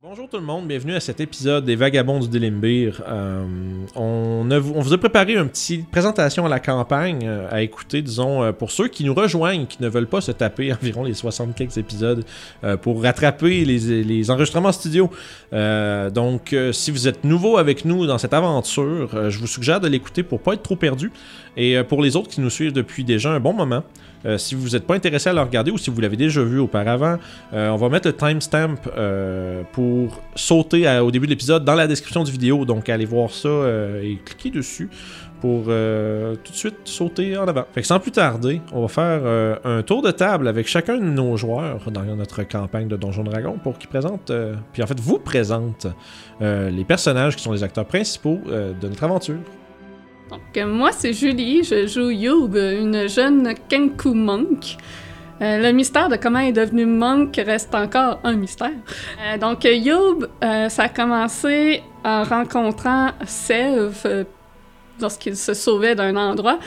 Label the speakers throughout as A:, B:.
A: Bonjour tout le monde, bienvenue à cet épisode des Vagabonds du Délimbir. Euh, on, a- on vous a préparé une petite présentation à la campagne euh, à écouter, disons, euh, pour ceux qui nous rejoignent, qui ne veulent pas se taper environ les 60 quelques épisodes euh, pour rattraper les, les enregistrements studio. Euh, donc, euh, si vous êtes nouveau avec nous dans cette aventure, euh, je vous suggère de l'écouter pour pas être trop perdu. Et euh, pour les autres qui nous suivent depuis déjà un bon moment, euh, si vous n'êtes pas intéressé à le regarder ou si vous l'avez déjà vu auparavant, euh, on va mettre le timestamp euh, pour sauter à- au début de l'épisode dans la description du vidéo. Donc allez voir ça euh, et cliquez dessus pour euh, tout de suite sauter en avant. Fait que sans plus tarder, on va faire euh, un tour de table avec chacun de nos joueurs dans notre campagne de Donjon Dragon pour qu'ils présentent, euh, puis en fait vous présentent euh, les personnages qui sont les acteurs principaux euh, de notre aventure.
B: Donc, euh, moi, c'est Julie, je joue Youb, une jeune Kenku monk. Euh, le mystère de comment elle est devenue monk reste encore un mystère. Euh, donc, euh, Youb, euh, ça a commencé en rencontrant Sev euh, lorsqu'il se sauvait d'un endroit.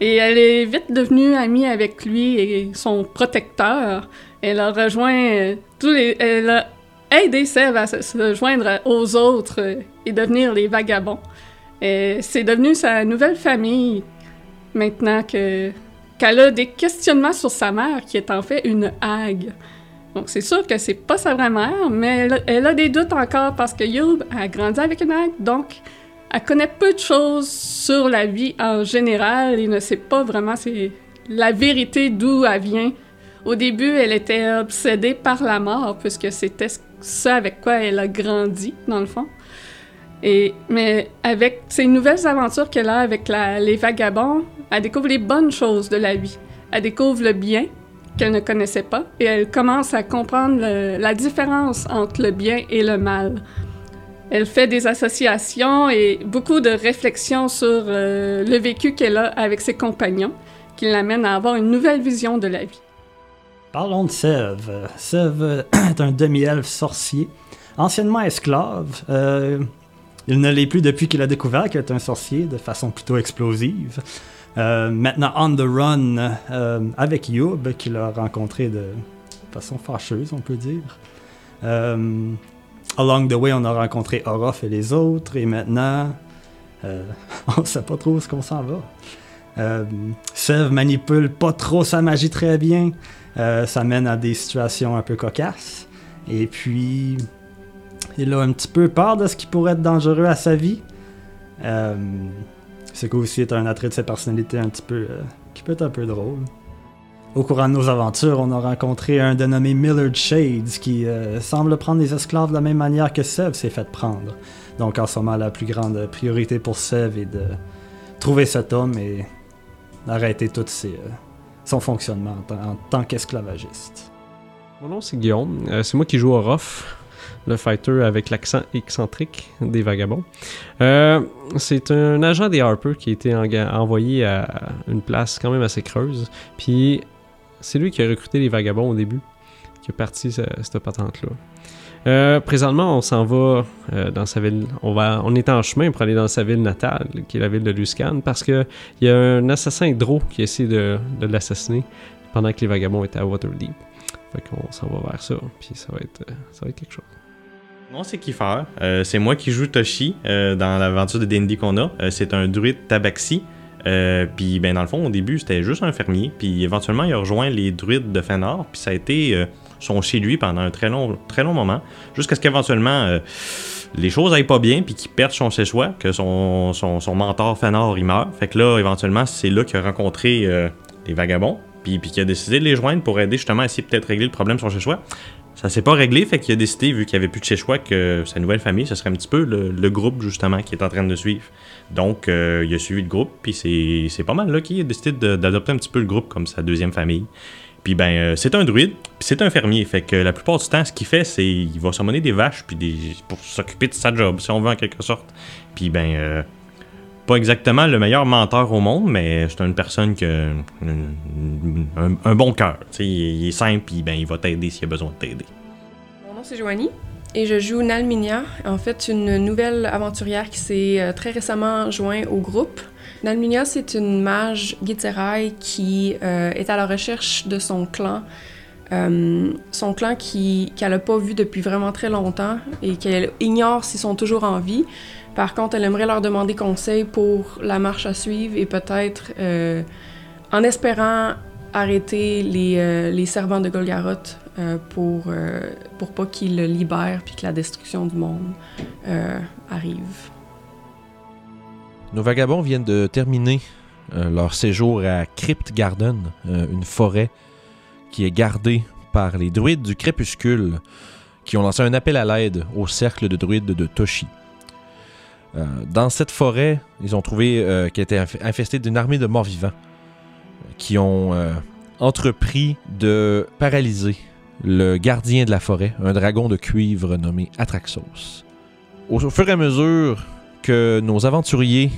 B: Et elle est vite devenue amie avec lui et son protecteur. Elle a rejoint euh, tous les. Elle a aidé Sev à se, se joindre aux autres euh, et devenir les vagabonds. Euh, c'est devenu sa nouvelle famille maintenant que qu'elle a des questionnements sur sa mère qui est en fait une hague. Donc c'est sûr que c'est pas sa vraie mère, mais elle, a- elle a des doutes encore parce que Youb a grandi avec une hague, donc elle connaît peu de choses sur la vie en général et ne sait pas vraiment c'est la vérité d'où elle vient. Au début, elle était obsédée par la mort puisque c'était ce- ce avec quoi elle a grandi dans le fond. Et, mais avec ces nouvelles aventures qu'elle a avec la- les vagabonds, elle découvre les bonnes choses de la vie. Elle découvre le bien qu'elle ne connaissait pas et elle commence à comprendre le- la différence entre le bien et le mal. Elle fait des associations et beaucoup de réflexions sur euh, le vécu qu'elle a avec ses compagnons qui l'amène à avoir une nouvelle vision de la vie.
C: Parlons de Sève. Sève est un demi-elfe sorcier, anciennement esclave. Euh, il ne l'est plus depuis qu'il a découvert qu'il est un sorcier de façon plutôt explosive. Euh, maintenant on the run euh, avec Youb, qu'il a rencontré de façon fâcheuse, on peut dire. Euh, along the way, on a rencontré Orof et les autres, et maintenant, euh, on ne sait pas trop où est-ce qu'on s'en va. Euh, Sève manipule pas trop sa magie très bien. Euh, ça mène à des situations un peu cocasses. Et puis, il a un petit peu peur de ce qui pourrait être dangereux à sa vie. Euh, ce qui aussi est un attrait de sa personnalité un petit peu. euh, qui peut être un peu drôle. Au courant de nos aventures, on a rencontré un dénommé Millard Shades qui euh, semble prendre les esclaves de la même manière que Sev s'est fait prendre. Donc en ce moment, la plus grande priorité pour Sev est de trouver cet homme et d'arrêter toutes ces, euh, son fonctionnement en, tant- en tant qu'esclavagiste.
D: Mon nom c'est Guillaume. Euh, c'est moi qui joue Orof, le fighter avec l'accent excentrique des vagabonds. Euh, c'est un agent des Harper qui a été enga- envoyé à une place quand même assez creuse. Puis c'est lui qui a recruté les vagabonds au début, qui a parti ce- cette patente-là. Euh, présentement, on s'en va euh, dans sa ville. On, va, on est en chemin pour aller dans sa ville natale, qui est la ville de Luscan, parce que il y a un assassin hydro qui essaie de, de l'assassiner pendant que les vagabonds étaient à Waterdeep. Fait qu'on s'en va vers ça, puis ça va être, euh, ça va être quelque chose.
E: Non, c'est Kiefer. Euh, c'est moi qui joue Toshi euh, dans l'aventure de D&D qu'on a. Euh, c'est un druide tabaxi. Euh, puis ben dans le fond au début c'était juste un fermier puis éventuellement il a rejoint les druides de Fenor puis ça a été euh, son chez lui pendant un très long très long moment jusqu'à ce qu'éventuellement euh, les choses aillent pas bien puis qu'il perde son séchois que son, son, son mentor Fenor il meurt fait que là éventuellement c'est là qu'il a rencontré euh, les vagabonds puis puis qu'il a décidé de les joindre pour aider justement à essayer peut-être régler le problème de son séchois ça s'est pas réglé, fait qu'il a décidé, vu qu'il n'y avait plus de chez choix, que sa nouvelle famille, ce serait un petit peu le, le groupe justement qui est en train de suivre. Donc, euh, il a suivi le groupe, puis c'est- c'est pas mal là qu'il a décidé de- d'adopter un petit peu le groupe comme sa deuxième famille. Puis ben, euh, c'est un druide, puis c'est un fermier, fait que la plupart du temps, ce qu'il fait, c'est il va s'emmener des vaches puis des, pour s'occuper de sa job, si on veut en quelque sorte. Puis ben, euh, pas exactement le meilleur menteur au monde, mais c'est une personne qui a une- un, un bon cœur. Tu sais, Il, il est simple, puis ben, il va t'aider s'il a besoin de t'aider.
F: Mon nom c'est Joanie et je joue Nalminia, en fait une nouvelle aventurière qui s'est euh, très récemment joint au groupe. Nalminia c'est une mage Gitzerai qui euh, est à la recherche de son clan euh, son clan qui- qu'elle n'a pas vu depuis vraiment très longtemps et qu'elle ignore s'ils sont toujours en vie. Par contre, elle aimerait leur demander conseil pour la marche à suivre et peut-être, euh, en espérant arrêter les, euh, les servants de Golgaroth euh, pour, euh, pour pas qu'ils le libèrent puis que la destruction du monde euh, arrive.
A: Nos vagabonds viennent de terminer euh, leur séjour à Crypt Garden, euh, une forêt qui est gardée par les druides du crépuscule qui ont lancé un appel à l'aide au cercle de druides de Toshi. Euh, dans cette forêt, ils ont trouvé euh, qu'elle était inf- infestée d'une armée de morts-vivants euh, qui ont euh, entrepris de paralyser le gardien de la forêt, un dragon de cuivre nommé Atraxos. Au- au fur et à mesure que nos aventuriers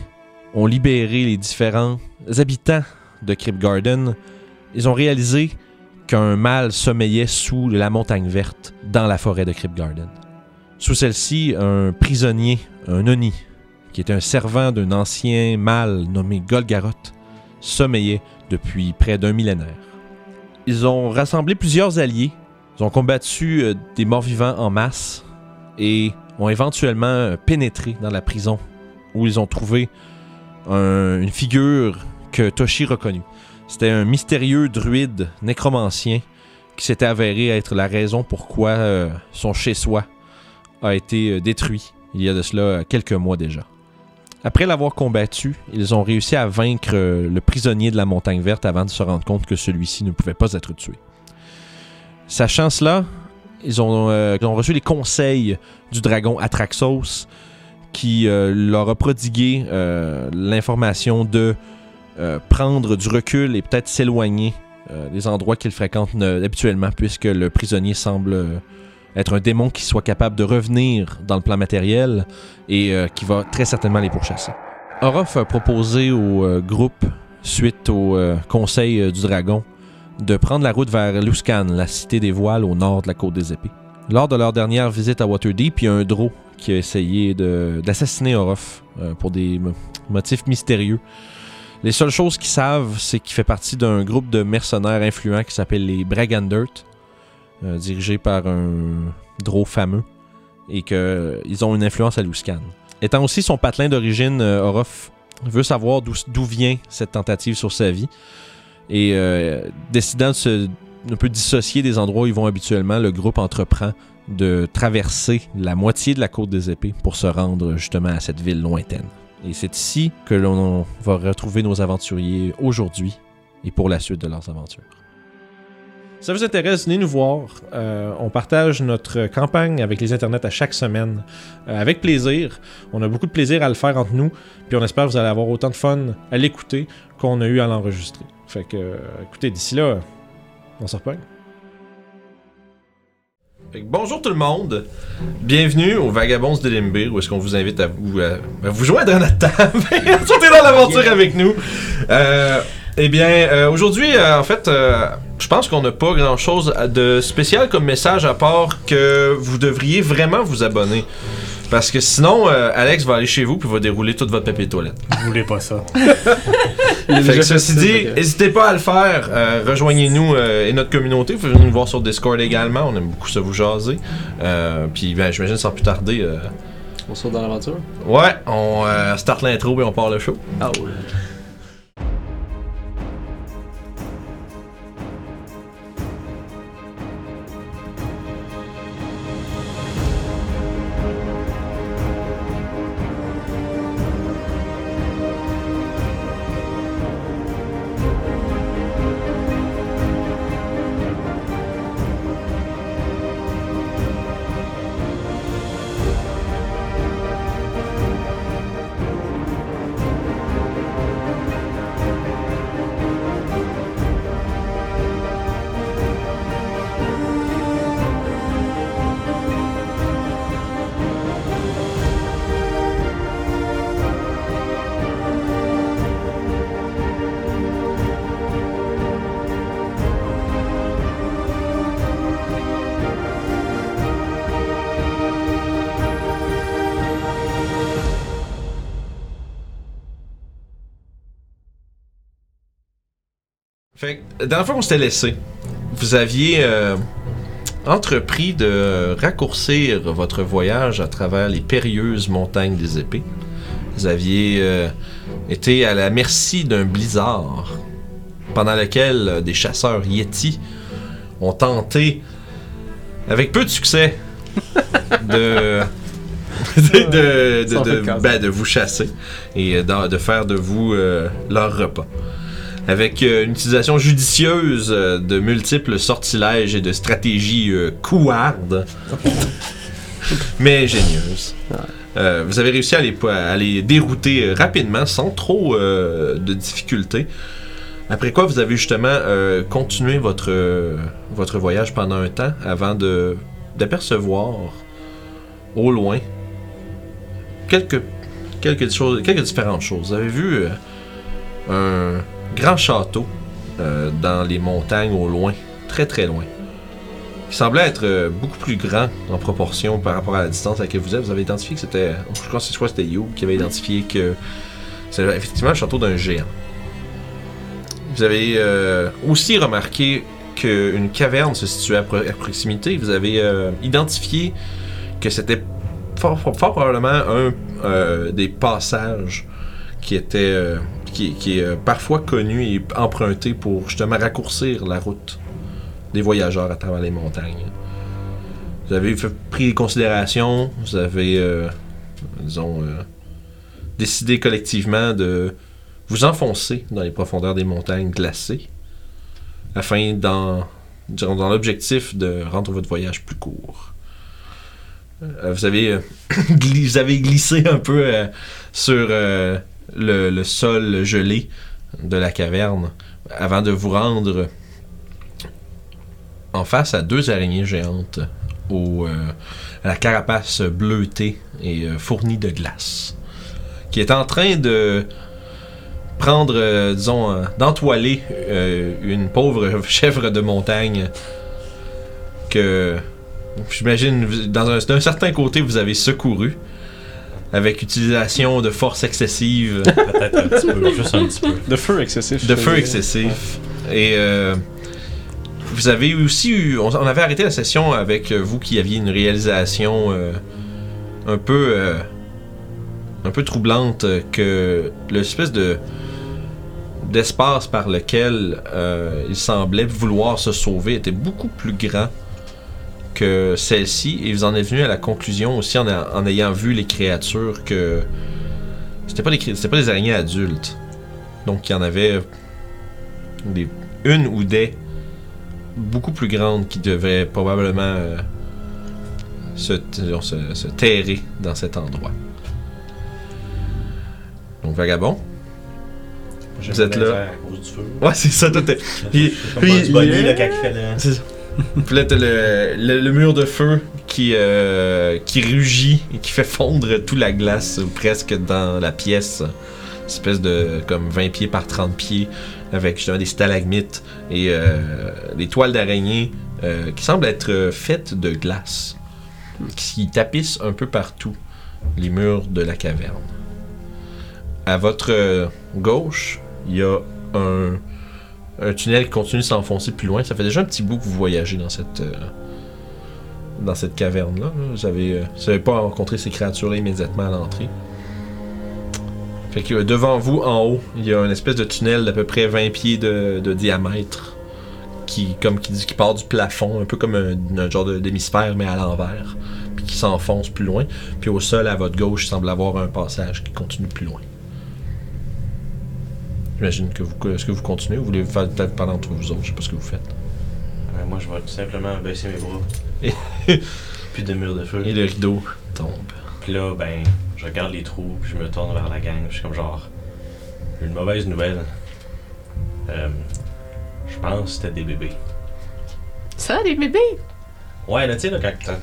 A: ont libéré les différents habitants de Crypt Garden, ils ont réalisé qu'un mâle sommeillait sous la montagne verte dans la forêt de Crypt Garden. Sous celle-ci, un prisonnier, un Oni, qui est un servant d'un ancien mâle nommé Golgaroth, sommeillait depuis près d'un millénaire. Ils ont rassemblé plusieurs alliés, ils ont combattu euh, des morts-vivants en masse et ont éventuellement euh, pénétré dans la prison où ils ont trouvé un- une figure que Toshi reconnut. C'était un mystérieux druide nécromancien qui s'était avéré être la raison pourquoi euh, son chez-soi a été euh, détruit il y a de cela euh, quelques mois déjà. Après l'avoir combattu, ils ont réussi à vaincre euh, le prisonnier de la montagne verte avant de se rendre compte que celui-ci ne pouvait pas être tué. Sachant cela, ils ont, euh, ils ont reçu les conseils du dragon Atraxos qui euh, leur a prodigué euh, l'information de euh, prendre du recul et peut-être s'éloigner euh, des endroits qu'ils fréquentent euh, habituellement puisque le prisonnier semble euh, être un démon qui soit capable de revenir dans le plan matériel et euh, qui va très certainement les pourchasser. Orof a proposé au euh, groupe, suite au euh, conseil euh, du dragon, de prendre la route vers Luskan, la cité des voiles au nord de la côte des épées. Lors de leur dernière visite à Waterdeep, il y a un drô qui a essayé de- d'assassiner Orof euh, pour des mo- motifs mystérieux. Les seules choses qu'ils savent, c'est qu'il fait partie d'un groupe de mercenaires influents qui s'appelle les Bragandert, euh, dirigé par un drô fameux, et qu'ils ont une influence à Luskan. Étant aussi son patelin d'origine, euh, Orof veut savoir d'où d'où vient cette tentative sur sa vie, et euh, décidant de se un peu dissocier des endroits où ils vont habituellement, le groupe entreprend de traverser la moitié de la côte des épées pour se rendre justement à cette ville lointaine. Et c'est ici que l'on va retrouver nos aventuriers aujourd'hui et pour la suite de leurs aventures.
G: Si ça vous intéresse, venez nous voir. Euh, on partage notre campagne avec les internets à chaque semaine. Euh, avec plaisir. On a beaucoup de plaisir à le faire entre nous. Puis on espère que vous allez avoir autant de fun à l'écouter qu'on a eu à l'enregistrer. Fait que, euh, écoutez, d'ici là, on se repogne.
A: Fait que Bonjour tout le monde, bienvenue aux Vagabonds de Limbir où est-ce qu'on vous invite à vous, à- à vous joindre à notre table et à sauter dans l'aventure avec nous. Euh, eh bien, euh, aujourd'hui, euh, en fait, euh, je pense qu'on n'a pas grand-chose à- de spécial comme message à part que vous devriez vraiment vous abonner. Parce que sinon, euh, Alex va aller chez vous puis va dérouler toute votre papier toilette.
H: Vous voulez pas ça.
A: Fait que ceci dit, n'hésitez pas à le faire. Euh, Rejoignez-nous euh, et notre communauté. Venez nous voir sur Discord également. On aime beaucoup ça vous jaser. Euh, Puis ben, j'imagine sans plus tarder. euh,
D: On saute dans l'aventure.
A: Ouais, on euh, start l'intro et on part le show.
D: Ah ouais.
A: Fait que, la dernière fois qu'on s'était laissé, vous aviez euh, entrepris de raccourcir votre voyage à travers les périlleuses montagnes des épées. Vous aviez euh, été à la merci d'un blizzard pendant lequel euh, des chasseurs Yeti ont tenté, avec peu de succès, de, de, de- de-
D: Ça fait
A: de-
D: casse.
A: ben, de vous chasser et euh, d'en- de faire de vous euh, leur repas. Avec euh, une utilisation judicieuse euh, de multiples sortilèges et de stratégies euh, couardes, mais ingénieuses. Euh, vous avez réussi à les, po- à les dérouter euh, rapidement, sans trop euh, de difficultés. Après quoi, vous avez justement euh, continué votre, euh, votre voyage pendant un temps avant de d'apercevoir au loin quelques, quelques, choses, quelques différentes choses. Vous avez vu euh, un grand château euh, dans les montagnes au loin, très très loin, qui semblait être euh, beaucoup plus grand en proportion par rapport à la distance à laquelle vous êtes. Vous avez identifié que c'était, je crois que c'est- je crois que c'était Youb qui avait identifié que c'est effectivement le château d'un géant. Vous avez euh, aussi remarqué qu'une caverne se situait à, pro- à proximité. Vous avez euh, identifié que c'était fort, fort- fort probablement un euh, des passages qui était euh, qui, qui est euh, parfois connu et emprunté pour justement raccourcir la route des voyageurs à travers les montagnes. Vous avez fait- pris des considérations, vous avez, euh, disons, euh, décidé collectivement de vous enfoncer dans les profondeurs des montagnes glacées afin d'en, disons, dans l'objectif de rendre votre voyage plus court. Euh, vous, avez, euh, gli- vous avez glissé un peu euh, sur euh, le, le sol gelé de la caverne avant de vous rendre en face à deux araignées géantes au, euh, à la carapace bleutée et euh, fournie de glace qui est en train de prendre, euh, disons, euh, d'entoiler euh, une pauvre chèvre de montagne que j'imagine vous- dans un, d'un certain côté vous avez secouru avec utilisation de force excessive
E: Peut-être un petit peu, juste un petit peu.
D: De feu excessif. Euh,
A: de feu excessif. Et euh, vous avez aussi eu. On, on avait arrêté la session avec euh, vous qui aviez une réalisation euh, un peu. euh, un peu troublante euh, que l'espèce de. d'espace par lequel euh, il semblait vouloir se sauver était beaucoup plus grand que celle-ci et vous en êtes venu à la conclusion aussi en, a- en ayant vu les créatures que c'était pas des cré- c'était pas des araignées adultes donc il y en avait des- une ou des beaucoup plus grandes qui devaient probablement euh, se, disons, se- se terrer dans cet endroit. Donc vagabond. Vous êtes là.
E: À cause du feu.
A: Ouais, c'est ça, tout est- Puis-
E: C'est Comme
A: puis-
E: Bugs Bunny,
A: il-
E: là, quand il fait le-
A: Puis là, t'as le, le- le mur de feu qui, euh, qui rugit et qui fait fondre toute la glace euh, presque dans la pièce. Espèce de comme 20 pieds par 30 pieds avec justement des stalagmites et euh, des toiles d'araignée euh, qui semblent être euh, faites de glace qui tapissent un peu partout les murs de la caverne. À votre euh, gauche, il y a un un tunnel qui continue de s'enfoncer plus loin. Ça fait déjà un petit bout que vous voyagez dans cette euh, dans cette caverne là. Vous avez, euh, vous avez pas rencontré ces créatures là immédiatement à l'entrée. Fait que euh, devant vous, en haut, il y a une espèce de tunnel d'à peu près 20 pieds de, de diamètre qui, comme qui dit, qui part du plafond, un peu comme un, un genre de demi-sphère mais à l'envers, puis qui s'enfonce plus loin. Puis au sol, à votre gauche, il semble avoir un passage qui continue plus loin. J'imagine que vous, est-ce que vous continuez ou vous voulez faire peut-être parler entre vous autres, je sais pas ce que vous faites.
E: Ouais, Moi, je vais tout simplement baisser mes bras.
A: Et-
E: Plus de mur de feu.
A: Et le rideau tombe.
E: Puis là, ben, je regarde les trous, puis je me tourne vers la gang. Je suis comme genre, j'ai une mauvaise nouvelle. Euh, je pense que c'était des bébés.
B: Ça, les bébés!
E: Ouais, là, tu sais, là, quand t'as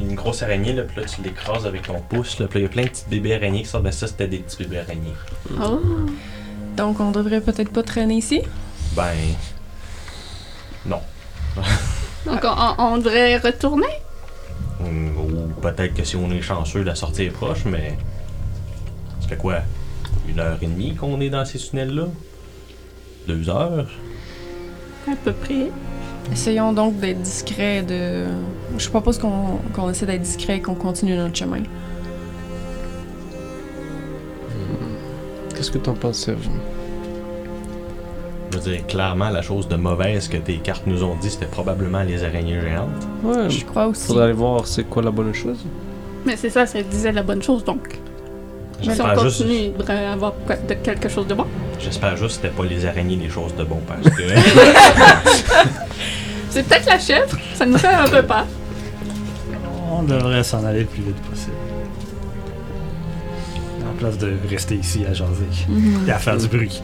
E: une grosse araignée, là, puis là, tu l'écrases avec ton pouce, là, puis là, il y a plein de petits bébés araignées qui sortent. Ben, ça, c'était des petits bébés araignées.
B: Oh!
F: Donc, on devrait peut-être pas traîner ici.
E: Ben,
B: Donc, on, on devrait retourner?
E: hum, ou peut-être que si on est chanceux, la sortie est proche, mais. Ça fait quoi Une heure et demie qu'on est dans ces tunnels-là Deux heures
B: À peu près.
F: Essayons donc d'être discrets. De... Je propose qu'on qu'on essaie d'être discret et qu'on continue notre chemin.
D: Qu'est-ce que t'en penses, Serge
E: Je veux dire, clairement, la chose de mauvaise que tes cartes nous ont dit, c'était probablement les araignées géantes.
D: Ouais,
F: Je crois aussi.
D: faudrait aller voir c'est quoi la bonne chose.
B: Mais c'est ça, ça disait la bonne chose donc. Si on
E: J'espère juste,
B: continue, il devrait avoir quoi- de- quelque chose de bon.
E: j'espère juste que c'était pas les araignées les choses de bon parce que.
B: C'est peut-être la chèvre, ça nous fait un peu peur.
C: On devrait s'en aller le plus vite possible. En place de rester ici à jaser
B: Mhm.
C: et à faire du bruit.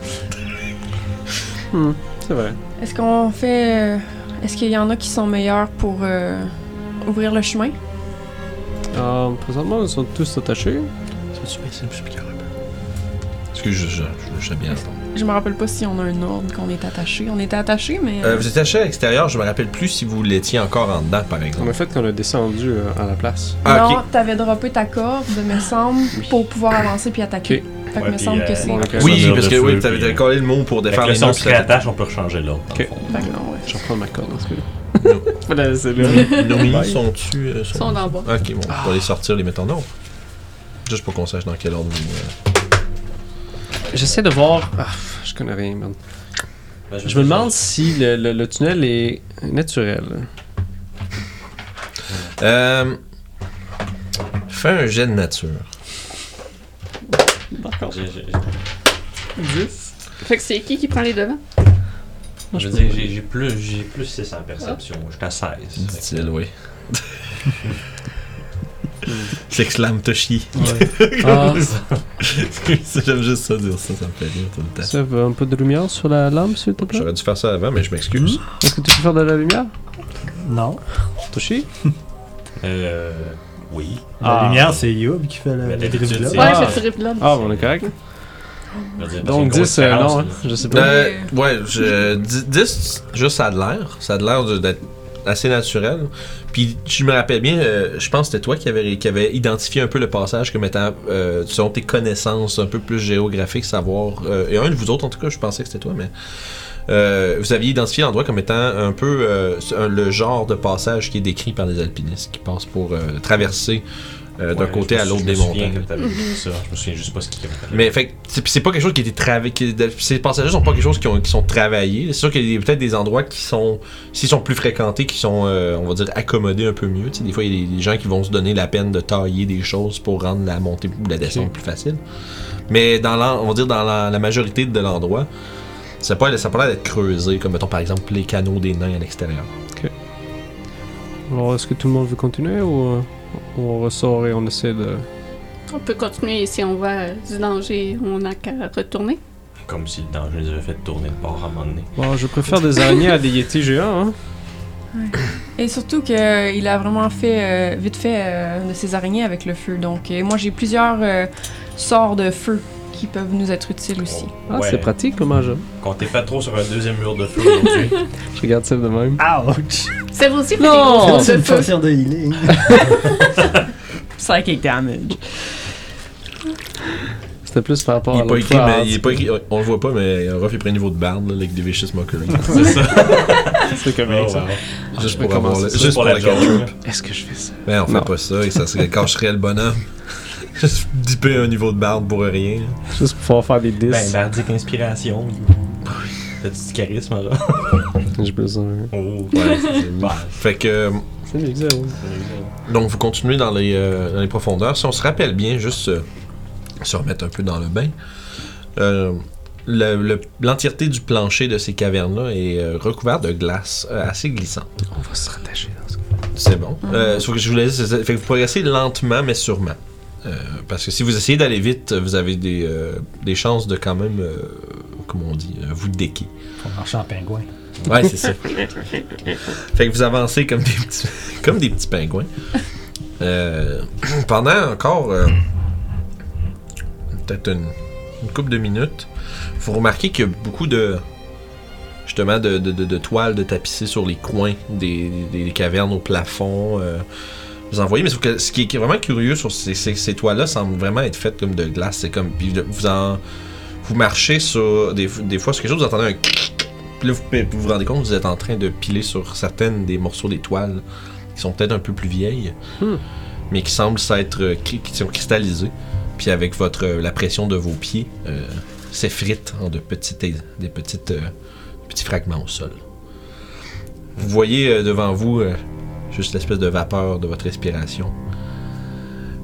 D: C'est vrai.
F: Est-ce qu'on fait. euh, Est-ce qu'il y en a qui sont meilleurs pour euh, ouvrir le chemin
D: Euh, présentement, ils sont tous attachés.
A: Parce que je, je, je, sais bien. attendre.
F: Je me rappelle pas si on a un ordre qu'on est attaché. On était attaché, mais.
A: Euh, vous étiez attaché à l'extérieur, je me rappelle plus si vous l'étiez encore en dedans, par
D: En
A: exemple.
D: fait, qu'on a descendu euh, à la place.
A: Ah, ok.
F: Non, t'avais droppé ta corde, me semble, pour pouvoir avancer puis attaquer. Fait que
E: Ouais,
F: me
E: puis,
F: semble
E: euh,
F: que c'est.
D: bon,
F: Fait
D: ok.
A: Oui,
E: Sonneur
A: parce
E: de
A: que
E: feu,
A: oui,
E: puis,
A: t'avais
E: euh,
A: t'avais collé le mot pour
E: Fait
A: défendre
E: que
A: les
E: si on
A: noms.
E: se réattache, on peut rechanger l'autre. dans le
D: Ok.
E: fond.
F: que non, ouais.
D: Je reprends ma corde dans ce cas-là. Faut la laisser là.
A: Nos minis sont-tu. euh,
B: Ils
A: sont-
B: sont en bas.
A: Ok, bon, on va les sortir, les mettre en ordre. Juste pour qu'on sache dans quel ordre vous. euh,
D: J'essaie de voir. Ah, je connais rien, merde.
E: Ben,
D: Je me demande si le, le- le tunnel est naturel.
A: Euh... Fais un jet de nature.
E: J'ai- j'ai-
D: 10
B: Fait que c'est qui qui prend les devants?
E: Je veux dire, j'ai- j'ai plus, j'ai plus 6 en perception. J'étais à
D: Mm.
E: 16.
A: Dit-il, oui. S'exclame Toshi.
D: Ah,
A: J'aime juste ça dire ça, ça me fait rire tout le temps.
D: ça veut un peu de lumière sur la lampe, s'il te plaît.
A: J'aurais dû faire ça avant, mais je m'excuse.
D: Est-ce que tu peux faire de la lumière
C: Non.
D: Touché
E: Euh. Oui.
C: La
D: Ah.
C: lumière, c'est Youb qui fait le,
E: Mais
C: le
E: d'habitude,
C: dribble.
E: c'est-
B: Ouais,
D: Ah.
B: j'ai tiré de là.
D: Ah, bon, on est correct.
E: Je veux dire, parce qu'il y a une
D: Donc
E: grosse
D: 10, euh,
E: différence,
D: non, hein,
E: là.
D: je sais pas.
A: Euh, ouais, je, 10, juste ça a de l'air. Ça a de l'air de- d'être assez naturel. Puis je me rappelle bien, euh, je pense que c'était toi qui avais, qui avait identifié un peu le passage comme étant, euh, selon tes connaissances un peu plus géographiques, savoir, euh, et un de vous autres en tout cas, je pensais que c'était toi, mais euh, vous aviez identifié l'endroit comme étant un peu euh, un- le genre de passage qui est décrit par les alpinistes, qui passent pour euh, traverser euh, d'un
E: Ouais,
A: côté
E: je
A: à
E: me
A: l'autre
E: souviens
A: des montagnes.
E: que t'avais dit ça. Je me souviens juste pas ce qu'il y avait.
A: Mais fait que c'est c'est pas quelque chose qui était travaillé. Ces passages sont pas quelque chose qui, ont- qui sont travaillés. C'est sûr qu'il y a peut-être des endroits qui sont, s'ils sont plus fréquentés, qui sont, euh, on va dire, accommodés un peu mieux. Tu sais, des fois, il y a des, des gens qui vont se donner la peine de tailler des choses pour rendre la montée ou la descente plus facile. Mais dans l'en- on va dire dans la, la majorité de l'endroit, ça peut, ça peut l'air d'être creusé, comme mettons par exemple les canaux des nains à l'extérieur.
D: Alors, est-ce que tout le monde veut continuer ou euh, on ressort et on essaie de.
B: On peut continuer si on va euh, du danger, on n'a qu'à retourner.
E: Comme si le danger nous avait fait tourner de bord à un moment donné.
D: Bon, je préfère des araignées à des yétis géants, hein.
F: Et surtout qu'il a vraiment fait, euh, vite fait, euh, de ses araignées avec le feu. Donc, euh, moi, j'ai plusieurs euh, sorts de feu qui peuvent nous être utiles aussi.
D: Ah,
E: Oh, Ouais.
D: c'est pratique comme jeu.
E: Comptez pas trop sur un deuxième mur de feu aujourd'hui.
D: Je regarde ça de même.
C: Ouch!
B: C'est vous aussi, fait des
D: Non!
B: gros
D: Oh,
C: Oh,
B: coups
C: c'est
B: de
C: une
B: feu.
C: sorcière de healing.
D: Psychic damage. C'était plus par rapport
A: Il
D: à
A: est pas
D: l'autre
A: écrit,
D: fois,
A: mais
D: hein,
A: il est pas écrit- on le voit pas, mais Ruff il prend un niveau de barde là, avec des vicious mockeries.
E: C'est ça.
D: C'est comme
E: Oh,
D: ça.
E: wow.
A: juste
D: mais
A: pour avoir,
D: comment
A: le-
D: ça,
A: juste pour la joke.
D: Est-ce que je fais ça?
A: Ben, on fait
D: Non.
A: pas ça et ça serait cacherait le bonhomme. Juste dipper un niveau de barbe pour rien.
D: Juste pour pouvoir faire des 10.
E: Ben, bardique inspiration. T'as-tu du charisme, là?
D: J'ai besoin.
E: Oh,
A: Ouais, c'est- c'est-
E: Bah,
A: fait que,
D: C'est mieux que zéro.
A: donc vous continuez dans les, euh, dans les profondeurs. Si on se rappelle bien, juste euh, se remettre un peu dans le bain, euh, le- le- l'entièreté du plancher de ces cavernes-là est euh, recouverte de glace euh, assez glissante.
D: On va se rattacher dans ce cas.
A: C'est bon. Euh, sauf que je vous laisse. c'est- Fait que vous progressez lentement mais sûrement. Euh, parce que si vous essayez d'aller vite, vous avez des, euh, des chances de quand même, euh, comment on dit, euh, vous déquer.
C: On marche en pingouin.
A: Ouais, c'est ça. fait que vous avancez comme des petits, comme des petits pingouins. Euh, pendant encore euh, peut-être une, une couple de minutes, vous remarquez qu'il y a beaucoup de justement de, de, de- de toiles de tapissées sur les coins des, des- des cavernes au plafond. euh, vous en voyez, mais sauf que ce qui est, qui est vraiment curieux sur ces, ces, ces toiles-là semble vraiment être faites comme de glace. C'est comme puis vous en vous marchez sur des, des fois sur quelque chose, vous entendez un Puis là, vous, puis vous vous rendez compte, vous êtes en train de piler sur certaines des morceaux d'étoiles qui sont peut-être un peu plus vieilles,
D: Hmm.
A: mais qui semblent s'être euh, cri- qui sont cristallisées. Puis avec votre euh, la pression de vos pieds, euh, s'effritent en de petites é- des petites euh, petits fragments au sol. Vous voyez euh, devant vous euh, juste l'espèce de vapeur de votre respiration.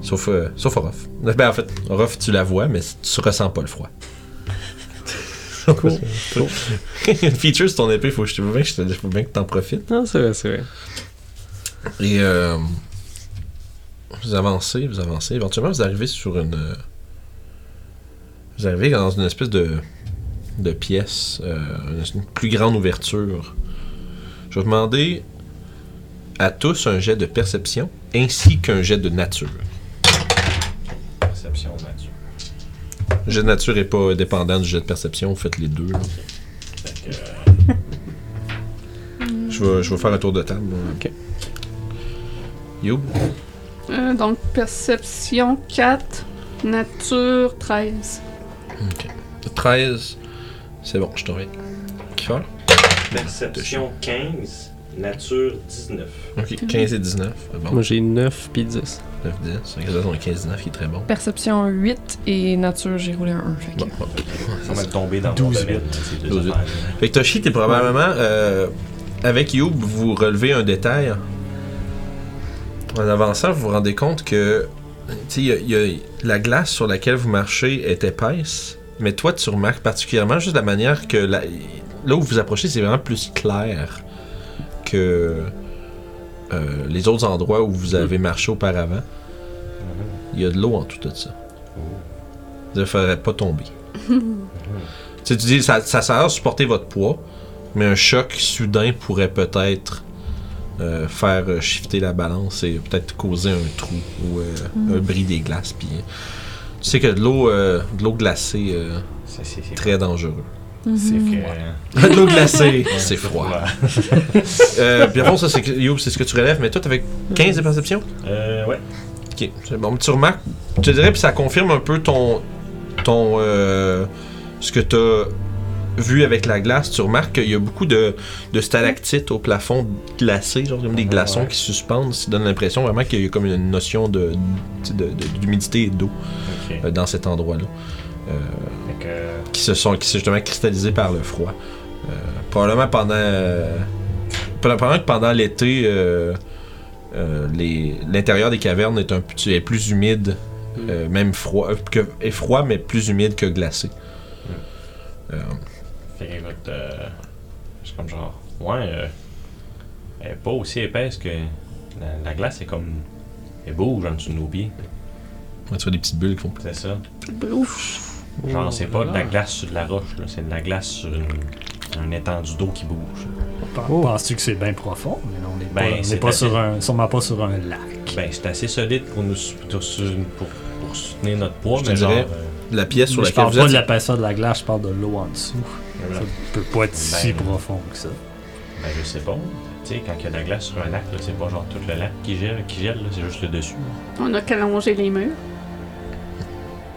A: Sauf, euh, sauf Orof. Ben, en fait, Orof, tu la vois, mais tu ressens pas le froid. Il y a une feature sur ton épée, faut, que je te- faut bien que je te- faut bien que t'en profites.
D: Non, c'est vrai, c'est vrai.
A: Et euh, vous avancez, vous avancez. Éventuellement, vous arrivez sur une. euh, Vous arrivez dans une espèce de, de pièce, euh, une, une plus grande ouverture. Je vais vous demander à tous un jet de perception ainsi qu'un jet de nature.
E: Perception nature.
A: Le jet de nature est pas dépendant du jet de perception, vous faites les deux. là. Je vais, je vais faire un tour de table. moi.
D: Ok.
A: Youb,
B: Euh, donc, perception 4, nature 13.
A: 13. C'est bon, je t'en vais. Kiffer?
E: Perception 15, nature 19.
A: Ok, 15 et 19. Ah Bon,
D: Moi, j'ai 9 puis 10.
A: 9, 10. Ok, ça, on a 15, 19 qui est très bon.
F: Perception 8 et nature, j'ai roulé un 1. Fait que...
A: Bon, bon.
E: On va tomber dans
C: 12,
A: 12, Fait que Toshi, t'es probablement. euh, avec Youb, vous relevez un détail. En avançant, vous vous rendez compte que. Tu sais, il y a- il y a- la glace sur laquelle vous marchez est épaisse. Mais toi, tu remarques particulièrement juste la manière que. la- là où vous approchez, c'est vraiment plus clair que. euh, les autres endroits où vous avez marché auparavant. Il y a de l'eau en tout de ça. Ne ferait pas tomber. Tu sais, tu dis, ça, ça sert à supporter votre poids, mais un choc soudain pourrait peut-être euh, faire euh, shifter la balance et peut-être causer un trou ou euh, un bris des glaces. Puis, euh, tu sais que de l'eau euh, de l'eau glacée, euh,
E: C'est c'est- c'est-
A: très dangereux.
E: c'est que-
A: de l'eau glacée, c'est
E: c'est
A: froid. Euh, puis à fond, ça, c'est que- Youb, c'est ce que tu relèves, mais toi, t'avais 15 de perception?
E: Euh, ouais.
A: Ok, c'est bon. Tu remarques, je te dirais, puis ça confirme un peu ton. ton. euh, ce que t'as vu avec la glace. Tu remarques qu'il y a beaucoup de, de stalactites au plafond glacé, genre comme des glaçons qui suspendent. Ça donne l'impression vraiment qu'il y a comme une notion de, tu sais, de- de- d'humidité et d'eau
E: Ok.
A: euh, dans cet endroit-là. Euh,
E: Fait que-
A: qui se sont qui s'est justement cristallisés par le froid. Euh, probablement pendant euh, probablement que pendant l'été euh, euh, les- l'intérieur des cavernes est un petit est plus humide
C: Mm.
A: euh, même froid euh, que est froid mais plus humide que glacé.
E: Fait que, écoute, euh, je suis comme genre, ouais, euh, elle est pas aussi épaisse que la, la glace, est comme, elle bouge en dessous de nos pieds,
A: On a des petites bulles qui font plus.
E: c'est ça.
B: Ouf.
E: Genre, c'est pas de la glace sur de la roche, là, c'est de la glace sur une, une étendue d'eau qui bouge.
C: Penses-tu que c'est bien profond? Mais non, on n'est
E: Ben,
C: pas- on n'est
E: c'est
C: pas,
E: assez-
C: sur un, sûrement pas sur un lac.
E: Ben, c'est assez solide pour nous sou- pour, sou- pour, pour soutenir notre poids,
A: Je te
E: mais genre.
A: dirais-
E: euh,
A: La pièce sur
C: Mais je
A: laquelle
C: parle
A: vous
C: pas de
A: êtes,
C: l'épaisseur de la glace, je parle de l'eau en dessous.
E: voilà.
C: Ça peut pas être si
E: Ben.
C: profond que ça.
E: Ben, je sais pas. Tu sais, quand il y a de la glace sur un lac, là, c'est pas genre tout le lac qui gèle, qui gèle là, c'est juste le dessus.
B: On a calongé les murs.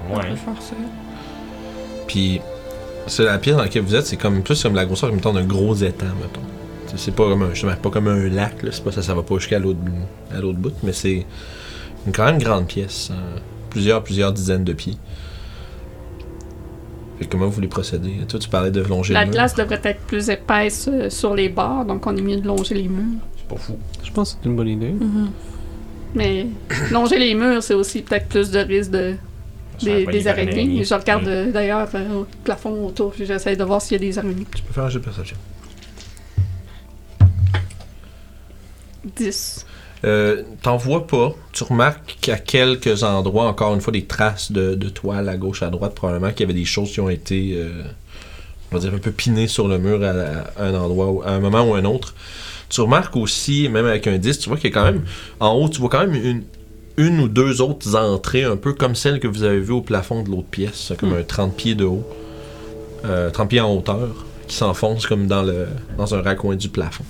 F: On peut
E: Ouais.
F: faire ça.
A: puis c'est la pièce dans laquelle vous êtes, c'est comme plus comme la grosseur comme temps d'un gros étang mettons. Tu sais, C'est pas comme un, justement, pas comme un lac, là, c'est pas ça, ça va pas jusqu'à l'autre à l'autre bout, mais c'est une quand même grande pièce, euh, plusieurs plusieurs dizaines de pieds. Fait que comment vous voulez procéder Toi, tu parlais de longer
B: La
A: le mur.
B: glace devrait être plus épaisse euh, sur les bords, donc on est mieux de longer les murs.
E: C'est pas fou.
D: Je pense que c'est une bonne idée.
B: Mais longer les murs, c'est aussi peut-être plus de risque de, des, des araignées. Je regarde
E: Mm.
B: euh, d'ailleurs euh, au plafond autour, puis j'essaie de voir s'il y a des araignées.
A: Tu peux faire un jeu de perception.
B: 10.
A: Euh, T'en vois pas. Tu remarques qu'à quelques endroits, encore une fois, des traces de, de toile à gauche, à droite, probablement qu'il y avait des choses qui ont été, euh, on va dire, un peu pinées sur le mur à, la- à un endroit, ou- à un moment ou un autre. Tu remarques aussi, même avec un 10, tu vois qu'il y a quand même, en haut, tu vois quand même une, une ou deux autres entrées, un peu comme celle que vous avez vue au plafond de l'autre pièce, comme un 30 pieds de haut, euh, 30 pieds en hauteur, qui s'enfonce comme dans, le, dans un raccoin du plafond.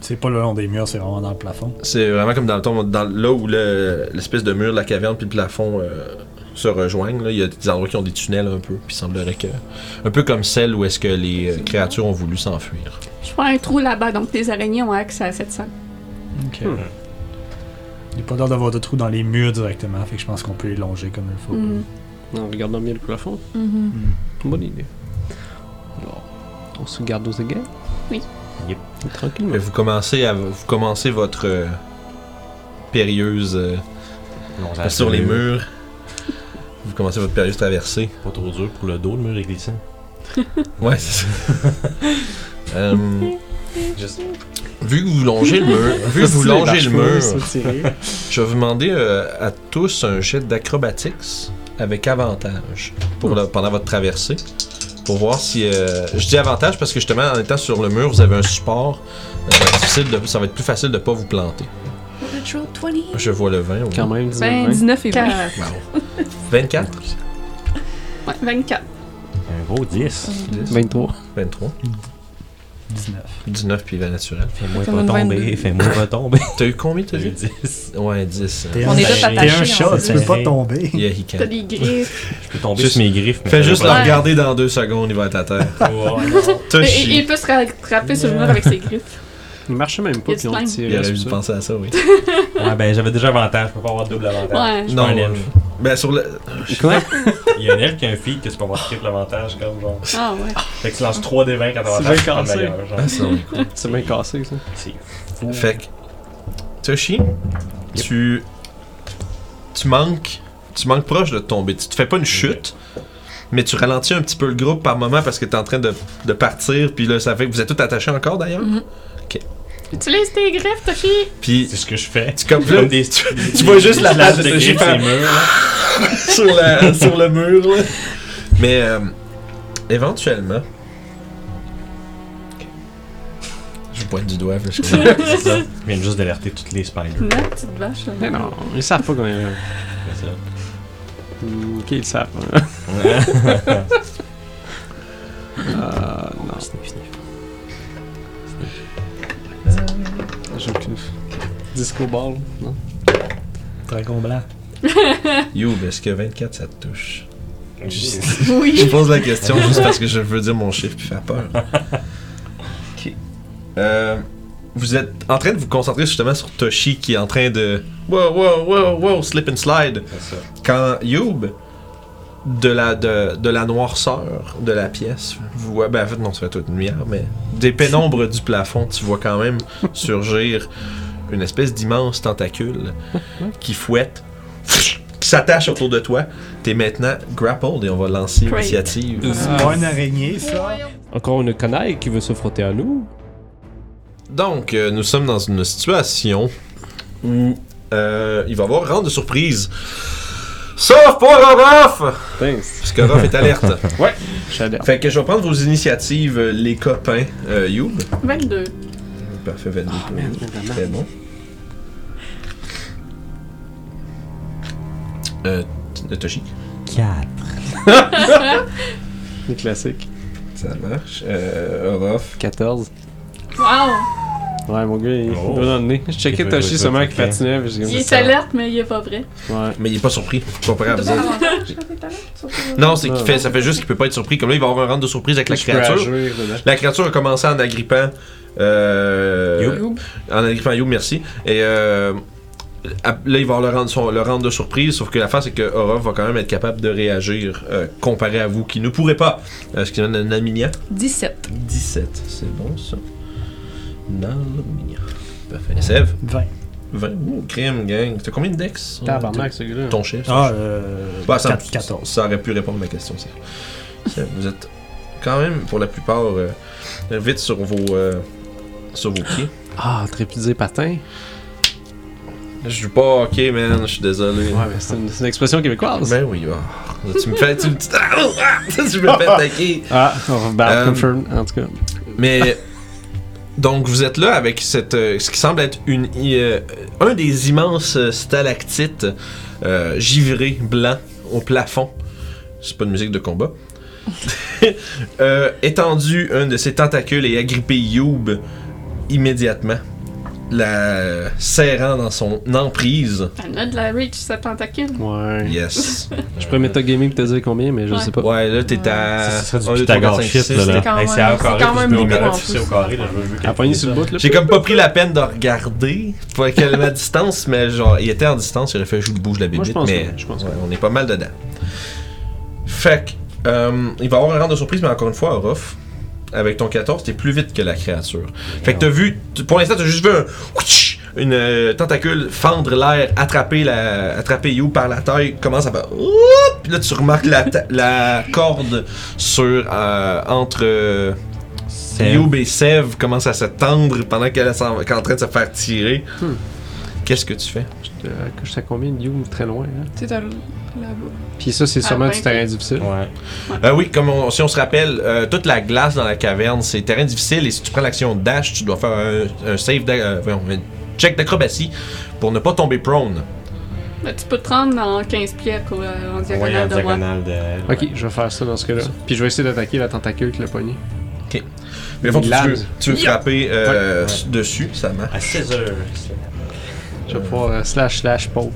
C: C'est pas le long des murs, c'est vraiment dans le plafond.
A: C'est vraiment comme dans le tombe, dans là où le- l'espèce de mur de la caverne puis le plafond euh, se rejoignent. là. Il y a des endroits qui ont des tunnels un peu. Puis il semblerait que. Un peu comme celle où est-ce que les euh, créatures ont voulu s'enfuir.
B: Je fais un trou là-bas, donc les araignées ont accès à cette salle.
C: Ok. Il n'y a pas l'air d'avoir de trous dans les murs directement, fait que je pense qu'on peut les longer comme il faut.
B: Mhm.
D: On regarde bien le plafond.
B: Mhm.
D: Bonne idée. Alors, on se garde aux aguets.
B: Oui.
A: Yep.
D: Tranquillement.
A: Mais vous commencez, à, vous commencez votre euh, périlleuse. euh, sur les murs. Vous commencez votre périlleuse traversée.
E: Pas trop dur pour le dos, le mur est glissant.
A: Ouais, c'est ça. Euh, Vu que vous longez le mur, vu que vous longez le mur, je vais vous demander euh, à tous un jet d'acrobatics avec avantage pour le- pendant votre traversée. Pour voir si. euh, je dis avantage parce que justement, en étant sur le mur, vous avez un support. euh, ça va être difficile de- ça va être plus facile de pas vous planter.
I: Natural 20.
A: Je vois le 20. ouais.
D: Quand même, 19,
F: Ben,
D: 20.
F: 19 et 20.
B: Quatre-
A: Wow. 24
B: ouais, 24.
E: Un gros 10.
D: 23.
A: 23
C: 19.
A: 19 puis 20 naturel.
E: Fais-moi
I: Comme
E: pas
I: une
E: tomber,
I: vingt-deux.
E: fais-moi pas tomber.
A: T'as eu combien t'as
E: J'ai
A: eu
E: 10.
A: Ouais, 10.
C: T'es
F: On
C: un-
F: est tous
C: T'es un
F: attachés. en
C: chat,
F: fait.
C: tu peux pas
E: Ouais.
C: tomber.
A: Yeah, he can.
B: T'as des griffes.
E: Je peux tomber
A: Juste-
E: sur mes griffes, mais.
A: Fais juste le
B: Ouais.
A: regarder dans deux secondes, il va être à terre.
B: Et-
A: T'as
B: et-
A: chié.
B: il peut se rattraper sur le mur avec ses griffes.
D: Il marchait même
B: Il y
D: pas,
B: a
D: puis
B: du
D: on le
B: slime.
A: Il
D: tirait.
A: aurait
D: c'est
A: dû
D: ça.
A: penser à ça, oui.
E: Ouais, ben j'avais déjà avantage, je peux pas avoir double avantage.
B: Ouais.
E: Je suis pas un elfe.
A: Ben, sur le.
D: Quoi?
E: Il y a un elfe qui a un feed que tu peux avoir triple avantage, comme genre.
B: Ah ouais.
E: Fait que tu lances 3 des 20 quand
D: C'est
E: t'avantage,
D: bien
E: prends le
D: cassé.
E: meilleur, genre.
A: Ah, c'est vrai.
D: C'est bien cassé, ça.
E: Si.
A: Fait que. Toshi, tu. Tu manques. Tu manques proche de tomber. Tu te fais pas une chute, mais tu ralentis un petit peu le groupe par moment parce que t'es en train de, de partir. Puis là, ça fait que vous êtes tout attachés encore d'ailleurs.
B: Utilise tes griffes, Toshi!
A: Puis
E: C'est ce que je fais.
A: tu comme
E: Comme des-
A: tu, tu vois juste la lâche
E: lâche
A: de
E: de
A: Toshi
E: griffes,
A: faire-
E: ces murs, là.
A: sur, la- sur le mur. là. Mais euh, éventuellement. Je vous pointe du doigt. là, je comprends.
E: C'est ça. Je viens juste d'alerter toutes les spiders.
B: La petite vache. là.
D: Mais non, ils savent pas qu'on est là.
E: C'est ça.
D: Hmm, Ok, ils savent. euh, non. Ah, J'ai aucune. Disco ball, non?
C: Dragon blanc.
A: You, est-ce que 24 ça te touche Je je
B: Oui.
A: pose la question juste parce que je veux dire mon chiffre puis faire peur. Euh, vous êtes en train de vous concentrer justement sur Toshi qui est en train de. Wow, wow, wow, wow, slip and slide.
E: C'est ça.
A: Quand Youb, de la, de, de la noirceur de la pièce, vous voyez, ben en fait, non, ça va être toute une lumière, mais des pénombres du plafond, tu vois quand même surgir une espèce d'immense tentacule qui fouette, qui s'attache autour de toi. T'es maintenant grappled et on va lancer
B: Great.
A: l'initiative.
C: C'est pas une araignée, ça.
F: Encore une canaille qui veut se frotter à nous.
A: Donc, euh, nous sommes dans une situation où euh, il va y avoir rente de surprise. Sauf pour Rof!
D: Thanks.
A: Parce que Rof est alerte.
D: J'adore.
A: Fait que je vais prendre vos initiatives, euh, les copains. Euh, Youb.
B: 22.
A: Parfait, 22. pour
D: merde,
A: vous.
D: vraiment.
A: Très bon. Euh, t- Toshi.
C: 4.
D: Les classiques.
A: Ça marche. Euh, Rof.
D: 14.
B: Wow!
D: Ouais, mon gars, il
E: Oh.
D: doit dans le nez. Je
E: Il
D: checkais
E: veut-
D: Toshi
E: il veut
D: seulement qui
E: cliquer.
D: patinait. puis j'ai comme
B: Il est
D: ça.
B: alerte, mais il est pas vrai.
D: Ouais.
A: Mais il est pas surpris, comparé à
B: Ah,
A: vous autres.
I: Avantage avec ta lettre, sur ton-
A: Non, c'est qu'il fait, ça fait juste qu'il peut pas être surpris. Comme là, il va avoir un rente de surprise avec la
D: Je peux
A: créature.
D: agir dedans.
A: La créature a commencé en agrippant. Euh,
I: Youb.
A: En agrippant You, merci. Et euh, à- là, il va le rendre, son, le rendre de surprise, sauf que l'affaire, c'est que Aura va quand même être capable de réagir euh, comparé à vous qui ne pourrez pas. Euh, ce qui donne un Aminia.
F: 17.
A: 17, c'est bon ça. Naminia. Parfait. Sève,
C: 20.
A: 20. Ouh, crime, gang. T'as combien de dex
D: Tabarnak, ce gars-là.
A: Ton chef
C: Ah, euh.
A: bah, ça,
C: 4, 14.
A: ça aurait pu répondre à ma question. ça. Ça, vous êtes quand même, pour la plupart, euh, vite sur vos, euh, sur vos pieds.
D: Ah, trépidé patin.
A: Je joue pas ok, man, je suis désolé.
D: Ouais, mais c'est une, c'est une expression québécoise.
A: Ben oui, ah. tu me fais. Tu me, Ah! tu me fais attaquer.
D: Ah, on va
A: Euh,
D: confirm, en tout cas.
A: Mais. Donc, vous êtes là avec cette, euh, ce qui semble être une, i- euh, un des immenses euh, stalactites euh, givrés blancs au plafond. C'est pas une musique de combat. euh, étendu un de ses tentacules et agrippé Youb immédiatement. la serrant dans son emprise.
B: Elle a de la reach, sa tentacule.
D: Ouais.
A: Yes.
D: Je pourrais mettre gaming pour te dire combien, mais je
B: Ouais.
D: sais pas.
A: Ouais, là, t'es à.
E: Ça, ça serait
A: un,
E: du
A: deux, trois,
E: Pythagore
A: quatre, cinq,
E: shit,
A: six,
E: là,
A: là.
E: là. Hey,
F: quand même-
E: C'est A au
F: c'est
E: carré,
F: quand
E: plus
F: même
E: B au
F: beaucoup,
E: carré,
F: en
E: puis C au
F: plus.
E: carré, là, je veux- je veux
D: Elle a pogné sur le bout, là.
A: J'ai comme pas pris la peine de regarder pour qu'elle ma distance, mais genre, il était en distance, il aurait fait je bouge la
D: Moi, je
A: bébite,
D: pense
A: mais
D: que- je pense que-
A: ouais, on est pas mal dedans. Fait que, euh, il va avoir un rang de surprise, mais encore une fois, Orof, avec ton 14, t'es plus vite que la créature. Fait que t'as vu, tu- pour l'instant, t'as juste vu un ouitch une euh, tentacule fendre l'air, attraper la, attraper You par la taille, commence à faire Ouh! Puis là, tu remarques la, ta- la corde sur, euh, entre. euh, Youb et Sev commencent à se tendre pendant qu'elle s'en- qu'elle est en train de se faire tirer.
D: Hmm.
A: Qu'est-ce que tu fais?
D: Je euh, je sais à combien de you très loin, hein. là.
F: Tu sais, t'as le- là-bas.
D: Puis ça, c'est
B: Ah,
D: sûrement
B: ben,
D: du terrain difficile.
E: Ouais.
A: Euh, oui, comme on- si on se rappelle, euh, toute la glace dans la caverne, c'est terrain difficile et si tu prends l'action dash, tu dois faire un, un save, d'a- euh, voyons, un check d'acrobatie pour ne pas tomber prone.
B: Mais tu peux te rendre en 15 pieds à cou- euh, en
E: Ouais, en
B: diagonale de moi.
E: diagonale de elle.
D: Ok, je vais faire ça dans ce cas-là. Puis je vais essayer d'attaquer la tentacule qui l'a pogné.
A: Mais au fond, tu,
D: Lame.
A: veux, tu veux frapper euh, s- dessus, ça marche.
E: À 16 heures.
D: Je vais pouvoir euh, slash slash poke.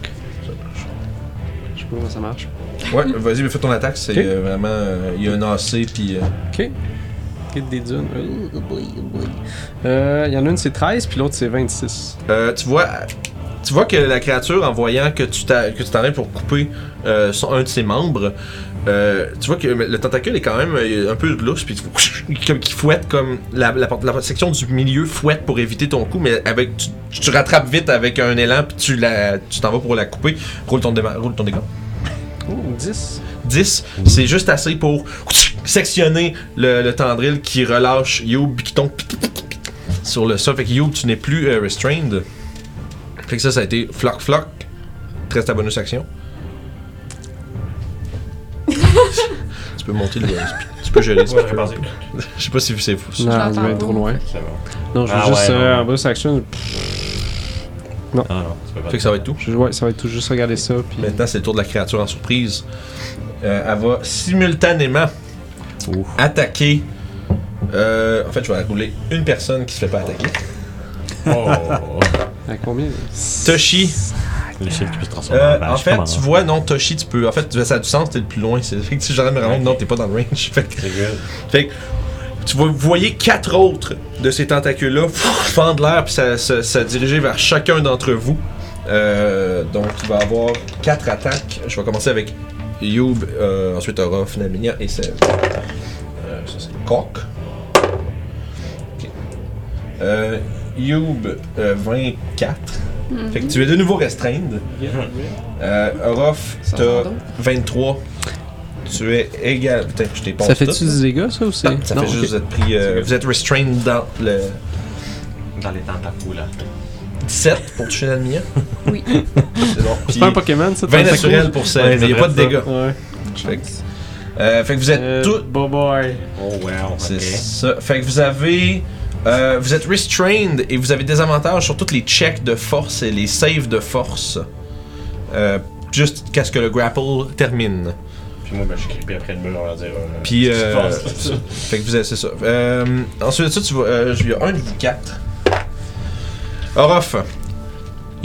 D: Je sais pas comment ça marche.
A: Ouais, vas-y, mais fais ton attaque, c'est
D: Ok.
A: euh, vraiment. euh, Il y a un AC, puis. euh,
D: Ok. Guide des dunes. Oh, oh boy, oh boy. Euh, Il y en a une, c'est 13, puis l'autre, c'est 26.
A: Euh, tu vois, tu vois que la créature, en voyant que tu t'a- que tu t'en viens pour couper euh, son- un de ses membres, euh, tu vois que le tentacule est quand même euh, un peu lousse, puis tu comme qui fouette comme la, la, part- la section du milieu fouette pour éviter ton coup, mais avec tu, tu rattrapes vite avec un élan, puis tu la, tu t'en vas pour la couper. Roule ton déma- roule ton dégât.
D: Oh, 10.
A: 10, c'est juste assez pour sectionner le, le tendril qui relâche Youb qui tombe sur le sol. Fait que Youb, tu n'es plus euh, restrained. Fait que ça, ça a été flock flock. Très ta bonus action. tu peux monter le. Tu peux geler.
E: Ouais, j'ai pensé.
A: Je sais pas si c'est fou. ça.
D: Non, il
F: l'entends
D: va être
F: pas.
D: trop loin.
E: C'est bon.
D: Non, je veux
E: Ah
D: juste
E: ouais,
D: euh,
E: non.
D: en bonus action.
E: Ah non, c'est pas
A: Fait que ça va être tout.
D: je- ouais, ça va être tout juste regarder ça. Puis...
A: Maintenant, c'est le tour de la créature en surprise. Euh, elle va simultanément attaquer. euh, en fait, je vais rouler une personne qui se fait pas attaquer.
E: Oh.
D: À combien
A: Toshi,
E: Le chiffre qui peut se transformer
A: Euh,
E: en vache.
A: en fait,
E: comment?
A: tu vois, non, Toshi, tu peux. En fait, tu- ça a du sens, t'es le plus loin. C'est fait que si j'arrive à me rendre, non, t'es pas dans le range. Fait que,
E: C'est good.
A: fait que tu vois, vous voyez quatre autres de ces tentacules-là pff, fendre l'air puis ça, ça, ça diriger vers chacun d'entre vous. Euh, donc, tu vas avoir quatre attaques. Je vais commencer avec Youb, euh, ensuite aura Naminia et Sev. Euh, ça, c'est Coq. Ok. Euh, Youb, euh, 24.
D: Mhm.
A: Fait que tu es de nouveau restreinte. Euh, Orof,
F: Ça
A: t'as
F: va donc?
A: 23. Tu es égal. Putain, je t'ai pas
D: Ça
A: tout,
D: fait-tu
A: là.
D: du dégâts, ça, ou c'est.
A: Non, ça
D: Non,
A: fait
D: ok.
A: juste vous êtes pris. euh, vous êtes restrained dans le
E: Dans les tentacles, là.
A: 17 pour toucher l'ennemi.
F: Oui.
A: C'est bon. Puis
D: C'est pas un Pokémon, ça
A: 20
D: tentacule?
A: naturel pour ça, mais il a pas de
E: ça.
A: dégâts.
D: Ouais.
A: Fait que, euh, fait que vous êtes
D: Euh,
A: tous.
D: Bye bye.
E: Oh, wow.
A: C'est
E: ok.
A: ça. Fait que vous avez. euh, vous êtes restrained et vous avez des avantages sur tous les checks de force et les saves de force. Euh, juste qu'à ce que le grapple termine.
E: Puis moi, ben, je suis creepé après le mur, on va dire. euh,
A: Puis, euh,
E: qu'est-ce qui se passe?
A: Fait que vous avez, c'est ça. Euh, ensuite de ça, tu vois, euh, il y a un de vous quatre. Orof,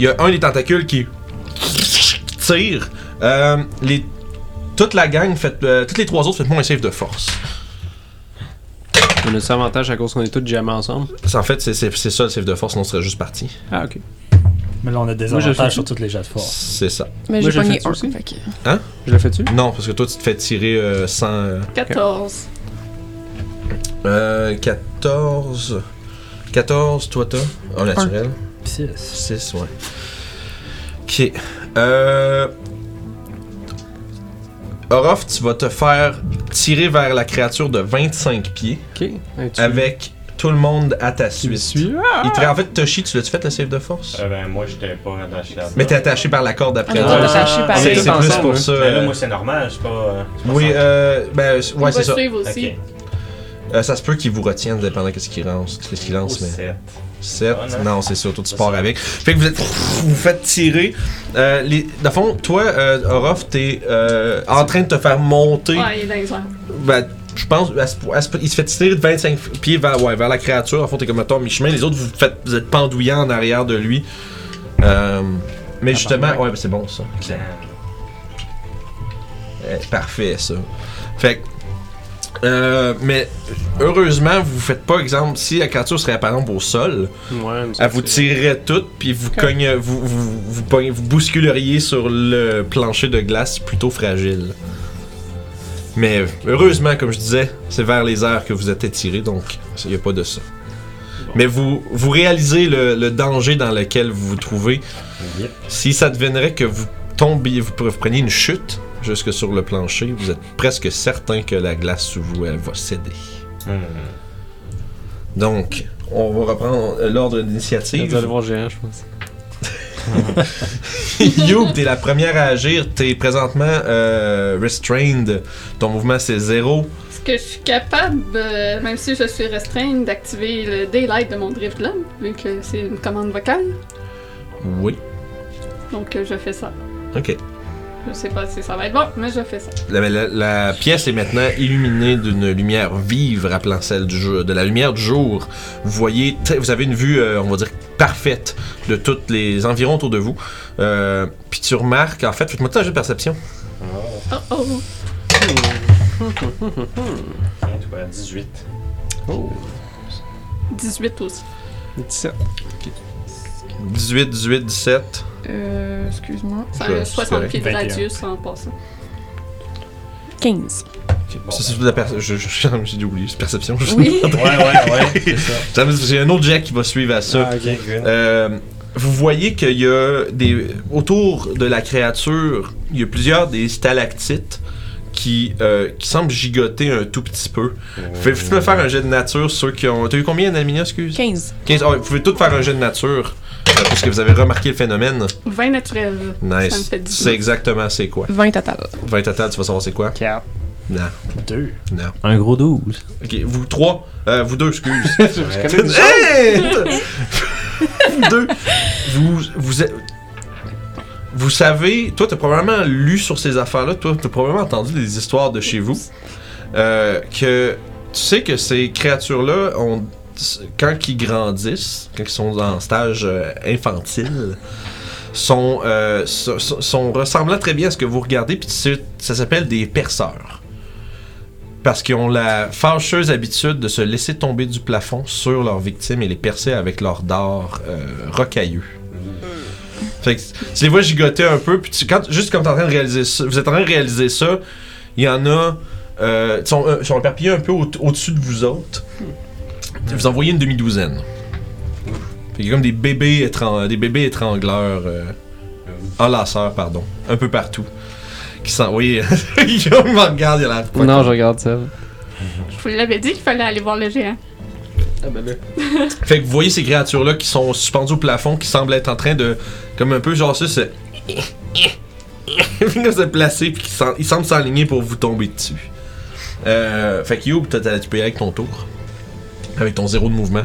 A: il y a un des tentacules qui tire. Euh, les, toute la gang, fait, euh, toutes les trois autres, faites-moi un save de force.
D: On a ça avantage à cause qu'on est tous jamais ensemble.
A: C'est- En fait, c'est- c'est c'est ça le save de force, sinon on serait juste parti.
D: Ah, ok.
C: Mais là, on a des
D: Moi, je le fais
C: avantages sur
D: tout.
C: toutes les jets de force.
A: C'est ça.
F: Mais
D: Moi,
F: j'ai
D: j'ai
F: pogné
D: fait ça
F: un.
D: aussi.
F: fait que-
D: Je le fais-tu?
A: Non, parce que toi, tu te fais tirer euh, sans. euh,
B: 14.
A: euh, 14. 14, toi, t'as. Oh, naturel.
C: Six.
A: 6, ouais. Ok. Euh. Orof, tu vas te faire tirer vers la créature de 25 pieds
D: Ok. Hey, tu-
A: avec tout le monde à ta
D: Tu me
A: suite.
D: suis. Ah!
A: Il te- en fait, Toshi, tu l'as-tu fait le save de force
E: Euh, ben, moi, j'étais pas attaché là-dedans.
A: Mais t'es attaché par la corde
F: On
A: après.
F: est
E: ben,
D: Ah,
F: attaché par
D: on
A: c'est
D: tous
A: c'est plus
D: ensemble,
A: pour
D: hein.
A: ça.
E: Mais là,
A: euh,
E: moi, c'est normal, je suis pas. euh, je suis pas
A: Oui,
E: sans-
A: euh. Ben, c- ouais,
B: Il va
A: c'est ça.
B: suivre
E: Ok.
B: aussi.
A: Euh, ça se peut qu'ils vous retiennent, dépendant de ce qu'ils lancent. qu'est-ce qu'ils lancent,
E: Oh,
A: mais.
E: sept.
A: 7.
E: Ah, non.
A: non, c'est sûr, toi tu pars avec. Fait que vous êtes. Vous faites tirer. Euh, les, dans le fond, toi, euh, Orof, t'es euh, en train de te faire monter.
B: Ouais, il est dans les airs.
A: Ben, je pense, elle se- elle se- il se fait tirer de 25 pieds vers, ouais, vers la créature. En fait, t'es comme mettons à mi-chemin. Les autres, vous, faites, vous êtes pendouillant en arrière de lui. Euh, mais justement, ouais, ben, c'est bon ça. Ok. Euh, parfait ça. Fait que. euh, mais heureusement, vous faites pas exemple. Si la créature serait par exemple au sol,
D: Ouais, nous
A: elle vous
D: autres,
A: tirerait toute, puis vous, cogne, vous, vous, vous, pogne- vous bousculeriez sur le plancher de glace plutôt fragile. Mais heureusement, comme je disais, c'est vers les airs que vous êtes étiré, donc il n'y a pas de ça. Mais vous, vous réalisez le, le danger dans lequel vous vous trouvez. Si ça devinerait que vous tombiez, vous pre- vous preniez une chute jusque sur le plancher, vous êtes presque certain que la glace sous vous elle va céder.
E: Hmm.
A: Donc, on va reprendre euh, l'ordre
D: c'est- Vous allez
A: d'initiative.
D: voir géant, je pense.
A: Youb, t'es la première à agir. T'es présentement euh, restrained. Ton mouvement, c'est zéro.
B: Est-ce que je suis capable, euh, même si je suis restreinte, d'activer le Daylight de mon Drift Lab, vu que c'est une commande vocale?
A: Oui.
B: Donc euh, je fais ça.
A: OK.
B: Je sais pas si ça va être bon, mais je fais ça.
A: La, la- la pièce est maintenant illuminée d'une lumière vive rappelant celle du jour, de la lumière du jour. Vous voyez, très- vous avez une vue, euh, on va dire, parfaite de tous les environs autour de vous. Euh, Puis tu remarques, en fait, faites-moi tout un jeu de perception.
E: Hmm.
B: Oh oh!
J: En tout cas, 18.
D: Oh,
B: 18 aussi.
D: 17.
A: 18, 18, 17.
F: Euh, excuse-moi.
B: Ça
A: Ouais,
B: a
A: c'est
B: 60
A: correct.
B: pieds de
E: 21.
B: radius en passant.
F: 15.
A: Ça, c'est la perception. Je, je- j'ai dû oublier, c'est perception. je-
F: Oui.
E: Ouais, ouais, ouais, c'est ça.
A: Ça me- J'ai un autre Jack qui va suivre à ça.
E: Ah, ok, good.
A: Euh, vous voyez qu'il y a des. Autour de la créature, il y a plusieurs des stalactites qui, euh, qui semblent gigoter un tout petit peu.
E: Euh,
A: Faites-vous me faire un jet de nature, ceux qui ont. T'as eu combien d'amina, excuse
F: 15.
A: 15. Ah ouais, vous pouvez tous faire un jet de nature, euh, parce que vous avez remarqué le phénomène.
B: 20 naturels. Ça me
A: Nice.
B: fait
A: Tu
B: 10.
A: sais exactement c'est quoi.
F: 20 total.
A: 20 total, tu vas savoir c'est quoi
E: 4,
A: Non,
E: 2.
A: non.
K: Un gros 12.
A: Ok, vous trois, euh, vous deux, excuse.
D: Je connais une chose.
A: Hey! vous deux, vous, vous, êtes- vous savez, toi, t'as probablement lu sur ces affaires-là, toi, t'as probablement entendu des histoires de chez vous, euh, que tu sais que ces créatures-là, ont- quand ils grandissent, quand ils sont en stage euh, infantile, sont, euh, so- so- sont ressemblants très bien à ce que vous regardez, puis tu sais, ça s'appelle des perceurs. Parce qu'ils ont la fâcheuse habitude de se laisser tomber du plafond sur leurs victimes et les percer avec leur dard euh, rocailleux. Fait que tu les vois gigoter un peu, puis tu- quand, juste comme t'es en train de réaliser ça, vous êtes en train de réaliser ça, il y en a. Euh, ils sont, euh, ils sont éparpillés un peu au- au-dessus de vous autres. Vous en voyez une demi-douzaine. Fait que comme des bébés, étran- des bébés étrangleurs. euh, enlaceurs, pardon. Un peu partout. Qui sont. Oui, Guillaume me regarde, il a l'air. pas
D: Non, je regarde ça.
B: Je vous l'avais dit qu'il fallait aller voir le géant.
D: Ah ben là.
A: Fait que vous voyez ces créatures-là qui sont suspendues au plafond, qui semblent être en train de. Comme un peu genre ça, se. Ils se placer, puis qui s'en- ils semblent s'aligner pour vous tomber dessus. Euh, fait que Youb, t'as- t'as- tu peux y aller avec ton tour. Avec ton zéro de mouvement.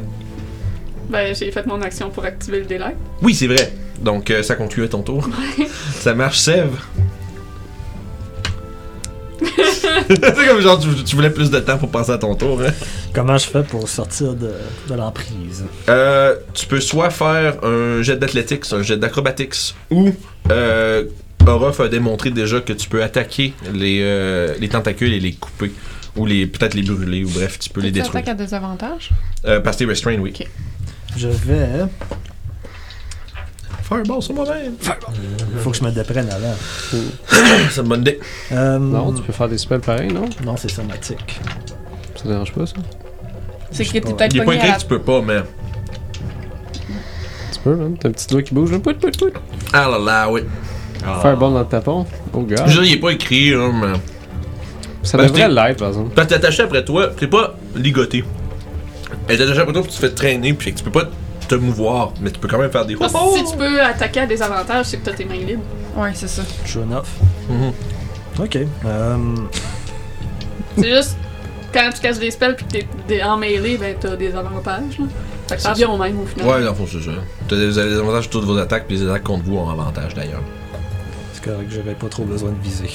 B: Ben, j'ai fait mon action pour activer le Daylight.
A: Oui, c'est vrai. Donc euh, ça concluait ton tour. ça marche, Sève. c'est comme genre, tu, tu voulais plus de temps pour penser à ton tour. hein.
C: Comment je fais pour sortir de, de l'emprise?
A: Euh, tu peux soit faire un jet d'athlétics, un jet d'acrobatics, ou euh, Orof a démontré déjà que tu peux attaquer les, euh, les tentacules et les couper, ou les peut-être les brûler, ou bref, tu peux les
F: Tu
A: détruire.
F: attaques à des avantages?
A: Euh, parce que t'es restrained, oui.
F: Ok.
C: Je vais.
A: Fireball sur moi-même.
C: Faut que je me déprenne avant.
A: C'est une bonne idée.
C: Euh,
D: Non, tu peux faire des spells pareils, non
C: non, c'est ça ma tic.
D: Ça dérange pas, ça
F: C'est que
C: pas.
F: t'es peut-être
A: Il est pas
F: pogné à
A: écrit
F: la...
A: que tu peux pas, mais.
D: Tu peux, man. T'as un petit doigt qui bouge, là. Pout, pout, pout.
A: Ah là là, oui.
D: Fireball dans le tapon. Oh,
A: Ah. Je
D: god.
A: veux dire, il est pas écrit, hein, mais.
D: Ça
A: Ben,
D: devrait
A: je-
D: l'être, par exemple.
A: Quand t'es attaché après toi, t'es pas ligoté. Elle est attachée après toi, puis tu te fais traîner, puis tu peux pas te mouvoir, mais tu peux quand même faire des.
F: Oh,
B: Parce que si tu peux attaquer à des avantages, c'est que t'as tes mains libres.
F: Ouais, c'est ça.
C: True enough.
A: Mhm.
C: Ok. Euh,
B: C'est juste quand tu casses des spells puis que t'es t'es en mêlée, ben t'as des avantages. Là. Fait que ça revient au même au final.
A: Ouais, dans le fond, c'est ça. T'as des- Vous avez des avantages sur toutes vos attaques, puis les attaques contre vous ont avantage d'ailleurs.
C: c'est correct, j'avais pas trop besoin de viser.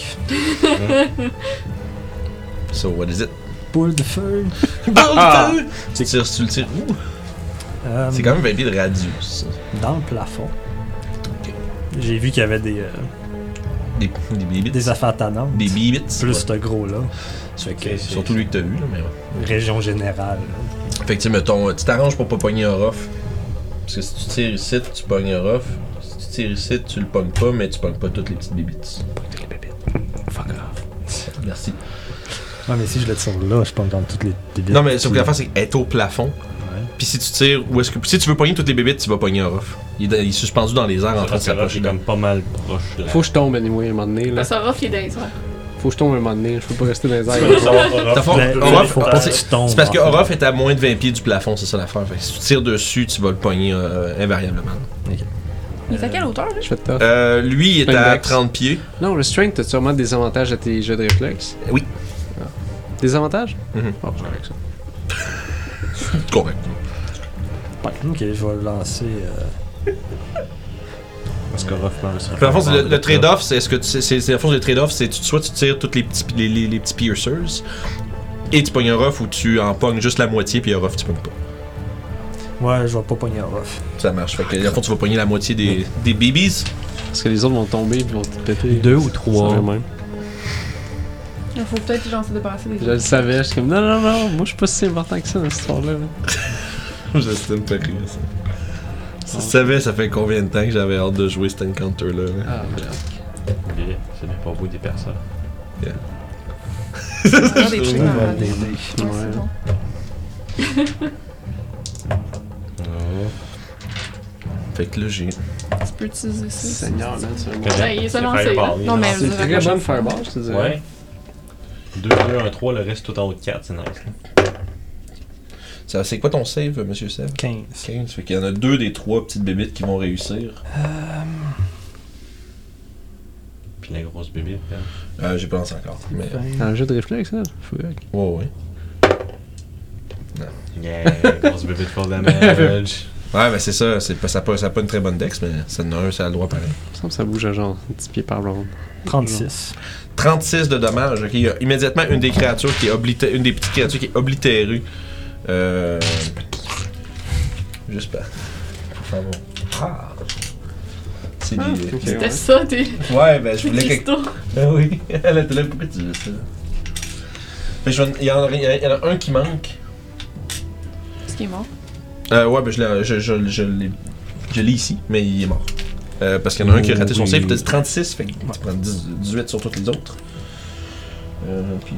A: So, what is it?
C: boule de feu.
A: Ah! Tu tires, tu le tires où?
C: Euh,
A: C'est quand même 20 pieds de radius. ça.
C: Dans le plafond. J'ai vu qu'il y avait des, euh,
A: Des, des bibits.
C: des affaires tannantes.
A: Des bibits.
C: Plus ce gros-là.
A: Fait que, surtout lui que t'as vu, là, mais ouais.
C: Région générale. là.
A: Fait que, tu sais, mettons, euh, tu t'arranges pour pas pogner Orof. Parce que si tu tires ici, tu pognes Orof. Si tu tires ici, tu le pognes pas, mais tu pognes pas toutes les petites bibites. Fuck off. Merci.
C: Ouais, mais si je le tire là, je pense dans toutes les débiles.
A: Non, mais sauf que l'affaire, c'est qu'elle est au plafond. Puis si tu tires, où est-ce que. Si tu veux pogner toutes les bébites, tu vas pogner Orof. Il est, dans- il est suspendu dans les airs en train de s'approcher.
E: C'est comme pas mal proche de la-
D: Faut que je tombe, anyway, un moment donné. Là.
B: Ça sera fier ça.
D: Faut que je tombe un moment donné. Je peux pas rester dans les
E: Tu
D: airs.
E: veux le savoir, Orof?
A: T'as fort-
C: Mais-
A: Orof,
C: faut pas
A: c'est-
C: que tu tombes,
A: C'est parce que
C: en fait.
A: Orof est à moins de 20 pieds du plafond, c'est ça l'affaire. Fait que si tu tires dessus, tu vas le pogner euh, invariablement.
F: Il est à quelle hauteur, là?
D: Je fais de taf.
A: Euh, lui, il est
D: Plein
A: à
D: d'axes.
A: 30 pieds.
D: Non, le strength, t'as sûrement des avantages à tes jeux de réflexe.
A: Oui.
D: Ah. Des avantages?
A: Mhm.
D: Oh, je vais avec ça.
A: Correct.
C: Ok, je vais le lancer. euh,
E: Parce qu'Orof meurt sur
A: Puis, en fond, le, le trade-off, c'est ce que tu, c'est, c'est- en fond, le trade-off, c'est tu, soit tu tires tous les petits, les, les- les petits piercers et tu pognes un rough ou tu en pognes juste la moitié puis un rough tu pognes pas.
C: Ouais, je vais pas pogner Orof.
A: Ça marche. Fait que, en fond, tu vas pogner la moitié des, des babies.
D: Parce que les autres vont tomber et vont te péter.
L: Deux ou
D: C'est
L: trois.
D: vrai même.
F: Il faut peut-être que j'en sais débarrasser des
D: Je le savais, je suis comme non, non, non, moi je suis pas si important que ça dans cette histoire-là. là.
A: Justin Perry, ça. Si tu savais, ça fait combien de temps que j'avais hâte de jouer cet encounter-là. là.
D: Ah, merde.
E: C'est bien pour vous des personnes.
F: Faire des trucs dans la- Ouais, c'est
D: Ouais.
F: bon.
A: Ah. Fait que là, j'ai.
F: Tu peux utiliser ça.
D: Seigneur, là, c'est un bon.
B: Ouais, il est lancé,
E: Fireball, il est
F: Non, mais
E: lancé.
D: C'est une
F: vous avez
D: très bonne fireball, je te dirais.
E: Ouais. 2, 2, 1, 3, le reste tout en haut de 4, c'est nice.
A: Ça, c'est quoi ton save, euh, monsieur Save
C: 15.
A: 15. Fait qu'il y en a deux des trois petites bébites qui vont réussir.
E: Puis la grosse hein. bébé.
A: Euh, j'ai pas lancé encore. Mais.
D: Un jeu de réflexe, ça? hein. Fuck.
A: Ouais, ouais.
E: Yeah, grosse bébé de fall damage.
A: Ouais, mais c'est ça. C'est pas, ça n'a pas, ça a pas une très bonne dex, mais ça en a un, ça a le droit pareil.
D: Il me semble que ça bouge à genre 10 pieds par round.
C: 36.
A: 36 de dommages. ok. Il y a immédiatement une des créatures qui est oblitérée, une des petites créatures qui est oblitérée. Euh... Juste pas. Pour faire mon- Ah. C'est des.
D: ok,
B: C'était
D: ouais.
B: ça, tes
A: Ouais, ben je
B: tes
A: voulais quelque
B: cristaux.
A: Ah oui, elle était là, pourquoi tu dis ça? Fait que je vais- il y, en a- il y en a un qui manque.
F: Ce qui est mort.
A: Euh, ouais, ben je l'ai, je, je, je l'ai, je l'ai ici, mais il est mort. Euh, parce qu'il y en a un qui a raté son save, t'as dit 36, fait que tu prends 10 18 sur toutes les autres. Euh, puis...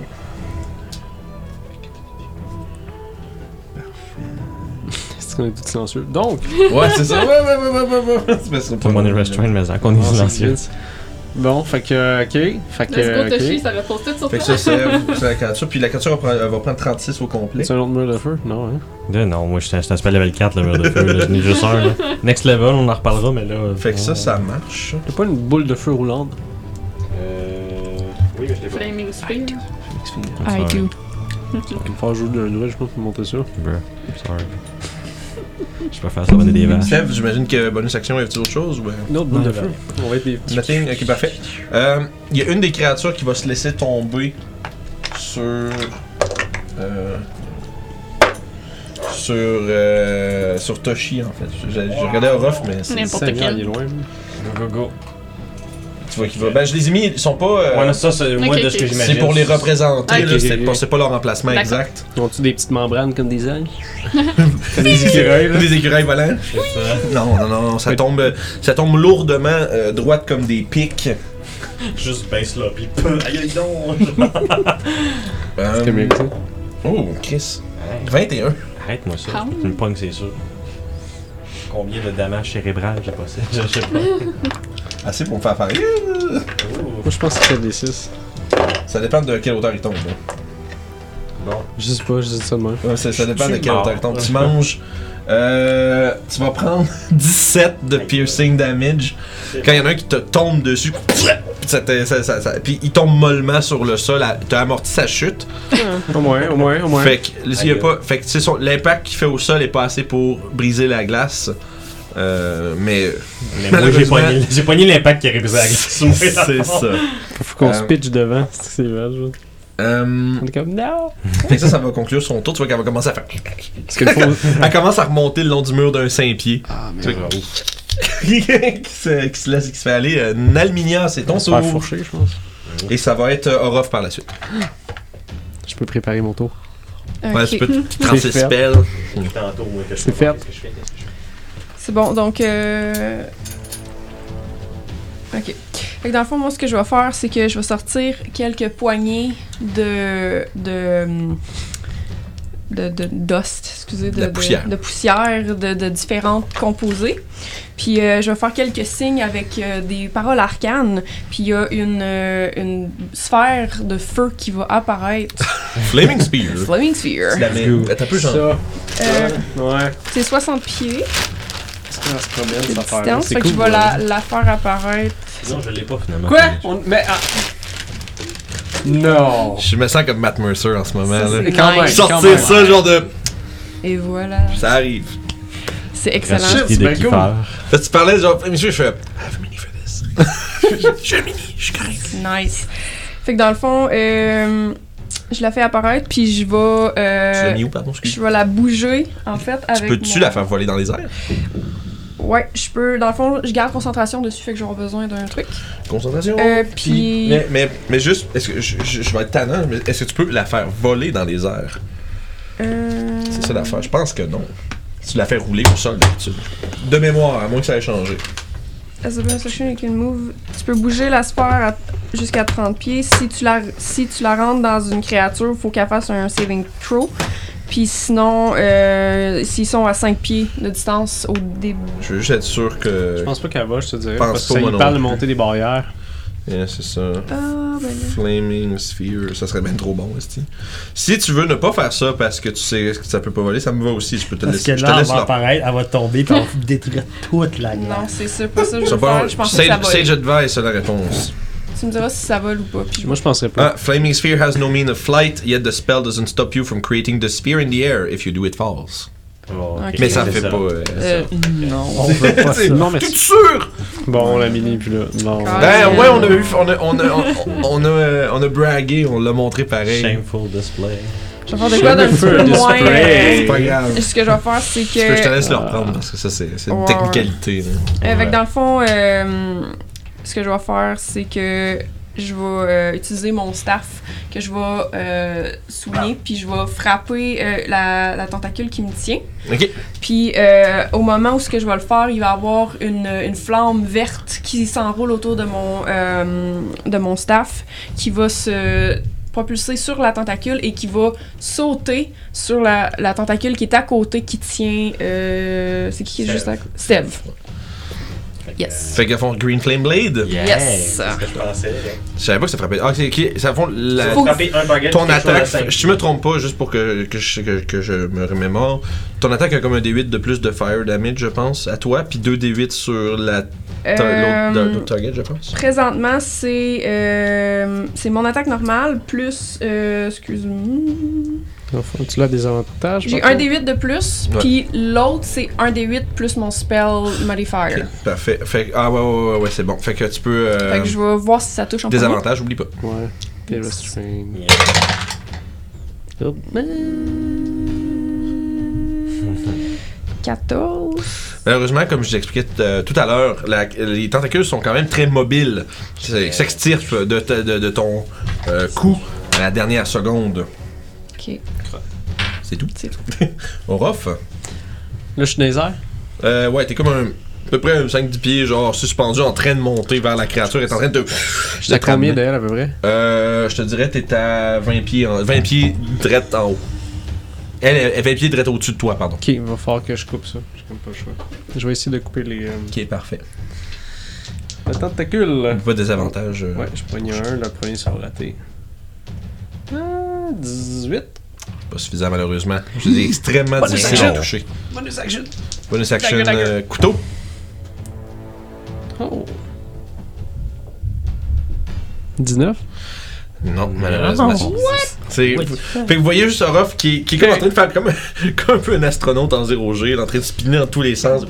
D: C'est qu'on est tout silencieux. Donc,
A: Ouais, c'est ça, ouais, ouais, ouais, ouais, ouais, ouais. C'est parce que
E: Tout le monde est restrained, mais ça, qu'on est
D: on
E: silencieux.
D: s'excuse. Bon, fait que, ok.
B: Let's
D: Fait
B: go,
D: que,
B: Toshi,
D: ok.
B: ça repose tout sur
A: Fait
B: toi.
A: que ça, c'est, c'est la créature, puis la créature va prendre, elle va prendre 36 au complet.
D: C'est un autre mur de feu? Non, hein.
E: Là, non, moi, je suis un spell level 4, le mur de feu. là. J'en ai juste un. là. Next level, on en reparlera, mais là.
A: Fait que ça,
E: on-
A: ça marche.
D: T'as pas une boule de feu roulante?
E: Euh. Oui, mais je l'ai pas.
B: Flaming Spear.
E: I do.
D: Il me faire jouer d'un druide, je pense, pour monter ça.
E: Bruh, I'm sorry. Je préfère savonner des vaches.
A: Steph, j'imagine que bonus action, il y a autre chose ou... euh?
D: Une autre boule
C: Ouais,
D: de
C: ben.
D: feu. On va être des.
A: Nothing, ok, parfait. Euh, Il y a une des créatures qui va se laisser tomber sur. euh, sur. euh, sur Toshi, en fait. Je, je regardais Orof, mais c'est-
B: N'importe
D: Seigneur,
B: quel.
D: il est loin.
E: Go, go, go.
A: tu vois qu'il va. Ben, je les ai mis, ils sont pas. euh,
E: Ouais, non, ça, c'est moi
B: Ok,
E: de ce
B: ok.
E: que j'imagine.
A: c'est pour les représenter,
D: Ok,
A: là,
D: ok,
A: c'est
D: ok.
A: pas, c'est pas leur emplacement
B: D'accord.
A: exact.
D: Ont-tu des petites membranes comme des ailes?
A: Des écureuils, Des écureuils volants.
E: C'est ça.
A: Non, non, non, non, ça tombe, euh, ça tombe lourdement euh, droite comme des pics.
E: Juste baisse là, pis peu. Aïe, aïe, donc.
A: Euh,
D: C'est bien que ça.
A: oh, Chris. 21.
E: Arrête-moi ça.
B: Ah oui.
E: Tu me pognes, c'est sûr. Combien de dommages cérébral j'ai passé? Je sais pas.
A: Assez Ah, pour me faire faire.
D: Moi, je pense que c'est des 6.
A: Ça dépend de quelle hauteur il tombe. hein.
E: Bon.
D: Je sais pas, je dis ça de même.
A: Ouais, ça, ça dépend
E: Je
A: de
E: suis
A: quel
E: mort.
A: auteur tu manges. Euh, tu vas prendre 17 de piercing damage. Quand il y en a un qui te tombe dessus, ça te- ça- ça- ça- puis il tombe mollement sur le sol, à- t'as amorti sa chute.
D: Au moins, au moins, au moins.
A: Fait que, s'il y a pas, fait que c'est son- l'impact qu'il fait au sol est pas assez pour briser la glace. Euh, mais
E: Mais moi, j'ai
A: Malheureusement-
E: pogné, j'ai pogné l'impact qui est révisé à la glace.
A: c'est ça.
D: Faut qu'on
A: Euh,
D: se pitch devant, c'est que c'est vache.
A: Euh,
D: On est comme, non!
A: fait que ça, ça va conclure son tour. Tu vois qu'elle va commencer à faire.
D: Parce que le fond-
A: Elle commence à remonter le long du mur d'un saint pieds
D: Ah, mais
A: Tu vois, qui, se, qui se laisse, qui se fait aller. Euh, Nalminia, c'est ton
D: Faire
A: saut.
D: fourcher, je pense.
A: Et ça va être euh, Orof par la suite.
D: Je peux préparer mon tour.
A: Ouais,
F: Ok.
A: tu peux prendre ses
D: C'est fait.
A: spells.
E: Tantôt, moi, que je
D: C'est
E: fais pas,
D: fait.
E: qu'est-ce que je fais, qu'est-ce que je fais.
F: C'est bon, donc. euh, Ok. Fait que dans le fond, moi, ce que je vais faire, c'est que je vais sortir quelques poignées de. de. hum, de. de dust, excusez, de,
A: De poussière.
F: De, de poussière, de, de différentes composées. Puis euh, je vais faire quelques signes avec euh, des paroles arcanes. Puis il y a une, euh, une sphère de feu qui va apparaître.
A: Flaming Spear.
F: Flaming Sphere.
A: Tu la mets.
D: Let's go.
A: Attends un peu, genre.
D: Ça,
F: Euh,
D: ouais.
F: c'est 60 pieds
D: C'est quoi, c'est pas bien,
F: de
D: cette affaire-là.
F: distance.
D: C'est
F: Fait que je
D: cool, hein?
F: vais
D: ouais.
F: la, la faire apparaître.
E: Non, je l'ai pas finalement.
D: Quoi? On- Mais. ah. Non!
A: Je me sens comme Matt Mercer en ce moment.
F: Ça,
A: là.
F: c'est-
D: Quand même,
F: Nice.
D: quand
A: Sortir
D: même.
A: ça, genre de.
F: Et voilà.
A: Ça arrive.
F: C'est excellent.
E: Reste
D: c'est
E: de
D: bien
E: qui
D: cool.
E: faire.
A: Là, tu parlais, genre, monsieur, je fais. I have a mini for this. Je suis un mini, je suis correct.
F: Nice. Fait que dans le fond, euh, je la fais apparaître, puis je vais, euh,
A: Tu l'as mis où, pardon? excuse?
F: je vais la bouger, en fait,
A: Tu
F: avec
A: peux-tu
F: mon-
A: la faire voler dans les airs?
F: Ouais, je peux. Dans le fond, je garde concentration dessus, fait que j'aurai besoin d'un truc.
A: Concentration.
F: Euh,
A: Oh,
F: puis-
A: Mais, mais, mais juste, est-ce que je, je- je vais être tannant, mais est-ce que tu peux la faire voler dans les airs?
F: Euh,
A: C'est ça l'affaire. Je pense que non. Tu la fais rouler au sol d'habitude. De mémoire, à moins que ça ait changé.
F: As a bonus action, you can move. Tu peux bouger la sphère à- jusqu'à 30 pieds. Si tu, la, si tu la rentres dans une créature, faut qu'elle fasse un saving throw. Puis sinon, euh, s'ils sont à 5 pieds de distance au début.
A: Je veux juste être sûr
D: Je
A: que.
D: pense pas qu'elle va, je te dirais.
A: Pense
D: Parce que
A: pas,
D: ça,
A: moi
D: il
A: non
D: parle de
A: plus.
D: monter des barrières.
A: Yeah, c'est ça.
F: Ah, ben là.
A: Flaming Sphere, ça serait bien trop bon, esti. Si tu veux ne pas faire ça parce que tu sais que ça peut pas voler, ça me va aussi. Je peux te
C: Parce que
A: laisser. Je te
C: là, elle
A: laisse
C: va
A: là.
C: apparaître, elle va tomber, puis on va détruire toute la
F: Non,
C: glace.
F: c'est sûr, pas ça que je
A: C'est
F: veux
A: bon.
F: faire. Je pensais que ça
A: Sage,
F: volait.
A: sage advice, c'est la réponse.
F: Tu me diras si ça vole ou pas. Puis je
D: Moi, je penserais pas.
A: Ah, Flaming Sphere has no mean of flight, yet the spell doesn't stop you from creating the sphere in the air if you do it falls.
E: Bon, ok,
F: Ok.
A: Mais ça
E: c'est
A: fait pas. euh,
F: Euh,
C: On veut pas ça.
D: Non, mais
A: T'es sûr?
D: Bon, on l'a miné, puis là. Bon.
F: Ah,
A: Ben
F: c'est-
A: ouais, on a eu, on a, on a, on, on a, euh, on a bragué, on l'a montré pareil.
E: Shameful display.
F: je vais faire de quoi d'un petit
D: Feu
F: peu
D: de
F: moins.
D: spray.
A: C'est pas grave.
F: euh, Ce que je vais faire, c'est
A: Tu peux- je te
F: que.
A: laisse le reprendre parce que ça, c'est c'est une
F: Ouais,
A: technicalité. là.
F: Avec
A: Ouais.
F: dans le fond, euh, ce que je vais faire, c'est que je vais euh, utiliser mon staff que je vais euh, souligner, puis je vais frapper euh, la, la tentacule qui me tient.
A: Ok.
F: Puis euh, au moment où ce que je vais le faire, il va y avoir une, une flamme verte qui s'enroule autour de mon, euh, de mon staff, qui va se propulser sur la tentacule et qui va sauter sur la, la tentacule qui est à côté, qui tient... euh, c'est qui qui est juste à côté? Steve. Yes.
A: Fait qu'à fond, Green Flame Blade.
F: Yes.
E: euh, C'est ce que je pensais. là.
A: Je savais pas que ça frappait. Ah, c'est ok. Ça fond, la,
F: Faut-
E: Frapper un target,
A: ton
E: quelque chose à
A: attaque.
E: cinq.
A: Je me trompe pas, juste pour que, que, je, que, que je me remémore. Ton attaque a comme un D8 de plus de fire damage, je pense, à toi, puis 2 D8 sur la ta-
F: Euh,
A: l'autre l'autre target, je pense.
F: Présentement, c'est euh, c'est mon attaque normale plus. euh, Excuse-moi.
D: Enfin, tu l'as des avantages.
F: J'ai
D: par
F: un
D: contre?
F: D8 de plus,
A: Ouais.
F: puis l'autre, c'est un D8 plus mon spell modifier.
A: Ok, Parfait. Fait que- ah ouais, ouais, ouais, ouais, c'est bon. Fait que tu peux. euh,
F: Fait que je vais voir si ça touche en
A: des
F: premier.
A: avantages, oublie pas.
D: Ouais. Des restraints.
E: Yeah.
D: Hop.
F: 14.
A: Malheureusement, comme je l'expliquais t- euh, tout à l'heure, la- les tentacules sont quand même très mobiles. C'est- Ils s'extirpent de, ta- de- de ton euh, cou à la dernière seconde.
F: Ok.
A: C'est tout.
F: C'est tout.
A: Orof?
D: Là, je suis dans les airs.
A: Euh, ouais, t'es comme un, à peu près un 5-10 pieds, genre suspendu, en train de monter vers la créature. est en train de te.
D: Je suis à
A: te
D: combien
A: ramener.
D: d'elle, à peu près
A: Euh, je te dirais, t'es à 20 pieds, en, 20 pieds direct en haut. Elle elle est 20 pieds direct au-dessus de toi, pardon.
D: Ok, il va falloir que je coupe ça. J'ai comme pas le choix. Je vais essayer de couper les. Euh,
A: Ok, parfait.
D: le tentacule.
A: Pas des avantages. euh.
D: Ouais, je pogne un, le premier sera raté. Ah, 18.
A: Pas suffisant, malheureusement. Je dis extrêmement
D: Bonus
A: difficile à
D: action.
A: toucher.
D: Bonus action.
A: Bonus action,
D: Ta gueule, ta gueule.
A: euh, couteau.
D: Oh. 19.
A: Euh, Non, malheureusement. C'est... Fait que vous voyez juste Orof qui, qui est comme en train de faire comme, comme un peu un astronaute en 0G, en train de spinner dans tous les sens,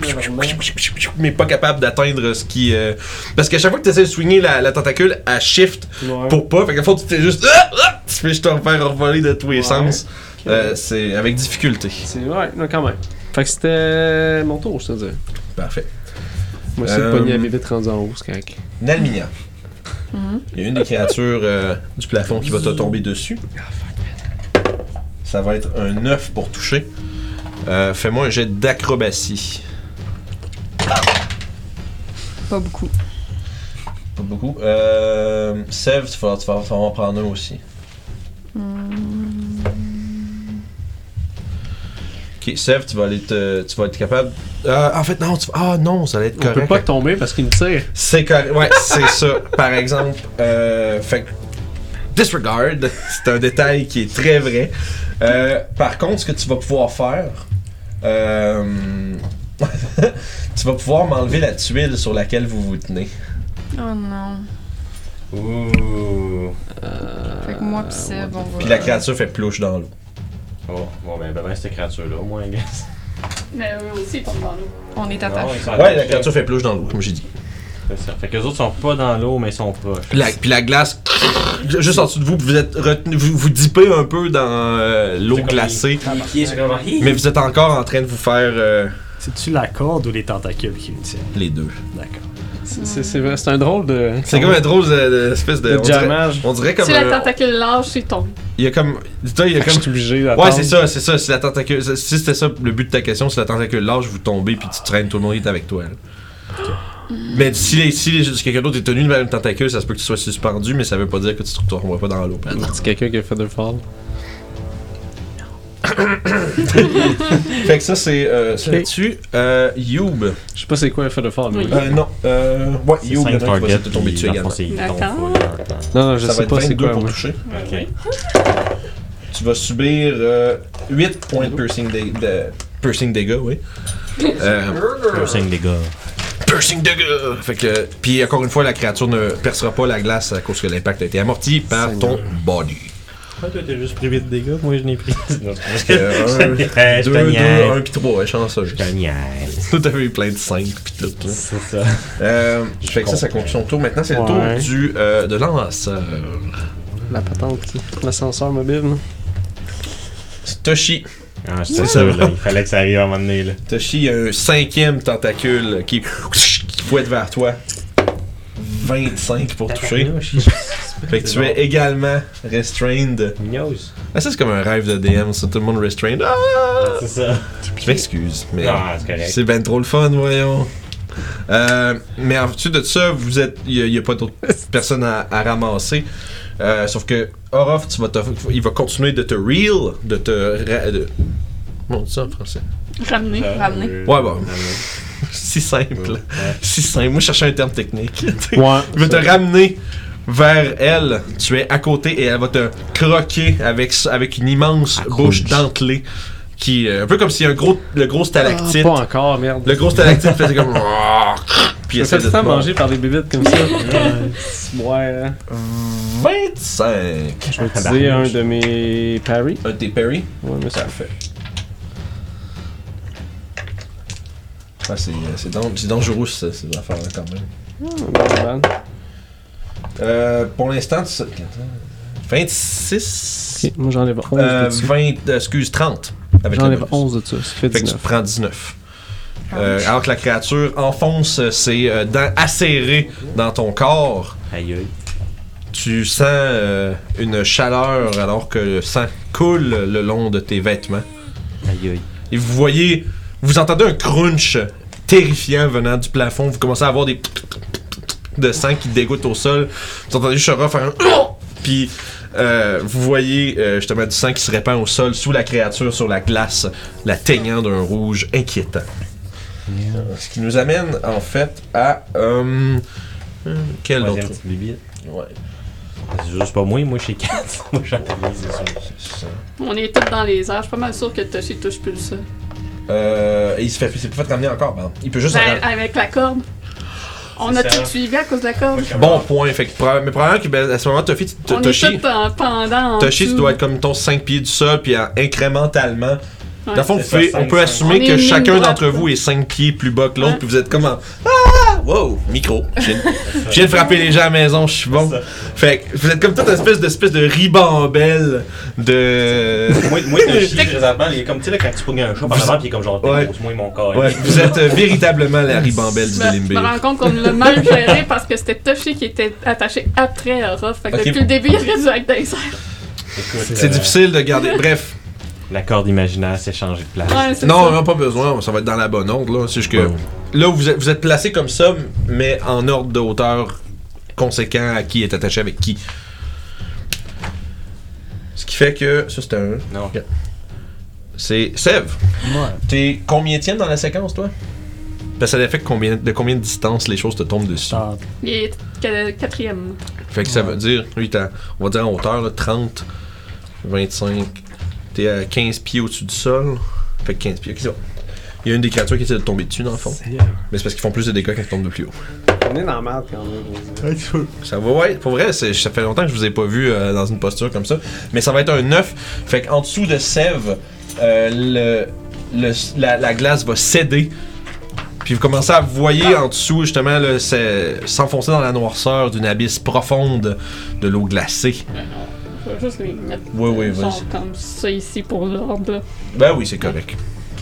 A: mais pas capable d'atteindre ce qui. euh, Parce qu'à chaque fois que tu essaies de swinguer la, la tentacule, elle shift
D: Ouais.
A: pour pas. Fait qu'à fond, tu t'es juste. Ah! Ah! Tu tu fais je te refais revoler de tous les
D: Ouais.
A: sens. Euh, c'est avec difficulté.
D: C'est ouais, non, quand même. Fait que c'était mon tour, je te dis.
A: Parfait.
D: Moi, c'est
A: Euh,
D: le pogné à mes vite rendu en haut, c'est correct.
A: Nalminia. Il y a une des créatures euh, du plafond qui va te tomber dessus. Ça va être un 9 pour toucher. Euh, Fais-moi un jet d'acrobatie.
F: Pas beaucoup.
A: Pas beaucoup. Euh, Sev, tu vas, tu vas- tu vas en prendre un aussi. Ok, Sev, tu vas aller te- tu vas être capable. Euh, en fait, non, tu vas- ah non, ça va être
D: On
A: correct.
D: peut pas tomber parce qu'il me tire.
A: C'est correct. Ouais, c'est ça. Par exemple, euh, fait que disregard, c'est un détail qui est très vrai. Euh, par contre, ce que tu vas pouvoir faire, euh, tu vas pouvoir m'enlever la tuile sur laquelle vous vous tenez.
F: Oh non.
E: Ouh.
F: Fait que moi pis Seb, on va.
A: Puis la créature fait plouche dans l'eau.
E: Oh, bon, ben, ben, ben, cette créature-là, au moins, guess.
B: Mais eux aussi, ils tombent dans l'eau.
F: On est
E: Non,
F: attaché.
E: ils sont
A: Ouais, la
E: attachés.
A: créature fait plouche dans l'eau, comme j'ai dit.
E: C'est ça. Fait que les autres sont pas dans l'eau, mais ils sont proches.
A: Puis la, puis la glace, juste en dessous de vous, puis vous êtes retenu, vous, vous dippez un peu dans euh, l'eau
E: C'est comme
A: glacée,
E: Les pieds sont comme-
A: mais vous êtes encore en train de vous faire euh,
C: C'est-tu la corde ou les tentacules qui me tiennent?
A: les deux.
C: D'accord.
D: C'est- C'est c'est- c'est un drôle de.
A: C'est comme un drôle de- de- espèce de.
D: de
A: on dirait-
D: jammage.
A: On dirait comme. euh,
B: Si la
A: un-
B: tentacule lâche, il tombe.
A: Il y a comme. Dis-toi, il y a
D: Je
A: comme.
D: suis obligé d'attendre.
A: Ouais, c'est ça, c'est ça. Si la tentacule. Si c'était ça le but de ta question, si la tentacule large, vous tombez puis tu traînes, tout le monde est avec toi. là. Mais si, les- si, les- si quelqu'un d'autre est tenu par une tentacule, ça se peut que tu sois suspendu, mais ça veut pas dire que tu te retourneras pas dans l'eau. par exemple.
D: C'est quelqu'un qui a fait de fort.
A: fait que ça, c'est. Euh, c'est là-dessus. Euh, Youb.
D: Je sais pas c'est quoi un fait de fort, mais.
B: Oui.
A: Euh, non. Euh, ouais, Youb,
E: C'est
A: le
E: cinq
A: truc va
E: targets,
A: te tomber
E: puis
A: dessus
E: dans le
A: également.
E: fond, c'est- ils tombent
B: D'accord.
E: full dans le temps.
D: Non, non, je
A: Ça va
D: sais
A: être
D: pas c'est
A: 22
D: quoi.
A: pour
D: moi.
A: toucher.
E: Ok.
A: Tu vas subir euh, 8 points de piercing, dé- de piercing dégâts, oui. Euh,
E: Piercing des gars.
A: Piercing de gueule. Fait que, puis encore une fois, la créature ne percera pas la glace à cause que l'impact a été amorti par ton body.
E: Pourquoi toi t'es juste privé de dégâts? Moi je n'ai pris. Non, c'est
A: Fait
E: euh,
A: que, Euh, un,
E: vrai.
A: deux, deux, un puis trois, ouais, chanceux.
E: Génial.
A: Tout avait eu plein de cinq puis tout. là.
E: C'est ça.
A: Euh, fait que ça, ça conclut son tour. Maintenant, c'est le
D: Ouais.
A: tour du euh, de lanceur.
D: La patente, qui- l'ascenseur mobile. non?
A: C'est Toshi.
E: Ah, c'est sûr, là. Il fallait que ça arrive à un moment donné, là.
A: Toshi a un cinquième tentacule qui, qui fouette vers toi. 25 pour toucher. Fait que tu es également restrained.
E: Mignose.
A: Ah, ça, c'est comme un rêve de DM, ça. Tout le monde restrained. Ah!
E: C'est ça.
A: Je m'excuse, mais
E: Ah, c'est correct.
A: c'est ben trop le fun, voyons. Euh, mais en dessous de ça, vous êtes, il n'y a, pas d'autres personnes à, à ramasser. Euh, sauf que Orof, tu vas te- il va continuer de te reel, de te. ra- de- Comment on dit ça en français
B: Ramener.
E: Euh,
A: Euh,
F: Ramener.
A: Ouais, bon. Si simple. Si simple. Moi, je cherchais un terme technique.
D: Ouais.
A: Il va te ramener vers elle. Tu es à côté et elle va te croquer avec, avec une immense bouche dentelée. Qui, euh, un peu comme si un gros, le gros stalactite.
D: Ah, Pas encore, merde.
A: Le gros stalactite faisait comme. Puis il
D: Je me
A: essaie
D: fais
A: de
D: tout le temps
A: te mordre.
D: manger par des bébites comme ça. Ouais.
A: 25.
D: Je vais utiliser un de mes paris.
A: Un de tes parry.
D: Ouais, mais ça.
A: Parfait. Ah, c'est, c'est, dan- c'est dangereux, ça, ces affaires-là, quand même. Euh, pour l'instant, tu sais. 26.
D: Ok, moi j'en ai 11
A: Euh,
D: de dessus.
A: 20, euh, excuse, 30. Avec
D: J'en
A: le
D: ai
A: bonus.
D: 11 de dessus. Ça fait
A: Fait que tu
D: 19.
A: prends 19. Euh, alors que la créature enfonce ses euh, dents acérées dans ton corps,
E: Aïe aïe.
A: tu sens euh, une chaleur alors que le sang coule le long de tes vêtements.
E: Aïe aïe.
A: Et vous voyez, vous entendez un crunch terrifiant venant du plafond. Vous commencez à avoir des de sang qui dégoûte au sol. Vous entendez Shora faire un puis euh, vous voyez euh, justement du sang qui se répand au sol sous la créature sur la glace, la teignant d'un rouge inquiétant. Euh, Ce qui nous amène en fait à euh, euh, quel
E: Troisième
A: autre
E: petite bibite.
A: Ouais,
E: C'est juste pas moi, moi je suis 4. Moi j'analyse, c'est sûr.
A: c'est ça.
B: On est tous dans les airs. Je suis pas mal sûr que Toshi touche plus le sol.
A: Euh, et il se fait, c'est pas fait ramener encore. pardon. Il peut juste. en
B: Ben, avec la corde. On a
E: C'est ça.
B: tout suivi à cause de la corde.
A: Bon point. Fait que, proba- mais probablement que ben, à ce moment, Toshi, tu-
B: On
A: Toshi,
B: est tous en pendant. en
A: Toshi, tu
B: dessous.
A: dois être comme ton 5 pieds du sol, puis en- incrémentalement. Dans le fond,
E: C'est
A: vous pouvez-
E: ça,
A: on
E: cinq,
A: peut
E: cinq.
A: assumer
B: On est
A: que
B: une ligne
A: chacun
B: droite,
A: d'entre
B: là.
A: vous est 5 pieds plus bas que l'autre,
B: Ouais.
A: puis vous êtes comme en. Ah! wow, micro. J'ai j'ai frappé les gens à la maison, je suis bon. Fait que vous êtes comme toute espèce de espèce de ribambelle de.
E: Moi, moi Toshi, présentement, il est comme, tu sais, là, quand tu pognes un chat par l'avant, puis il est comme genre,
A: Ouais.
E: grosse, moi, mon corps.
A: Ouais, vous êtes euh, véritablement la ribambelle du
B: Ben, Je me- je me
A: Delimbir.
B: rends compte qu'on l'a mal géré parce que c'était Toshi qui était attaché après Aura. Fait que
A: Ok.
B: depuis le début, il reste avec des airs.
E: Écoute,
A: C'est
E: euh,
A: difficile de garder. Bref,
E: La corde imaginaire s'est changée de place.
B: Ouais, c'est
A: non, euh,
B: ça.
A: on n'a pas besoin, ça va être dans la bonne onde. là. C'est juste que. Là, vous êtes, vous êtes placé comme ça, mais en ordre de hauteur conséquent à qui est attaché avec qui. Ce qui fait que. Ça, c'était un.
E: Non.
A: C'est Sève. T'es combien tiens dans la séquence, toi Parce que ça fait combien, de combien de distance les choses te tombent dessus.
C: Genre,
B: Il est qu- quatrième.
A: Fait que ça veut dire, lui, t'es à- on va dire en hauteur, là, 30, 25. T'es à 15 pieds au-dessus du sol. Fait que 15 pieds, ok, c'est bon. Il y a une des créatures qui essaie de tomber dessus, dans le fond. Mais c'est parce qu'ils font plus de dégâts quand ils tombent de plus haut.
D: On est dans la merde quand même.
A: Ça va, ouais. Pour vrai, c'est- ça fait longtemps que je vous ai pas vu euh, dans une posture comme ça. Mais ça va être un 9. Fait qu'en dessous de Sève, euh, le, le- la, la glace va céder. Puis vous commencez à vous voyez en dessous, justement, là, c'est- s'enfoncer dans la noirceur d'une abysse profonde de l'eau glacée.
B: Je vais juste les mettre
A: Oui, oui,
B: genre
A: vas-y.
B: comme ça ici pour l'ordre. là.
A: Ben oui, c'est correct.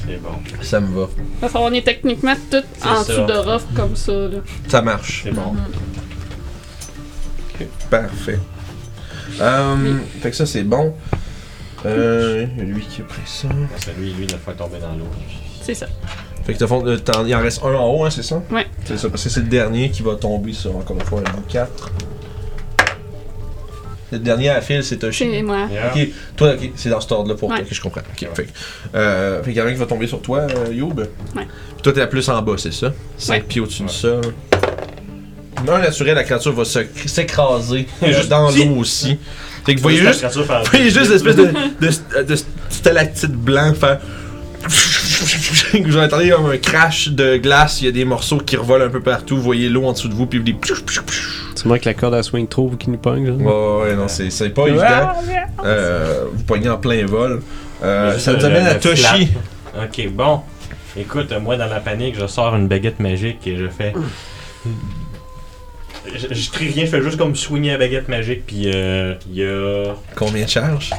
E: C'est bon.
A: Ça me va.
B: Parce qu'on est techniquement tout en
E: ça.
B: dessous de Ruff comme ça. Là.
A: Ça marche.
E: C'est bon.
A: Parfait. Euh, Fait que ça, c'est bon. Euh, lui qui a pris ça.
E: Parce que lui, lui, il a fait tomber dans l'eau.
B: C'est ça.
A: Fait que t'as fond- euh, t'en- il en reste un en haut, hein, c'est ça?
B: Ouais.
A: C'est ça, parce que c'est le dernier qui va tomber sur, encore une fois, un 4. Le dernier à la file, c'est Toshi.
B: C'est moi.
E: Yeah.
A: Ok, toi, ok, c'est dans cet ordre-là pour
B: Ouais.
A: toi que je comprends. Ok, fait que, euh, fait qu'il y en a un qui va tomber sur toi, euh, Youb.
B: Ouais.
A: Puis toi, t'es la plus en bas, c'est ça? 5
B: Ouais.
A: pieds au-dessus du sol. Un naturel, la créature va se- s'écraser euh,
E: Juste-
A: dans l'eau aussi. Fait que vous voyez
E: la
A: juste,
E: créature faire-
A: vous voyez juste l'espèce de, de, de stalactite blanc faire. Vous entendez comme un crash de glace, il y a des morceaux qui revolent un peu partout, vous voyez l'eau en dessous de vous, puis des.
D: Tu manques la corde à swing trop ou qu'il nous pogne, genre.
A: Ouais, ouais, ouais, non, c'est c'est pas évident. Euh, vous pognez en plein vol. Euh,
E: Mais juste
A: ça nous
E: le-
A: amène à
E: le
A: Toshi.
E: Ok, bon. Écoute, moi, dans la panique, je sors une baguette magique et je fais. Je, je crie rien, je fais juste comme swinguer la baguette magique, puis euh, il y a.
A: Combien de charges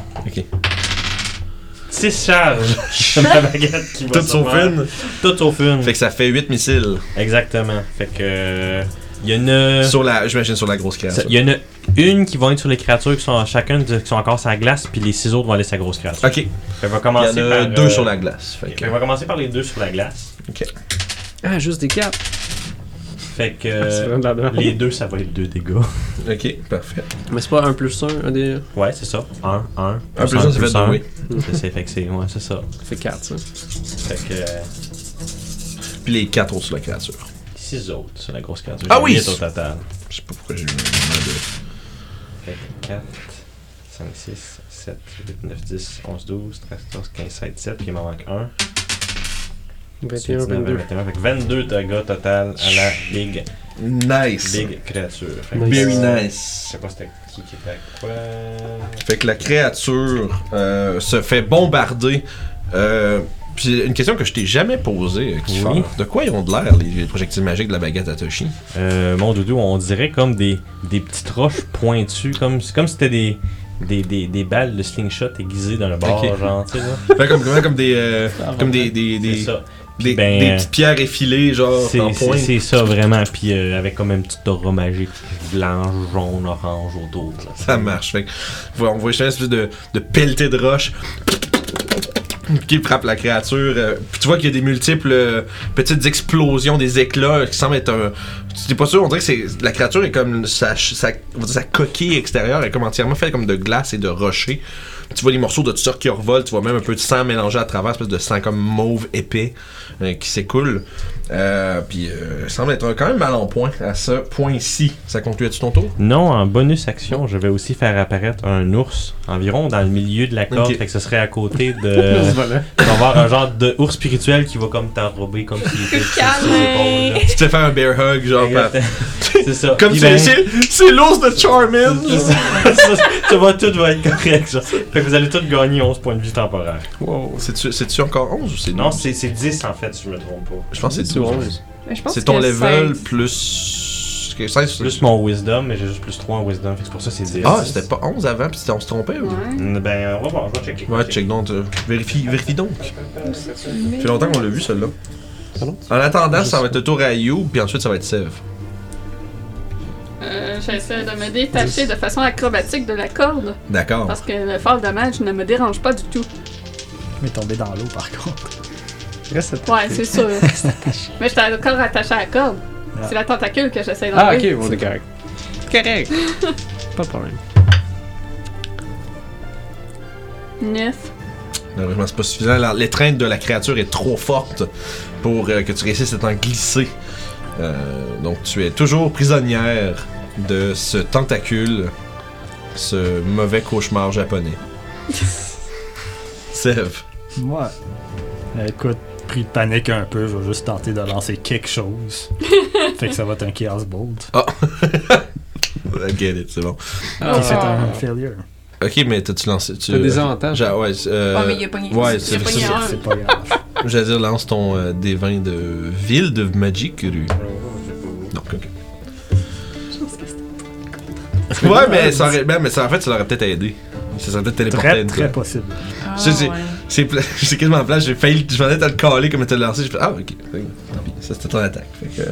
E: 6 charges sur ma baguette qui va
A: Toutes
E: se
A: sauf
E: faire.
A: une.
E: Toutes sauf une.
A: Fait que ça fait 8 missiles.
E: Exactement. Fait que. euh, Il y en a.
A: Sur la, j'imagine sur la grosse créature.
E: Il y en a une qui va être sur les créatures qui sont chacune qui sont encore sur la glace, puis les six autres vont aller sur la grosse créature.
A: Ok, il
E: Fait qu'on va
A: y en
E: commencer
A: a
E: par.
A: deux
E: euh,
A: sur la glace. Fait
E: ok,
A: que-
E: fait qu'on va commencer par les deux sur la glace.
D: Ah, juste des cartes.
E: Fait que.
D: C'est
E: euh,
D: vraiment de la merde.
E: les deux, ça va être deux dégâts.
A: Ok, parfait.
D: Mais c'est pas un plus un, un des.
E: Ouais, c'est ça. Un, un.
A: Un plus un, ça fait deux, oui.
E: C'est ça, fait que c'est. Ouais, c'est ça.
D: Ça fait 4, ça.
E: Fait que. euh,
A: Puis les 4 autres sur la créature.
E: six autres sur la grosse créature.
A: Ah
E: J'ai
A: oui,
E: huit
A: c'est-
E: au total.
A: Je sais pas pourquoi j'ai eu un
E: Fait que 4, 5, 6, 7, 8, 9, 10, 11, 12, 13, 14, 15, 16, 17, puis il m'en manque un.
D: 21,
E: 22.
D: 22.
E: Fait que 22 dégâts total à la big,
A: moment de. Nice.
E: big créature. Fait que-
D: Nice.
A: Very
E: Je
A: nice.
E: sais pas c'était qui qui était à quoi.
A: Fait que la créature euh, se fait bombarder. Euh, puis c'est une question que je t'ai jamais posée, euh, Kiefer.
E: Oui.
A: De quoi ils ont de l'air, les, les projectiles magiques de la baguette à Toshi
E: Euh, mon doudou, on dirait comme des, des petites roches pointues, comme c'est comme si c'était des, des, des, des balles de slingshot aiguisées dans le bord,
A: Ok.
E: genre, tu sais, là.
A: Fait comme, comme, comme des, euh, comme des, des,
E: C'est
A: des,
E: ça.
A: des,
E: Ben,
A: des
E: euh,
A: petites pierres effilées, genre
E: C'est-
A: en
E: C'est
A: pointe.
E: c'est ça vraiment, puis euh, avec comme une petite aura magique blanche, jaune, orange autour. là.
A: Ça marche. Fait que, voilà, on voit juste une espèce de, de pelletée de roche qui frappe la créature. Euh, puis tu vois qu'il y a des multiples euh, petites explosions, des éclats qui semblent être un. Tu n'es pas sûr, on dirait que c'est la créature est comme. Sa, ch- sa- on va dire sa coquille extérieure est comme entièrement faite comme de glace et de rocher. Tu vois des morceaux de toutes sortes qui revolent, tu vois même un peu de sang mélangé à travers, une espèce de sang comme mauve épais euh, qui s'écoule. Euh, puis euh, elle semble être quand même mal en point à ce point-ci. Ça concluait-tu ton tour?
E: Non, en bonus action, je vais aussi faire apparaître un ours environ dans le milieu de la corde,
A: Ok.
E: fait que ce serait à côté de. On va avoir un genre de ours spirituel qui va comme t'enrober comme s'il était sur ses
F: Câlin.
E: épaules, là.
A: Tu te fais faire un bear hug, genre, par-
E: Exact. C'est ça.
A: Comme
E: Ils
A: c'est,
E: vont-
A: c'est, c'est l'ours de Charmin!
E: Ça, ça va, tout va être correct. genre. Fait que vous allez tous gagner 11 points de vie temporaire.
A: Wow. C'est-tu, c'est-tu encore 11 ou c'est
E: Non,
A: 12?
E: c'est c'est 10 en fait, si je me trompe pas.
A: Je pense que c'est 12.
M: Mais je pense
A: c'est ton
M: que
A: level
M: c'est-
A: plus. que 16, c'est-
E: Plus mon wisdom, mais j'ai juste plus 3 en wisdom. Fait que c'est pour ça que c'est 10.
A: Ah, c'était pas 11 avant, puis c'était- on se trompait ou?
E: Mm, Ben, on va voir, je vais checker.
A: Ouais, check donc. euh, Vérifie, vérifie donc. Ça fait longtemps qu'on l'a vu, celle-là.
E: Pardon?
A: En attendant, ça va être le tour à You, puis ensuite, ça va être Sev.
B: Euh, J'essaie de me détacher de façon acrobatique de la corde.
A: D'accord.
B: Parce que le fall damage ne me dérange pas du tout.
C: Je m'est tombé dans l'eau par contre.
D: Reste
B: Ouais, c'est sûr. Mais j'étais encore attaché à la corde.
C: Ah.
B: C'est la tentacule que j'essaie
D: Ah,
B: d'enlever.
D: ok, bon, c'est correct. Correct. Pas de problème.
B: 9.
A: Malheureusement, c'est pas suffisant. La- L'étreinte de la créature est trop forte pour euh, que tu réussisses à t'en glisser. Euh, donc, tu es toujours prisonnière de ce tentacule, ce mauvais cauchemar japonais. Sev.
C: Ouais. Euh, Écoute, pris de panique un peu, je vais juste tenter de lancer quelque chose. fait que ça va être un Chaos Bolt.
A: Ah! I get it, c'est bon.
N: Ah,
D: Ah.
C: Puis c'est un failure.
A: Ok, mais t'as-tu lancé. Tu,
D: T'as des avantages.
A: Ja- ouais, euh,
M: Ouais, mais il a pogné- il
A: Ouais,
M: a
A: c'est
M: pogné
A: c'est-
M: un.
C: C'est pas grave.
A: J'allais dire, lance ton euh, D20 de ville de Magic Rue. Non, ok.
B: Je pense que c'était-
A: Ouais, mais, ça aurait, ben, mais ça, en fait, ça l'aurait peut-être aidé. Ça serait peut-être téléporté
C: Très,
A: une
C: très
A: fois.
C: possible.
M: Ah,
A: C'est- c'est-
M: ouais.
A: C'est pla- c'est quasiment plat, j'ai failli. Je venais de te le caler comme tu le lancé. J'ai fait Ah, ok. Tant pis, ça c'était ton attaque. Fait que.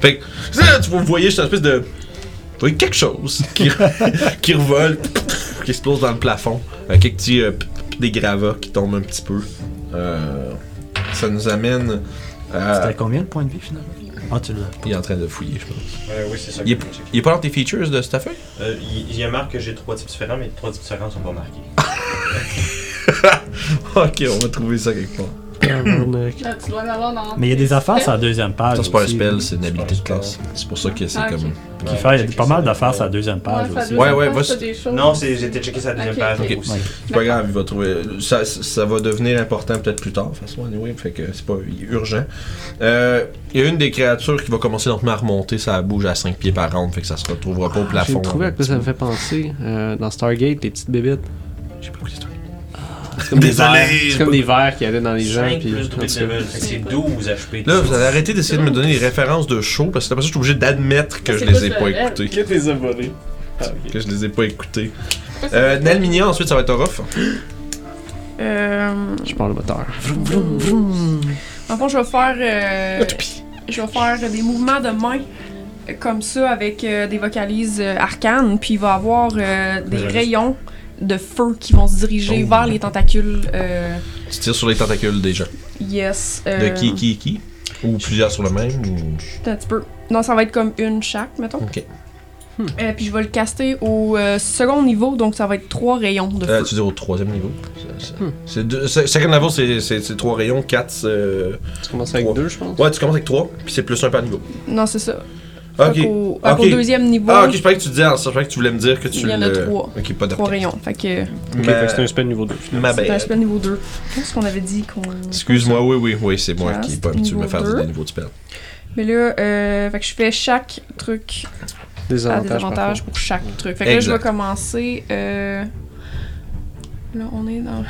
A: Fait que. là, tu vois, vous voyez, juste une espèce de. Vous voyez quelque chose qui, qui revole, qui explose dans le plafond. Euh, quelques petits. euh, p- p- des gravats qui tombent un petit peu. Euh, ça nous amène. à...
C: C'était combien de points de vie finalement Ah, tu l'as.
A: Il est en train de fouiller, je pense.
E: Euh, oui, c'est ça.
A: Il est,
E: que je vais checker.
A: il est pas dans tes features de cette affaire
E: Euh, Il il y a marqué que j'ai 3 types différents, mais les 3 types différents sont pas marqués.
A: Ok, on va trouver ça quelque part.
B: Là, tu dois l'avoir dans.
C: Mais il y a des affaires sur la deuxième page.
A: Ça, c'est Ah, pas un
C: aussi.
A: spell, c'est une habilité de classe. C'est pour ça que c'est
B: Ah, ok.
A: comme.
C: Qui fait, il y a pas mal d'affaires sur la deuxième page
B: Ouais, ça
C: aussi.
B: doit
A: Ouais,
B: être
A: ouais,
B: ça,
A: vas-
B: ça, des choses.
E: Non, c'est- j'ai été checké sa deuxième
B: Ok,
E: page
B: ok.
E: aussi.
C: Ouais.
A: C'est pas grave, il va trouver. Ça, ça va devenir important peut-être plus tard, de toute façon, anyway, fait que c'est pas urgent. Euh, Il y a une des créatures qui va commencer lentement à remonter, ça bouge à 5 pieds par ronde, fait que ça se retrouvera pas au
D: Ah, J'ai
A: plafond.
N: trouvé à quoi ça me fait penser euh, dans Stargate, les petites bébites.
A: J'ai pas écouté
N: C'est comme des
A: Désolé,
N: vers-
A: j'ai
N: C'est comme des verres qui allaient dans les gens.
E: 5
N: Puis,
E: plus
N: en tout cas.
E: 12 level, fait que c'est 12 HP.
A: Là, vous allez arrêter d'essayer de me donner les références de show, parce que après ça, je suis obligé d'admettre que
B: Ça,
A: je
B: c'est
A: les ai
B: quoi,
A: pas
B: ça, elle?
A: écoutées.
O: Qui tes abonnés?
A: Que je les ai pas écoutées. Euh, Nalminia, ensuite, ça va être Orof.
M: Euh,
N: Je parle le moteur.
F: En fond, je vais faire. euh, je vais faire des mouvements de main euh, comme ça avec euh, des vocalises euh, arcanes, puis il va y avoir euh, des
E: J'avais-
F: rayons de feu qui vont se diriger
A: Oh.
F: vers les tentacules. euh,
A: Tu tires sur les tentacules des gens.
F: yes.
A: De
F: euh,
A: qui, qui, qui Ou plusieurs sur le même ou...
F: Attends un petit peu. Non, ça va être comme une chaque, mettons.
A: Ok.
F: Euh, puis je vais le caster au euh, second niveau, donc ça va être trois rayons de
A: Euh,
F: feu.
A: tu dis au troisième niveau. C'est- c'est- C'est deux- c'est- Chacun niveau, c'est c'est trois rayons, quatre. c'est-
N: Tu commences avec
A: Ouais.
N: deux, je pense.
A: Ouais, tu commences avec trois, puis c'est plus un par niveau. Ah,
F: Non, c'est ça.
A: Ok.
F: Fait qu'au- fait qu'au
A: Ok.
F: deuxième niveau,
A: Ah, ok, je pensais que tu disais, ah, ça, je pensais que tu voulais me dire que tu.
F: Il y en a
A: le-
F: trois.
A: Ok, pas de
F: trois rayons. Fait que
N: Ok,
A: Ma-
N: fait que c'est un spell niveau 2.
D: Ah,
A: Ma
F: c'est un
A: bête.
F: spell niveau 2. Je pense qu'on avait dit qu'on.
A: Excuse-moi, oui, oui, oui, c'est moi
F: Ah,
A: qui est
F: c'est
A: pas habitué de me
F: niveau
A: faire dire
F: deux.
A: des niveaux de spell.
F: Mais là, euh, fait que je fais chaque truc
N: Des
F: à des
N: avantages. par
F: avantages
N: contre.
F: pour chaque truc. Fait que là, je vais
A: Exact.
F: commencer. euh, Là, on est dans.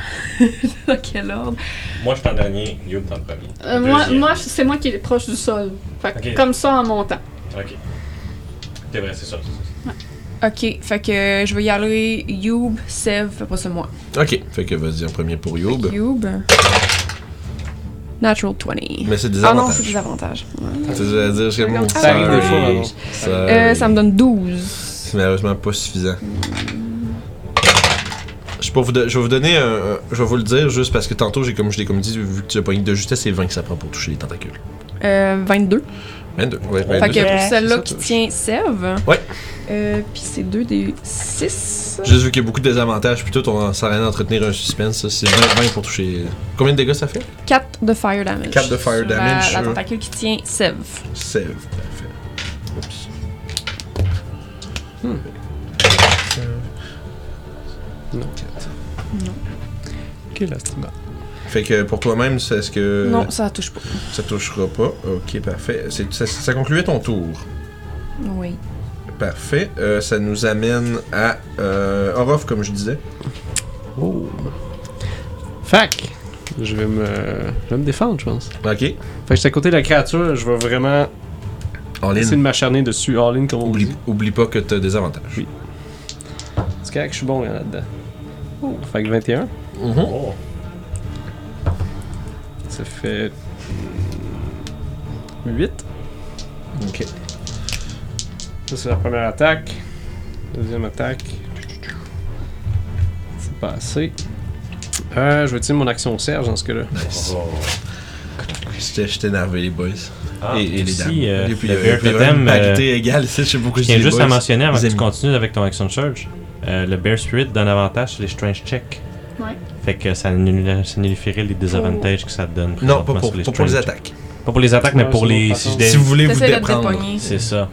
F: dans quel ordre
E: Moi, je suis en dernier, Youb dans le premier.
B: Euh, moi,
E: Deuxième.
B: moi, c'est moi qui est proche du sol. Fait que
E: Ok.
B: comme ça en montant.
E: Ok. C'est vrai, c'est ça. c'est ça.
F: Ok, fait que je vais y aller. Youb, Sev, fais pas ça moi.
A: Ok, fait que vas-y en premier pour Youb.
F: Youb. Natural 20.
A: Mais c'est des
F: Ah non,
A: avantages.
F: c'est des avantages. Ouais.
A: C'est à dire, c'est mon
F: Ça arrive des
A: sorry,
N: fois,
A: sorry.
F: Euh, ça me donne 12.
A: C'est malheureusement pas suffisant. Je, peux vous don- je vais vous donner un, un- Je vais vous le dire juste parce que tantôt, j'ai comme je l'ai comme dit, vu que tu as pogné de justesse, c'est 20 que ça prend pour toucher les tentacules.
F: Euh, 22.
A: 22. Ouais,
F: Fait
A: 22.
F: que pour celle-là
N: ça
F: qui
N: touche.
F: tient Sev.
A: Ouais.
F: Euh, Puis c'est 2 des 6.
A: Juste vu qu'il y a beaucoup de désavantages, puis tout, on s'en rien à entretenir un suspense. ça, C'est 20, 20 pour toucher. Combien de dégâts ça fait
F: 4 de fire damage.
A: 4 de fire
F: Sur la-
A: damage
F: La,
A: sur-
F: tentacule qui tient Sev.
A: Save. Parfait. Oups.
N: Non, 4. Quel astima.
A: Fait que pour toi-même, c'est ce que.
F: Non, ça touche pas.
A: Ça touchera pas. Ok, parfait. C'est- Ça, ça concluait ton tour.
F: Oui.
A: Parfait. Euh, ça nous amène à euh, Orof, comme je disais.
D: Oh. Fac! Je vais me. Je vais me défendre, je pense.
A: Ok. Fait
D: que j'étais à côté de la créature, je vais vraiment.
A: All
D: Essayer
A: in.
D: de m'acharner dessus. All in, comme on
A: Oublie,
D: dit.
A: oublie pas que t'as des avantages.
D: Oui. C'est correct, je suis bon là-dedans. Fait que 21.
E: Mhm.
D: Oh. Ça fait. 8.
A: Ok.
D: Ça, c'est la première attaque. Deuxième attaque. C'est pas assez. Euh, je vais utiliser mon action Serge dans ce cas-là.
A: J'étais j'étais énervé, les boys.
E: Ah,
A: et, et les
E: aussi,
A: dames.
E: euh,
A: et puis,
E: le
A: euh,
E: Bear
A: il y avait
E: Totem,
A: une parité
E: euh,
A: égale, ça, je sais pas pourquoi je
E: Je tiens
A: dis les
E: juste à
A: boys.
E: mentionner avant
A: Vous
E: que tu
A: aimez.
E: continues avec ton Action Surge. euh, le Bear Spirit donne avantage sur les Strange Check.
B: Ouais.
E: Fait que ça annule- ça nullifierait les désavantages que ça te donne.
A: Non, pas
E: présentement
A: pour,
E: sur les
A: pas pour les
E: Strange
A: attaques.
E: Check. Pas pour les attaques, mais
D: Ouais,
E: pour
D: c'est
E: les.
D: bon,
E: Si,
D: pardon.
E: je
A: Si vous voulez vous
F: T'essaies de te
A: déprendre.
F: dépogner.
E: C'est ça.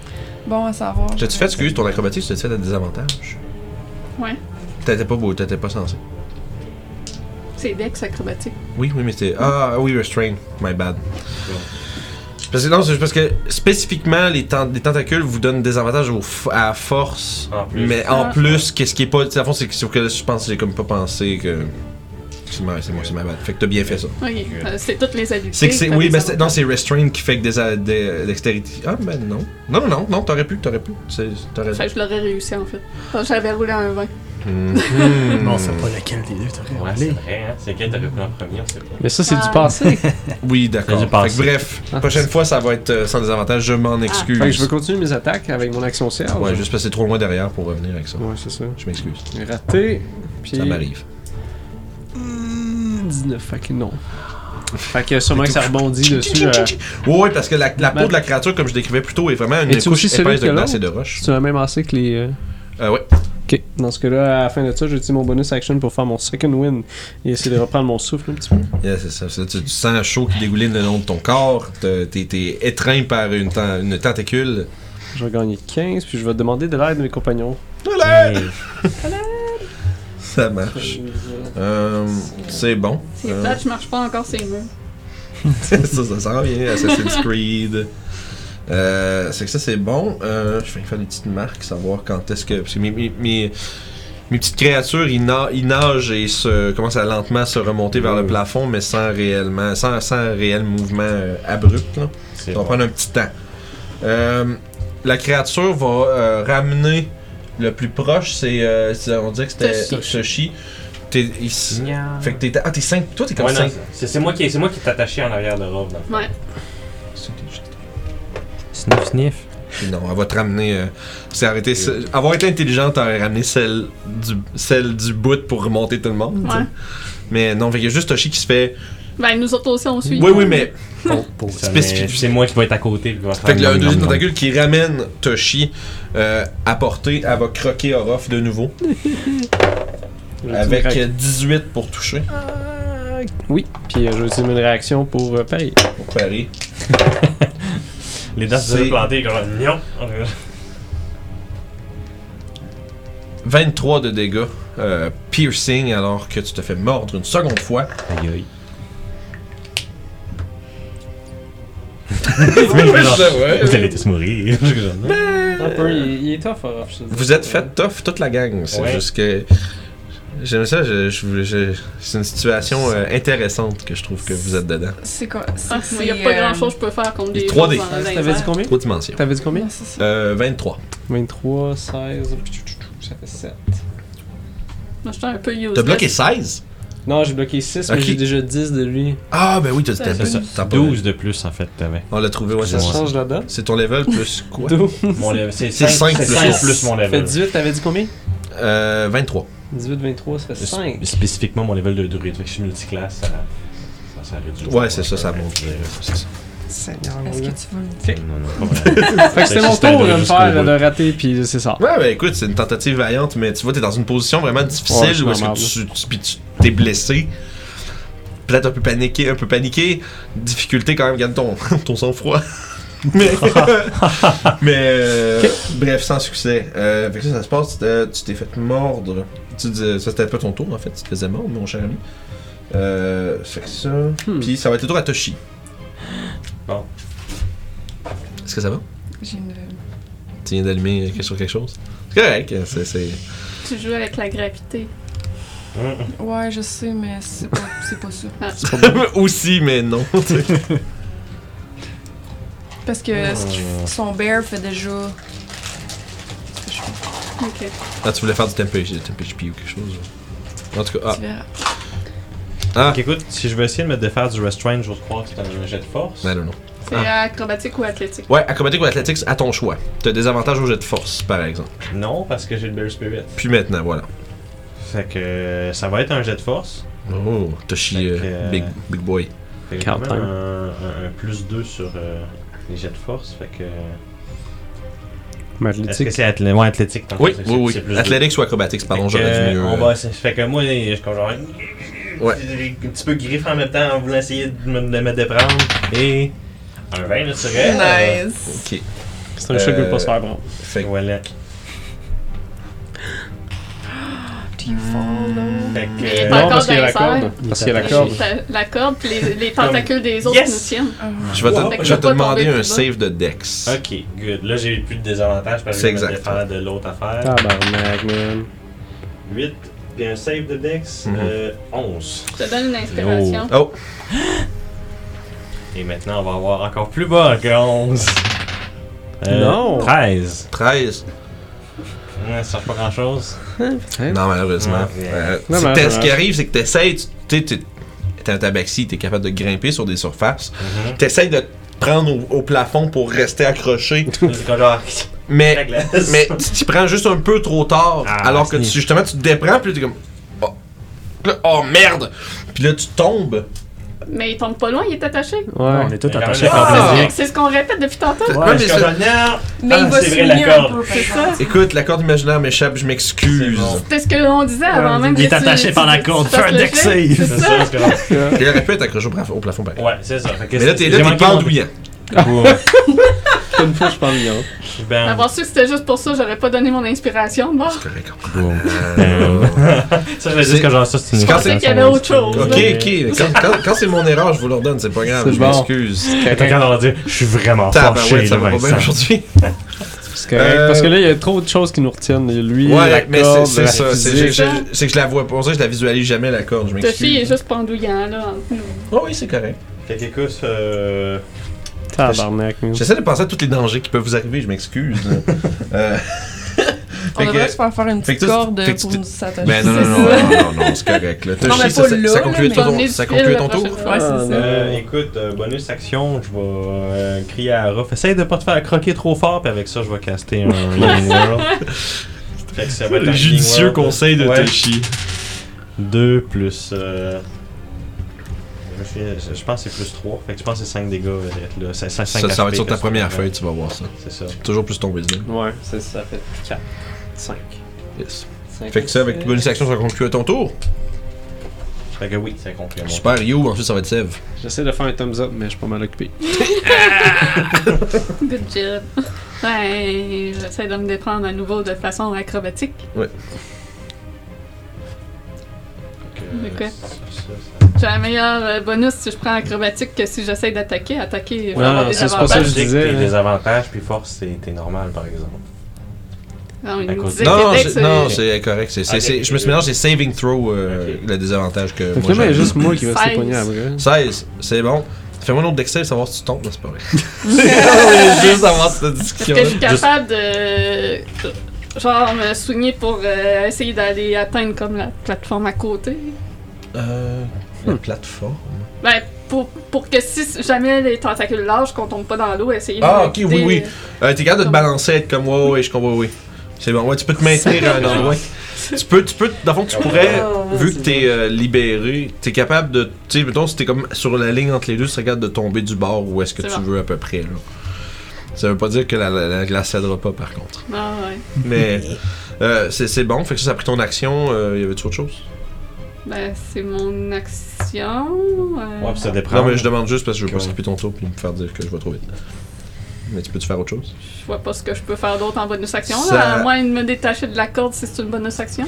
F: Bon à savoir.
A: T'as-tu
M: euh,
A: fait, excuse, ton acrobatique, tu t'es fait à des avantages?
B: Ouais.
A: T'étais pas beau, t'étais pas censé.
B: C'est Dex acrobatique.
A: Oui, oui, mais c'était. Ah, oui, restrain. My bad. Parce que non, c'est parce que spécifiquement, les, ten- les tentacules vous donnent des avantages au f- à force.
E: En plus.
A: Mais en
B: Ah.
A: plus, qu'est-ce qui est pas. tu sais, à fond, c'est que c'est que je pense que j'ai comme pas pensé que. C'est moi, c'est moi, c'est ma bad. Fait que t'as bien fait ça.
B: Ok, euh, c'est toutes les habiletés.
A: C'est que c'est.
B: t'as
A: Oui,
B: des
A: ben c'est- non,
B: avantages.
A: c'est restrain qui fait que des. a- des dextérité. Ah, ben non. Non, non, non, t'aurais pu, t'aurais pu. C'est- T'aurais
B: Enfin, je l'aurais réussi en fait. Enfin, J'avais roulé un 20.
A: Mhm.
C: Non, c'est pas laquelle des deux t'aurais
E: Ouais, c'est
C: roulé.
E: vrai, hein. C'est quel t'avais pris en premier, on sait pas.
D: Mais ça, c'est
B: Ah.
D: du passé.
A: Oui,
E: Ça,
A: d'accord.
E: j'ai
A: Fait que
E: passé.
A: bref,
D: Ah.
A: prochaine fois, ça va être euh, sans désavantage, je m'en excuse.
D: fait que je vais continuer mes attaques avec mon action Serge.
A: Ouais, juste passer trop loin derrière pour revenir avec ça.
D: Ouais, c'est ça.
A: Je m'excuse.
D: Raté. Puis.
A: Ça m'arrive.
D: Hmm, 19, fait que non. Fait que sûrement que ça rebondit dessus. euh,
A: Oui, oui, parce que la, la peau
D: Ma-
A: de la créature, comme je décrivais plus tôt, est vraiment une
D: Es-tu
A: couche
D: aussi solide
A: épaisse de
D: que
A: glace et de
D: l'autre?
A: roche.
D: C'est la même AC que les. euh,
A: Euh, ouais.
D: Ok, dans ce cas-là, à la fin de ça, j'utilise mon bonus action pour faire mon second win et essayer de reprendre mon souffle un petit peu.
A: Yeah, c'est ça. C'est- Tu, tu sens chaud qui dégouline le long de ton corps. T'es t'es- t'es étreint par une, ten- une tentacule.
D: Je vais gagner 15, puis je vais demander de l'aide de mes compagnons.
A: Ça marche. Euh, c'est bon.
B: C'est
A: Euh,
B: plate, je marche pas encore ces murs.
A: ça, ça s'en vient. Assassin's Creed. Euh, c'est que ça, c'est bon. Euh, je vais faire des petites marques, savoir quand est-ce que. Parce que mes, mes, mes, mes petites créatures, ils, na- ils nagent et se, commencent à lentement se remonter vers le plafond, mais sans réellement, sans, sans réel mouvement euh, abrupt. Là.
E: C'est
A: Ça va
E: bon.
A: prendre un petit temps. Euh, la créature va euh, ramener le plus proche, c'est. euh, c'est- on dirait que c'était
B: Toshi.
A: Toshi. T'es- il s- Fait que t'es. Ah, t'es 5. Toi, t'es comme
E: Ouais, non,
A: 5.
E: c'est c'est moi qui c'est moi qui t'attachais en arrière de Rob.
B: Ouais.
E: Sniff sniff.
A: Non, elle va te ramener. euh, c'est arrêté. c'est- Avoir été intelligente, t'aurais ramené celle du, celle du bout pour remonter tout le monde. tu sais.
B: Ouais.
A: Mais non, fait qu'il y a juste Toshi qui se fait.
B: Ben, nous autres aussi, on suit.
A: Oui, oui, mais.
E: Ça,
A: Spécifique.
E: mais C'est moi qui vais être à côté. puis qui va faire
A: Fait que le
E: nom,
A: deuxième
E: nom, nom.
A: tentacule qui ramène Toshi euh, à portée, elle va croquer Orof de nouveau.
D: J'utilise
A: Avec
D: une réac-
A: euh, 18 pour toucher.
D: Euh, Oui, puis euh, je vais utiliser une réaction pour euh, parier.
A: Pour Paris.
E: Les dents
A: C'est-
E: se planter comme non.
A: 23 de dégâts. euh, piercing alors que tu te fais mordre une seconde fois.
E: Aïe aïe. Vous allez tous mourir. Ben,
D: Un peu, il, il est tough, hein, Orof, je te dis.
A: Vous êtes fait tough toute la gang. C'est
E: Ouais.
A: juste que. J'aime ça, je- je- je- c'est une situation euh, intéressante que je trouve que vous êtes dedans.
F: C'est quoi
B: Ah,
F: c'est-
B: moi, y a
F: c'est,
B: pas
F: euh,
B: grand chose que je peux faire contre
A: les
B: des
A: 3D.
B: choses dans les
D: Ah, T'avais dit
B: airs.
D: combien
A: Trois dimensions.
D: T'avais dit combien
F: non, c'est ça.
A: Euh, 23.
D: 23, 16, ça fait 7.
B: Moi, j'étais un peu useless.
A: T'as bloqué 16
D: Non, j'ai bloqué 6,
A: Ok.
D: mais j'ai déjà 10 de lui.
A: Ah, ben oui, t'as
F: C'est
A: t'as-
F: ça.
A: t'as pas-
E: 12 de plus en fait, t'avais.
A: On l'a trouvé, ouais,
D: Ça
A: c'est
D: se
A: ça.
D: change la donne.
A: C'est ton level plus quoi
D: Deux.
E: Mon level- C'est
A: C'est cinq plus
E: cinq
A: mon-
E: plus mon
D: Ça fait
E: level.
D: 18, t'avais dit combien
A: Euh, 23.
D: 18, 23, ça fait 5.
E: Sp- Spécifiquement mon level de druide. Fait que je suis multiclasse. Ça, ça, ça réduit.
A: Ouais, c'est ça, ça monte.
E: Ouais,
A: C'est ça.
D: Seigneur, mon
F: Est-ce
D: Dieu.
F: que tu veux me
E: c'est- Non, non, pas vrai.
D: Fait que c'était mon
E: Juste un
D: tour
E: doigt
D: de me
E: jusqu'au
D: faire,
E: bout.
D: de rater, puis c'est ça.
A: Ouais, ben écoute, c'est une tentative vaillante, mais tu vois, t'es dans une position vraiment
D: Ouais,
A: difficile
D: je
A: où est-ce
D: m'emmerde,
A: que tu, tu- puis tu- t'es blessé. Peut-être un peu paniqué, un peu paniqué. Difficulté quand même, garde ton, ton sang-froid. mais mais euh, bref, sans succès. Euh, fait que ça, ça se passe, euh, tu t'es fait mordre. Tu dis, euh, ça c'était pas ton tour en fait, tu te faisais mordre, mon cher ami. Euh, fait que ça.
D: Hmm.
A: Puis ça va être le tour à Toshi.
E: Bon.
A: Est-ce que ça va?
M: euh,
F: J'ai une
A: Tu viens d'allumer quelque chose, quelque chose. C'est correct, c'est. c'est...
B: Tu joues avec la gravité.
M: Ouais, je sais, mais c'est pas, c'est pas ça.
A: Aussi, mais non. tu sais.
M: Parce
A: Euh.
M: que ce qu'il f- son bear fait déjà. C'est ce que je fais.
B: Ok.
A: ah, tu voulais faire du tempo HP ou quelque chose. ou- En tout cas, ah.
M: Tu verras.
E: Donc, écoute, si je veux essayer de me défaire du restraint, je crois que c'est un jet de force.
A: I don't know.
B: C'est acrobatique ou athlétique?
A: Ouais, acrobatique ou athlétique, à ton choix. T'as des avantages au jet de force, par exemple.
E: Non, parce que j'ai le Bear Spirit.
A: Puis maintenant, voilà.
E: Fait que euh, ça va être un jet de force.
A: Oh, Toshi,
E: Fait
A: euh,
E: que, euh,
A: big, big boy.
E: Fait que
N: Quand
E: vraiment
N: même.
E: un, un- un plus 2 sur euh, les jets de force. Fait que.
N: Mais
E: Est-ce
N: athlétique.
E: que c'est athlé- ouais, athlétique tant
A: Oui,
E: que c'est-
A: oui,
E: c'est
A: oui.
E: plus
A: Athlétique ou acrobatique,
E: deux.
A: pardon,
E: Fait que,
A: j'aurais dû mieux.
E: on
A: euh,
E: va- fait que moi, je comme genre.
A: Ouais.
E: Un petit peu griffe en même temps en voulant essayer de me, de me déprendre. Et. Un 20 naturel. euh,
M: Nice.
A: Ok.
N: C'est un choc qui
A: Euh,
N: veut pas se faire prendre.
A: Fait que-
E: Voilà.
M: Do you fall
A: Hmm.
M: low?
E: Fait
B: Il est
E: que.
B: pas
E: euh,
N: non, parce
B: dans
N: qu'il y a
B: les
N: la
B: airs.
N: corde. Parce qu'il y a la
B: Les-
N: corde.
B: ta- la corde, puis les, les tentacules des autres
E: Yes!
B: nous tiennent.
A: Je vais te,
B: Wow.
A: je vais te
B: Fait que je vais pas tomber
A: demander
B: plus bas.
A: un save de Dex.
E: Ok, good. Là, j'ai plus de désavantages parce
A: C'est
E: que je vais me
A: exact.
E: défendre de l'autre affaire.
N: Tabarnak, man.
E: 8, puis un save de Dex,
A: Mhm.
E: euh, 11.
B: Je te donne une inspiration.
A: Oh,
E: Et maintenant, on va avoir encore plus bas que Euh, 11.
N: Non.
E: 13.
A: 13.
E: Ouais, ça change pas grand chose.
A: Non, malheureusement.
E: Ouais.
A: Euh,
N: Non,
A: c'est
N: mais-
A: t'es- ce qui arrive, c'est que t'essayes, tu sais, tu- t'es un tabaxi, t'es capable de grimper sur des surfaces.
E: Mm-hmm.
A: T'essayes de te prendre au, au plafond pour rester accroché,
E: C'est comme genre, la
A: mais,
E: glace.
A: mais tu t'y prends juste un peu trop tard,
E: Ah,
A: alors que tu,
E: sneak.
A: justement, tu te déprends, puis là, t'es comme... Oh, Puis là, oh, merde! Puis là, tu tombes.
B: Mais il tombe pas loin, il est attaché.
N: Ouais.
C: On est tous
E: Mais
C: attachés.
E: quand même,
A: Oh. Ah!
B: C'est- C'est ce qu'on répète depuis tantôt.
E: Ouais,
A: Ouais,
E: mais
A: mais
E: je suis
A: ça-
E: comme genre, non.
M: Mais
E: Ah,
M: il va
E: c'est
M: se
E: vrai, la
M: mouiller un
E: corde.
M: peu.
B: C'est ça.
A: Écoute, la corde imaginaire m'échappe, je m'excuse.
E: C'est bon.
B: C'est ce que l'on disait avant
C: Ouais,
B: même que
C: il est
B: tu-
C: attaché
B: tu-
C: par la
B: tu
C: corde,
B: fasses
C: fais un
B: le
C: deck
B: jet.
C: save.
B: C'est
E: C'est
B: ça.
E: ça, c'est comme genre-
A: Il aurait pu être accroché au plafond- au plafond pareil.
E: Ouais, c'est ça. Fait que
A: Mais là,
E: c'est-
A: t'es là,
E: j'ai
A: t'es
E: manqué mon-
A: pendouillant.
E: Ouais.
N: Une fois, je parle bien.
E: Ben,
B: Avoir su que c'était juste pour ça, j'aurais pas donné mon inspiration.
E: Ah,
B: Bon,
A: C'est correct, on prend.
P: Bon.
A: Euh,
E: ça, je vais dire que genre, ça, c'est une
A: Je
B: pensais qu'il y avait autre chose.
A: Ok, ok. Quand, quand- quand c'est mon erreur, je vous le redonne, c'est pas grave.
N: C'est
A: Je
N: bon.
A: m'excuse.
E: Fait que quand on va dire, je suis vraiment
A: Tabarouette,
E: fâché,
A: ça
E: là,
A: va pas bien
E: Vincent.
A: aujourd'hui.
N: C'est correct.
A: Euh,
N: Parce que là, il y a trop de choses qui nous retiennent. Il y a lui, la
A: Ouais, mais c'est-
N: corde,
A: c'est
N: la
A: ça. C'est
N: physique.
A: je- je- c'est que je la vois pas. On dirait que je la visualise jamais, la corde. Je
B: ta fille est
A: m'excuse.
B: juste pendouillant, là, entre nous.
A: Oh oui, c'est correct.
E: Fait que écoute, euh,
N: Tabarnak, man.
A: J'essaie de penser à tous les dangers qui peuvent vous arriver, je m'excuse. Euh,
M: On
A: Fait
M: devrait
A: que-
M: se faire faire une
A: fait que
M: petite
A: tu-
M: corde
A: fait que tu-
M: pour nous s'attacher.
A: Ben non, non, non, non, non, non, c'est correct. Là. T'as
M: Non, mais pas
A: chié, ça, ça-
M: là,
A: ça
M: là,
A: conclut
M: mais
A: ton
B: on est
A: tour. Ça
B: du
A: conclut
B: fil
A: ton
B: la prochaine
A: tour. Ah,
B: fois.
M: Ouais, c'est ça.
E: euh, écoute, euh, bonus action, je vais euh, crier à Ruff. Essaye de pas te faire croquer trop fort, puis avec ça, je vais caster un Healing World. Fait que ça va être un Healing World. Ouais.
A: Toshi.
E: 2 plus. Euh... Je, me souviens, je- je pense que c'est plus 3. Fait que je pense que c'est 5 dégâts. Vedette, là. C'est, c'est 5
A: Ça, ça va être
E: HP
A: sur ta
E: que ça
A: première
E: fait.
A: feuille, tu vas voir ça.
E: C'est ça.
A: Toujours plus ton wisdom.
D: Ouais, c'est ça, fait 4, 5.
A: Yes. Fait que ça,
D: Euh,
A: avec bonus action, ça conclut ton tour.
E: Fait que oui, ça compris. mon
A: Super, You, ensuite ça va être Sev.
N: J'essaie de faire un thumbs up, mais je suis pas mal occupé.
B: Good job. Ouais, j'essaie de me déprendre à nouveau de façon acrobatique.
E: truc, euh,
B: Ok.
E: ça, ça,
B: J'ai un meilleur euh, bonus si je prends acrobatique que si j'essaie d'attaquer. Attaquer, je vais
N: Ouais,
B: avoir
N: non,
B: des
N: c'est pas ça
E: ça.
N: que
B: avantages.
N: je
E: Magique,
N: disais,
E: t'es
A: hein.
N: là.
E: des avantages, puis force, c'est, t'es normal, par exemple.
B: Non, il
E: à
B: nous
E: cause-
B: disait
A: Non, non,
B: que
A: c'est-
B: Dex,
A: non,
B: euh,
A: c'est correct. c'est- c'est-
E: Ok.
A: c'est- je me suis mélangé, c'est saving throw, euh,
E: Ok.
A: le désavantage que
N: Fait que
A: moi
N: là, ben, il y a
A: j'ai.
N: juste moi qui va se
B: Seize.
N: pogner après.
A: 16, c'est bon. Fais-moi un autre deck save, savoir si tu tombes. Non, c'est pas vrai. Je veux juste avoir cette
B: Est-ce que je suis
A: discussion-là.
B: capable de. Genre, me soigner pour euh, essayer d'aller atteindre comme la plateforme à côté?
A: Euh, la plateforme.
B: Ben, pour, pour que si jamais les tentacules lâchent, qu'on tombe pas dans l'eau, essayer de.
A: Ah, ok, oui,
B: m'aider.
A: oui. Euh, t'es capable de te balancer, être comme ouais, ouais, je comprends, ouais, ouais. C'est bon, ouais, tu peux te maintenir à un endroit. Tu peux, tu peux, dans le fond,
B: Oh,
A: tu pourrais, vu que t'es euh, libéré, t'es capable de, tu sais, mettons, si t'es comme sur la ligne entre les deux, tu serais capable de tomber du bord où est-ce que
B: C'est
A: tu
B: bon.
A: veux à peu près, là. Ça veut pas dire que la, la- la glace cèdera pas, par contre.
B: Ah, ouais.
A: Mais euh, c'est c'est bon, fait que ça, ça a pris ton action. Euh, y avait-tu autre chose?
B: Ben, c'est mon action. euh,
E: Ouais, puis ça dépend.
A: Non, mais je demande juste parce que je veux pas
E: Ok.
A: skipper ton tour puis me faire dire que je vais trop vite. Mais tu peux-tu faire autre chose?
B: Je vois pas ce que je peux faire d'autre en bonus action. là,
A: Ça-
B: à moins de me détacher de la corde si c'est une bonus action.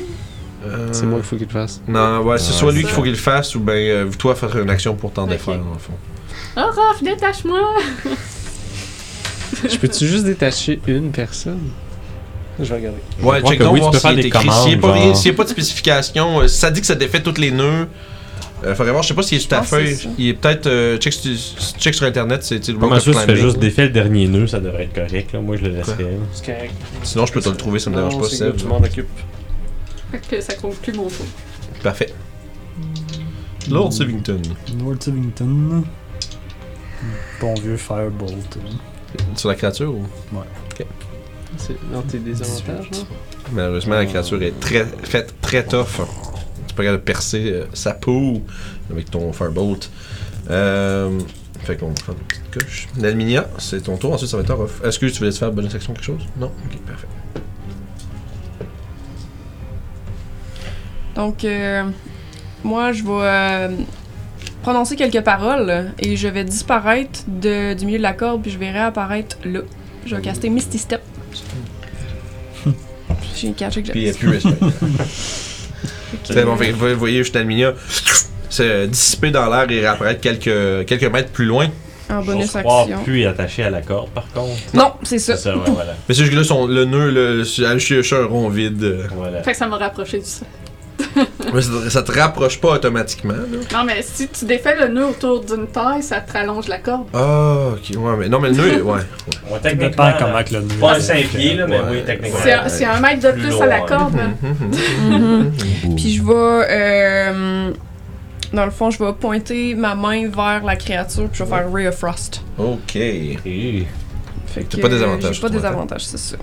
A: Euh,
N: C'est moi qu'il faut qu'il le fasse.
A: Non, ouais, c'est
E: Ouais,
A: soit lui
E: c'est
A: qu'il
E: ça.
A: faut qu'il le fasse ou ben euh, toi faire une action pour t'en
B: Ok.
A: défaire, dans le fond.
B: Oh, Raph, détache-moi!
D: Je peux-tu juste détacher une personne Je vais regarder.
A: Ouais, check
D: Je crois
A: donc
D: que oui,
A: voir
D: tu peux
A: s'il
D: faire
A: est
D: des
A: écrit.
D: commandes,
A: S'il n'y a, pas-
D: genre.
A: s'il y a pas de spécification, euh, ça dit que ça défait toutes les nœuds. Euh, faudrait voir, je sais pas s'il est sur ta
E: Ah, c'est
A: feuille.
E: ça.
A: Il est peut-être. euh, check, sur- check sur internet, c'est tu sais, le
E: Pas
A: rope
E: mal sûr, si tu fais
A: climbing.
E: juste défait le dernier nœud, ça devrait être correct. Là. Moi, je le laisserais.
D: C'est correct.
A: Sinon, je peux te le trouver, ça me
D: Non,
A: dérange pas.
D: c'est
A: Seb.
D: good, je m'en occupe.
B: Fait que ça conclut mon tour.
A: Parfait. Lord Sivington.
C: Lord Sivington. Bon vieux Firebolt.
A: Sur la créature ou
C: Ouais.
D: C'est dans tes désavantages, non
A: Malheureusement, la créature est très faite très tough. Tu peux regarder percer euh, sa peau avec ton firebolt. Euh, fait qu'on va faire une petite coche. L'Alminia, c'est ton tour. Ensuite, ça va être off. Est-ce que tu voulais te faire bonus action quelque chose Non Ok, parfait.
F: Donc, euh, moi, je vais euh, prononcer quelques paroles et je vais disparaître de- du milieu de la corde puis je vais réapparaître là. Je vais caster Misty Step. J'ai catché que
A: Puis il n'y
F: j'avais
A: a plus respect. C'est bon, fait que vous voyez juste Alminia se dissiper dans l'air et réapparaître quelques, quelques mètres plus loin.
F: en bonus
E: se croire
F: action.
E: plus attaché à la corde, par contre.
F: Non, c'est ça.
E: C'est ça, ouais, voilà.
A: Mais ces jeux-là sont le nœud, le, je suis- je suis un rond vide. euh.
B: Fait que ça m'a rapproché du sol.
A: Mais ça, te- ça te rapproche pas automatiquement. là.
B: Non, mais si tu défais le nœud autour d'une taille, ça te rallonge la corde.
A: Ah, ok, ouais, mais non, mais le nœud, ouais.
E: Ouais,
C: techniquement, Dépend comment que le nœud
E: Pas
C: est
E: cinq
C: fait,
E: pieds, là, mais
A: ouais.
E: oui, techniquement.
B: C'est un, c'est un mètre de plus à la
E: loin.
B: corde.
A: Mm-hmm.
F: Mhm. Puis je vais. euh, dans le fond, je vais pointer ma main vers la créature puis je vais faire Ray of Frost.
A: Ok.
F: Fait
A: T'as
F: que
A: pas des avantages.
F: J'ai pas
A: toi,
F: des
A: attends.
F: avantages, c'est ça.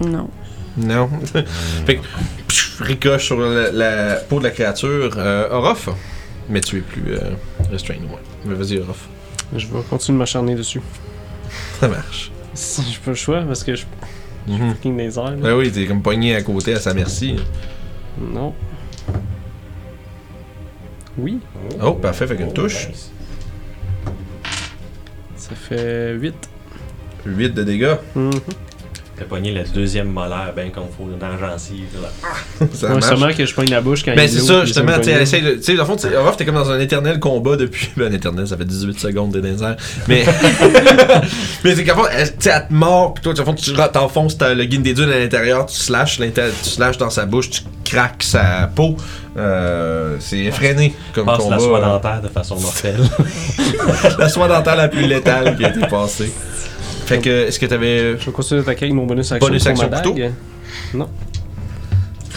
F: Non.
A: Non. fait que, psh, ricoche sur la, la peau de la créature. Euh, Orof, mais tu es plus euh, restreint, ouais. Mais vas-y, Orof.
D: Je vais continuer de m'acharner dessus.
A: Ça marche.
D: Si j'ai pas le choix, parce que je je suis
A: Mhm.
D: fucking des airs. là.
A: Ben oui, t'es comme pogné à côté à sa merci.
D: Non. Oui,
A: Oh, parfait, fait qu'une touche.
D: ça fait Mhm. 8.
A: 8 de dégâts.
E: T'as pogné le deuxième molaire bien comme faut dans la gencive. Là.
A: Ça
D: Ouais,
A: marche.
D: sûrement que je pogne la bouche quand
A: Ben
D: il
A: c'est
D: l'ouvre,
A: ça,
D: puis
A: justement,
D: me
A: tu sais,
D: pogne.
A: elle essaye de- tu sais, dans le fond, tu sais, Orof, t'es comme dans un éternel combat depuis. Ben, un éternel, ça fait 18 secondes de désert. Mais. mais c'est qu'en fond, elle- tu sais, elle te mord, pis toi, tu- au fond, tu ra- t'enfonces ta- le guide des dunes à l'intérieur, tu slashes, l'inter- tu slashes dans sa bouche, tu craques sa peau. Euh, c'est effréné comme
E: Passe
A: combat. hein. euh,
E: la soie dentaire de façon mortelle.
A: la soie dentaire la plus létale qui a été passée. Fait que, est-ce que t'avais.
D: Je vais continuer d'attaquer avec mon bonus action.
A: Bonus
D: pour
A: action
D: ma dague.
A: couteau?
D: Non,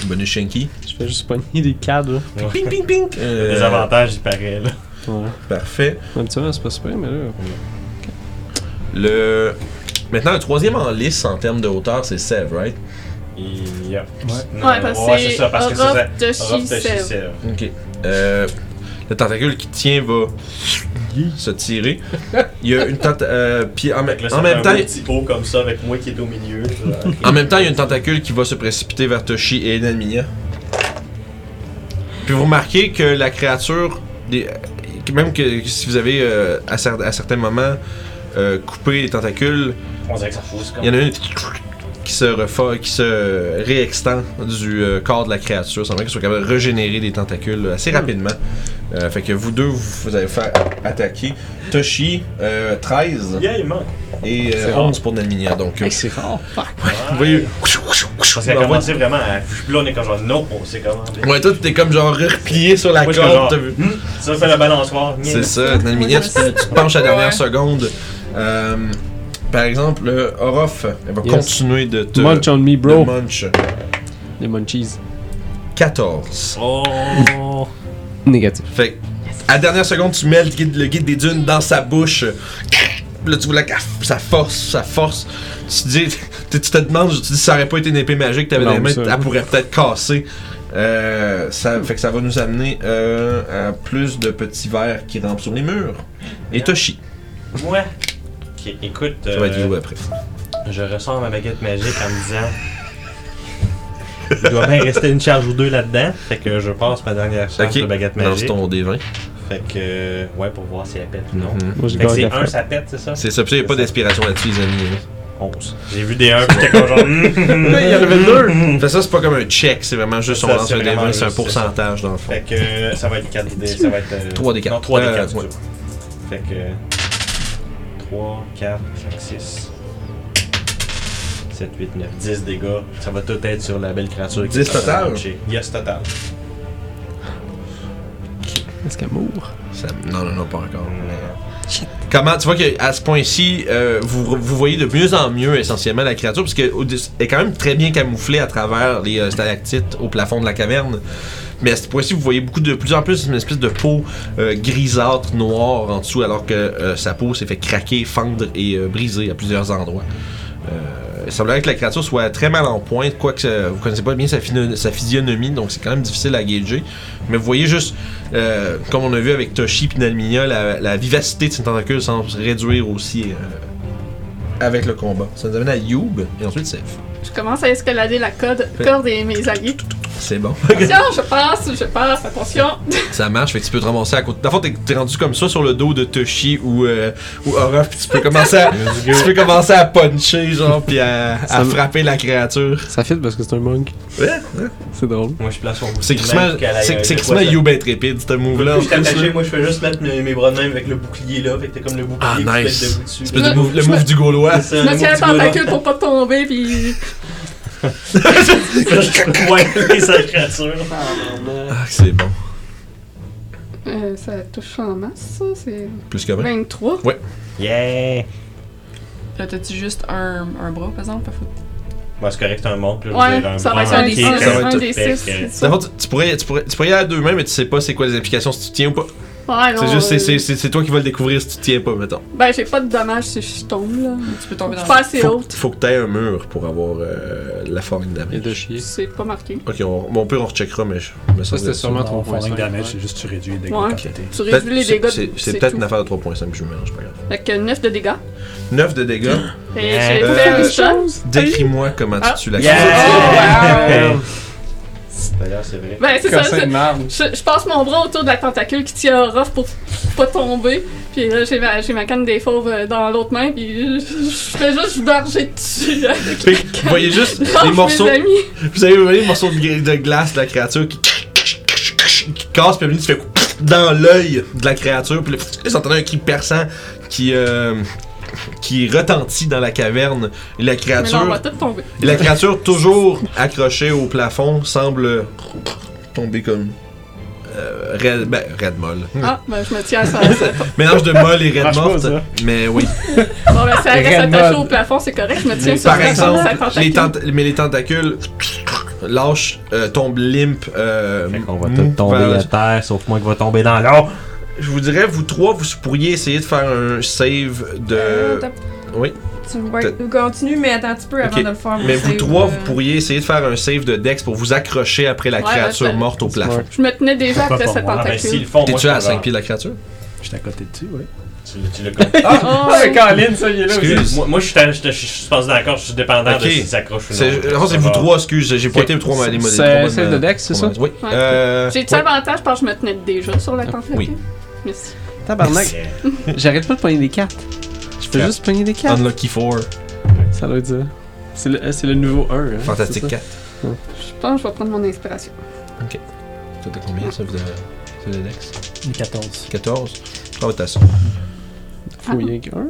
A: Bonus Shanky.
D: je fais juste pogner des cadres. là.
A: Ping, ping, ping! Euh,
E: Des avantages, il paraît. Là.
D: Ouais.
A: Parfait.
D: Habituellement, c'est pas super, mais là.
A: Le. Maintenant, le troisième en lice en termes de hauteur, c'est Sev, right?
E: Yeah.
B: Ouais, parce que c'est Orof de Shisev.
A: Ok. Euh, le tentacule qui tient va se tirer. Il y a une tenta- euh, puis en,
E: Fait que là, ça
A: en
E: fait
A: même temps,
E: un beau petit pot comme ça avec moi qui est au milieu.
A: en même temps, il y a une tentacule qui va se précipiter vers Toshi et Enamiya. Puis vous remarquez que la créature, des- que même que si vous avez euh, à, cer- à certains moments euh, coupé les tentacules,
E: On dirait que ça fausse comme.
A: il y en a une qui se refa- qui se réextend du euh, corps de la créature. Ça veut dire qu'ils sont capables de régénérer des tentacules
D: Hmm.
A: assez rapidement. Euh, fait que vous deux, vous, vous allez faire attaquer Toshi, euh, 13
E: Yeah, il manque.
A: et euh,
D: C'est
A: 11 pour Nalminia. Donc, euh,
D: Hey, c'est rare. Fuck.
A: vous voyez.
E: Parce qu'elle a
A: Bah,
E: commencé vraiment à. Puis là, on est comme genre, non, on sait comment.
A: Ouais, toi, t'es comme genre replié sur la
E: Moi, je suis
A: corde.
E: genre,
A: t'as vu?
E: Hmm, Ça fait la balançoire.
A: C'est ça, Nalminia, tu, tu te penches à la dernière
F: Ouais.
A: seconde. Euh, par exemple, euh, Orof, elle va
D: Yes.
A: continuer de te.
D: Munch on me,
A: de
D: bro.
A: munch.
D: Les munchies.
A: 14.
E: Oh.
D: Négatif.
A: Fait que, à la dernière seconde, tu mets le guide, le guide des dunes dans sa bouche. Là, tu vois là, ça force, ça force. Tu te dis, tu tu te demandes, tu te dis, ça aurait pas été une épée magique, t'avais
D: Non,
A: des mains,
D: ça,
A: elle
D: non.
A: pourrait peut-être casser. Euh, ça, fait que ça va nous amener euh, à plus de petits verres qui rampent sur les murs. Et Toshi,
E: Moi. Ok, écoute.
A: ça va être
E: euh,
A: you après.
E: Je ressors ma baguette magique en me disant. Il doit bien rester une charge ou deux là-dedans. Fait que je passe ma dernière charge de baguette
A: lance
E: magique.
A: ton D20.
E: Fait que. euh, Ouais, pour voir si elle pète ou non.
A: Mhm.
D: Moi, je
E: Fait que
D: gagne
E: c'est
D: la
E: un,
D: frappe.
E: ça pète, c'est ça?
A: C'est ça, puis il n'y a pas d'inspiration là-dessus, les amis. hein.
E: 11. J'ai vu des 1 pis j'étais comme genre.
A: Il
E: Mhm.
A: y en avait deux! Fait que ça, c'est pas comme un check, c'est vraiment juste
E: Ça,
A: on lance
E: c'est
A: un D20, c'est
E: vraiment
A: un
E: juste, c'est ça.
A: pourcentage dans le fond.
E: Fait que euh, ça va être 4 d Ça va être.
A: 3 des 4.
E: Non, 3 d 4.
A: Euh, ouais.
E: Fait que. 3, 4, 5, 6. 7, 8, 9, 10 dégâts. Ça va tout être sur la belle créature. qui
A: 10
E: est en train de
A: total?
E: marcher. Yes, total.
A: Est-ce qu'elle Non, non, non, pas encore. euh, Comment tu vois qu'à ce point-ci, euh, vous, vous voyez de mieux en mieux essentiellement la créature, parce qu'elle est quand même très bien camouflée à travers les euh, stalactites au plafond de la caverne. Mais à ce point-ci, vous voyez beaucoup de plus en plus une espèce de peau euh, grisâtre, noire en dessous, alors que euh, sa peau s'est fait craquer, fendre et euh, briser à plusieurs endroits. Euh, il semblerait que la créature soit très mal en pointe, quoique euh, vous connaissez pas bien sa, phino- sa physionomie, donc c'est quand même difficile à gager. Mais vous voyez juste, euh, comme on a vu avec Toshi et Nalminia, la, la vivacité de ses tentacules semble se réduire aussi euh, avec le combat. Ça nous amène à Youb et ensuite Seth.
B: Je commence à escalader la corde,
A: Fait-
B: corde et mes alliés.
A: C'est bon.
B: Attention, je passe, je passe, attention.
A: Ça marche, fait que tu peux te ramasser à côté. Dans le fond, t'es t'es rendu comme ça sur le dos de Toshi ou, euh, ou Orof, puis tu peux commencer à, tu peux commencer à puncher, genre, puis à, à
N: Ça me-
A: frapper la créature.
N: Ça fit parce que c'est un monk.
A: Ouais,
N: C'est drôle.
E: Moi, je place mon
A: C'est
E: bouclier
A: crissement-
E: même qu'à la-
A: c'est- c'est
E: la
A: crissement
E: poitrine.
A: Youb être répide, ce move-là. en
E: Je suis
A: plus,
E: attaché,
A: là.
E: moi je fais juste mettre mes mes bras de même avec le bouclier là, fait que t'as comme le
A: Ah,
E: bouclier qui fait
A: nice.
E: debout dessus.
A: Espèce de move- le move du Gaulois.
E: C'est
B: Je
E: ça,
B: me
E: le
B: tiens à
E: move du Gaulois.
B: tentacule pour pas tomber, puis
E: Ouais, sa créature.
A: Ah, c'est bon.
B: euh, ça touche en masse, ça. C'est
A: Plus que 20.
B: 23.
A: Ouais. Yeah!
F: Là, t'as-tu juste un, un bras, par exemple? Faut-
E: Bah, c'est correct, c'est un monk. là, je
F: Ouais,
E: veux dire,
F: ça va
E: bras,
F: être un des
E: pied,
F: six,
E: correct.
F: un
E: Fait
F: des
E: que-
F: six, c'est ça.
A: Dans le fond, tu, tu pourrais, tu, pourrais, tu pourrais y aller à deux mains, mais tu sais pas c'est quoi les implications si tu tiens ou pas.
B: Ouais, non.
A: C'est juste, c'est-
B: euh,
A: c'est- c'est c'est toi qui vas le découvrir si tu tiens pas, mettons.
B: Ben, j'ai pas de dommages si je tombe, là. Tu peux tomber
F: dans
B: Je suis pas assez
A: Ah, Faut,
B: haute,
A: faut que t'aies un mur pour avoir euh, la falling damage.
B: c'est pas marqué.
A: Ok, on, bon, on peut, on recheckera, mais je me
N: Ça, c'était sûrement
C: Ton
N: 3.5.
C: falling damage, c'est juste tu réduis les dégâts
B: Ouais,
C: quand t'es-
B: tu réduis les dégâts.
A: C'est,
B: de-
A: c'est peut-être
B: tout.
A: une affaire de 3.5 que je mélange, pas grave.
B: Fait que 9 de dégâts.
A: 9 de dégâts.
B: Et j'ai
A: Euh,
B: fait une chose.
A: Décris-moi comment
B: Ah.
A: tu tues la
B: Yeah.
A: créature.
B: Oh,
E: D'ailleurs, c'est vrai.
B: Ben, c'est ça. c'est- Je, je passe mon bras autour de la tentacule qui tient Orof pour pas tomber. Puis là, j'ai ma, j'ai ma canne des fauves euh, dans l'autre main. Puis je, je fais juste barger dessus. avec
A: Fait que Vous voyez juste
B: Lâche
A: les
B: mes
A: morceaux.
B: amis.
A: Vous avez vous voyez les morceaux de, gla- de glace de la créature qui, qui casse, puis à un moment donné, tu fais dans l'œil de la créature, puis là, vous entendez un cri perçant qui, euh, qui retentit dans la caverne. Et la
B: Ah, Mais là, on va
A: créature,
B: tout tomber.
A: et la créature toujours accrochée au plafond, semble tomber comme. Euh, raide, ben, raide molle.
B: Ah, ben, je me tiens à ça. bon,
A: Mélange de molle et raide
N: Marche pas,
A: morte.
N: ça.
A: Mais oui.
B: ben, ça reste
A: Raide
B: attaché
A: mode.
B: au plafond, c'est correct. Je me tiens sur
A: Par
B: la
A: exemple,
B: sa tentacule.
A: les tent- mais les tentacules lâchent, euh, tombent limp. Euh,
E: On va
A: mou
E: tout tomber
A: vers-
E: à terre, sauf moi qui va tomber dans l'eau.
A: Je vous dirais, vous trois, vous pourriez essayer de faire un save de.
F: Euh, t'as-
A: oui.
F: Tu ouais, continue, mais attends un petit peu avant
A: Ok.
F: de le faire.
A: Mais vous
F: c'est-
A: trois,
F: euh,
A: vous pourriez essayer de faire un save de Dex pour vous accrocher après la
B: Ouais,
A: créature
B: ben, je-
A: morte au plafond.
B: Je me tenais déjà après cette
E: Ah, Ben,
B: tentacule.
A: T'es-tu à 5 pieds de la créature
C: J'étais à côté dessus, ouais.
E: Tu l'as- tu l'as compris.
B: Oh,
D: Ah, Caroline, ça, il est là aussi.
A: Excuse.
E: Moi, moi, je suis à- je- je- je suis pas d'accord, je suis dépendant
A: Ok.
E: de si ça accroche ou non.
A: C'est non, c'est
E: Ça
A: vous
E: va.
A: trois, excuse, j'ai pointé trois ma- les modes.
D: C'est celle de Dex, c'est ça?
A: Oui.
B: Ouais.
A: Euh,
B: J'ai-tu
A: ouais. Ah,
B: avantage parce que je me tenais déjà sur la tentacule?
A: Oui.
B: Merci.
D: Tabarnak. J'arrête pas de pogner des cartes. Je peux
A: Quatre. Ah
D: juste pogner des cartes.
A: Unlucky 4.
D: Ça doit être ça. C'est le, eh, c'est le nouveau 1.
A: Fantastique 4.
B: Je pense que je vais prendre mon inspiration.
A: Toi, t'as combien, ça, de, save de Dex
C: Une 14.
A: 14. Ah, t'as ça.
D: Faut rien qu'un.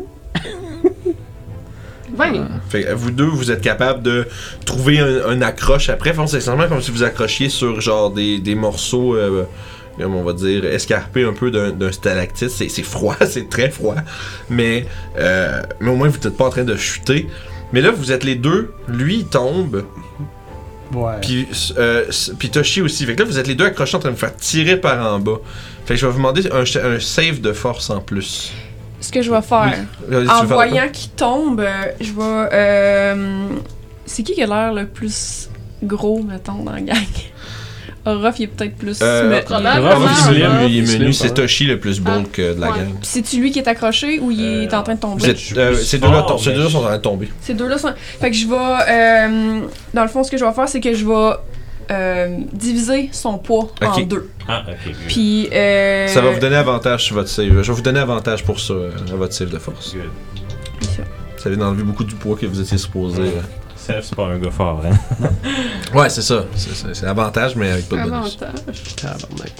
B: 20.
A: Fait que vous deux, vous êtes capable de trouver un, un accroche après. Enfin, c'est essentiellement comme si vous accrochiez sur genre des, des morceaux, euh, comme on va dire, escarpés un peu d'un d'un stalactite. C'est c'est froid, c'est très froid. Mais, euh, mais au moins, vous n'êtes pas en train de chuter. Mais là, vous êtes les deux. Lui, il tombe.
C: Ouais.
A: Puis, euh, s- puis Toshi aussi. Fait que là, vous êtes les deux accrochés en train de vous faire tirer par en bas. Fait que je vais vous demander un, ch- un save de force en plus.
F: Ce que je vais faire,
A: Vas-y, tu
F: en
A: veux faire-
F: voyant qu'il tombe, euh, je vais. euh, c'est qui qui a l'air le plus gros, mettons, dans la gang? Orof, il est peut-être plus.
A: Euh,
F: mais-
B: Probablement,
A: Rof, il est
B: Rof,
A: menu, il est
D: Slim,
A: menu.
D: ça
A: C'est
D: va.
A: Toshi le plus bold que de la
B: ouais.
A: gang.
F: Pis c'est-tu lui qui est accroché ou il est en train de tomber?
A: Vous êtes, euh, ces deux-là tom- ces deux-là sont en train de tomber.
F: Ces deux-là sont. Fait que je vais. euh, dans le fond, ce que je vais faire, c'est que je vais euh, diviser son poids en
A: Ok.
F: deux.
E: Ah, ok. good.
F: Puis. euh,
A: Ça va vous donner avantage sur votre save. Je vais vous donner avantage pour ça, euh, à votre save de force.
E: Good.
A: Ça vient d'enlever beaucoup du poids que vous étiez supposé. euh.
E: Seth, c'est pas un gars fort, hein.
A: Ouais, c'est ça. C'est- C'est c'est avantage, mais avec pas de bonus.
B: Avantage.
D: Tabarnak.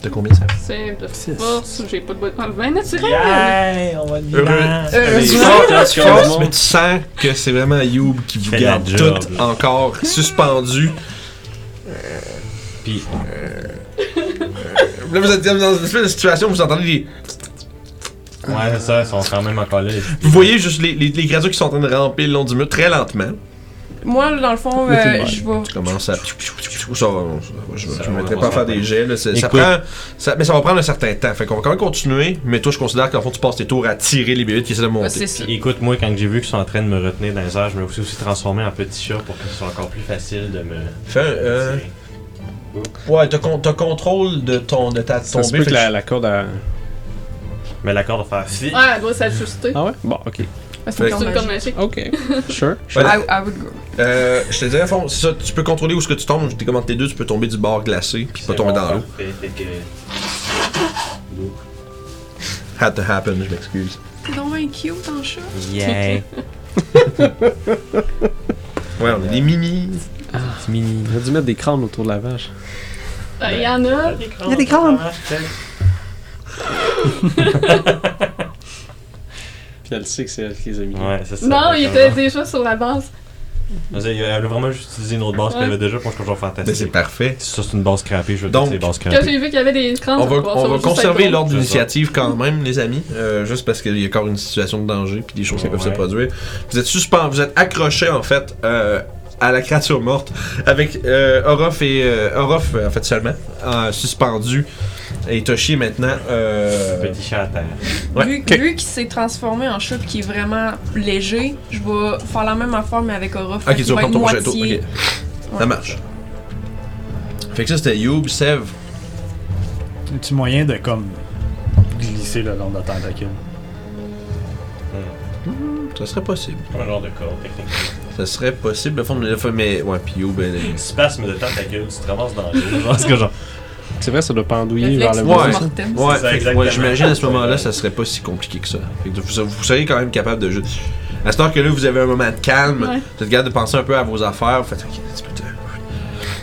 A: T'as combien ça
B: C'est de force, j'ai pas de bonne. Ah, ben naturel!
A: Yeah,
B: on va
A: Heureux. Avec force, force, mais tu sens que c'est vraiment Youb qui vous
E: fait la
A: garde
E: job,
A: tout
E: là.
A: encore suspendu. Puis. Là, vous êtes dans une espèce de situation où vous entendez des.
E: Ouais, c'est ça, ils sont quand même encore là.
A: Vous voyez juste les, les, les créatures qui sont en train de ramper le long du mur très lentement.
F: Moi, dans le fond,
A: Mais t'es
F: euh,
A: mal.
F: je vais.
A: Tu commences à. Ça va- ça va- je je
E: Ça va
A: ne mettrai
E: pas
A: pas à
E: se
A: faire des
E: faire.
A: jets. là, c'est- ça
E: Écoute.
A: prend- ça- mais ça va prendre un certain temps. Fait qu'on va quand même continuer. Mais toi, je considère qu'en fond, tu passes tes tours à tirer les bébites qui essaient de monter.
E: Puis Écoute, moi, quand j'ai vu qu'ils sont en train de me retenir dans les airs, je me suis aussi transformé en petit chat pour que ce soit encore plus facile de me.
A: Fais un. euh, Ouais, t'as con- t'as contrôle de, ton, de ta
E: Ça
A: tombée.
E: se peut que la-
A: corde à.
E: Mais la corde va faire si.
B: Ouais, elle doit s'ajuster.
A: Ah,
E: ouais? Bon, ok.
B: C'est une corde magique.
E: Ok.
A: Sure.
B: I- I would go.
A: Euh, je te dirais, à fond, c'est ça. Tu peux contrôler où ce que tu tombes. Je t'ai commenté les deux. Tu peux tomber du bord glacé. Puis pas tomber dans l'eau. Had to happen, je m'excuse.
F: T'es donc bien cute en chat.
A: Yeah. Ouais, on est des mini.
N: Ah, mini. J'aurais dû mettre des crânes autour de la vache.
B: Euh, Il y en a.
N: Il y a des crânes.
D: Puis elle sait que c'est elle qui les a mis.
E: Ouais, c'est ça.
B: Non, il était
E: exactement.
B: déjà sur la base.
E: Vas-y, euh, Elle a vraiment juste utilisé une autre base
B: Ouais.
E: qu'elle avait déjà pour que je sois fantastique.
A: Mais ben, c'est parfait.
E: Ça, c'est une base crappée, je veux
A: Donc,
E: dire, c'est base
B: Quand
E: crappée.
B: j'ai vu qu'il y avait des crans,
A: On va,
B: ça
A: on va
B: juste
A: conserver
B: être
A: l'ordre
B: drôle.
A: d'initiative quand même, les amis, euh, juste parce qu'il y a encore une situation de danger puis des choses qui peuvent se produire. Vous êtes suspens, vous êtes accrochés en fait euh, à la créature morte avec euh, Orof et euh, Orof euh, en fait seulement euh, suspendu et Toshi est maintenant euh,
E: petit chat à terre.
F: Vu,
A: Ouais. ok.
F: vu qu'il s'est transformé en chat qui est vraiment léger, je vais faire la même affaire mais avec Aura.
A: Ok,
F: Fait
A: tu vas
F: qu'il va
A: prendre ton
F: être
A: jet d'eau,
F: moitié-
A: ok.
F: Ouais.
A: Ça marche. Fait que ça c'était Youb, Sev.
C: Un petit moyen de comme glisser le long de la tentacule.
A: Ça serait possible.
E: Comme un genre de corde, techniquement.
A: Ça serait possible de fond de mais ouais, puis Youb elle est-
E: Spasme de tentacule, tu te ramasses dans l'eau. genre, ce que genre.
N: C'est vrai, ça doit pendouiller vers
E: Réflexe
N: le
A: Ouais,
N: bas.
E: mortem.
A: ouais,
E: C'est ça,
A: fait que,
E: exactement.
A: ouais, j'imagine à ce moment-là, ça serait pas si compliqué que ça. Fait que vous, vous seriez quand même capable de juste. À cette heure que là, vous avez un moment de calme,
B: Ouais.
A: vous êtes capable de penser un peu à vos affaires, vous faites ok, un petit peu de-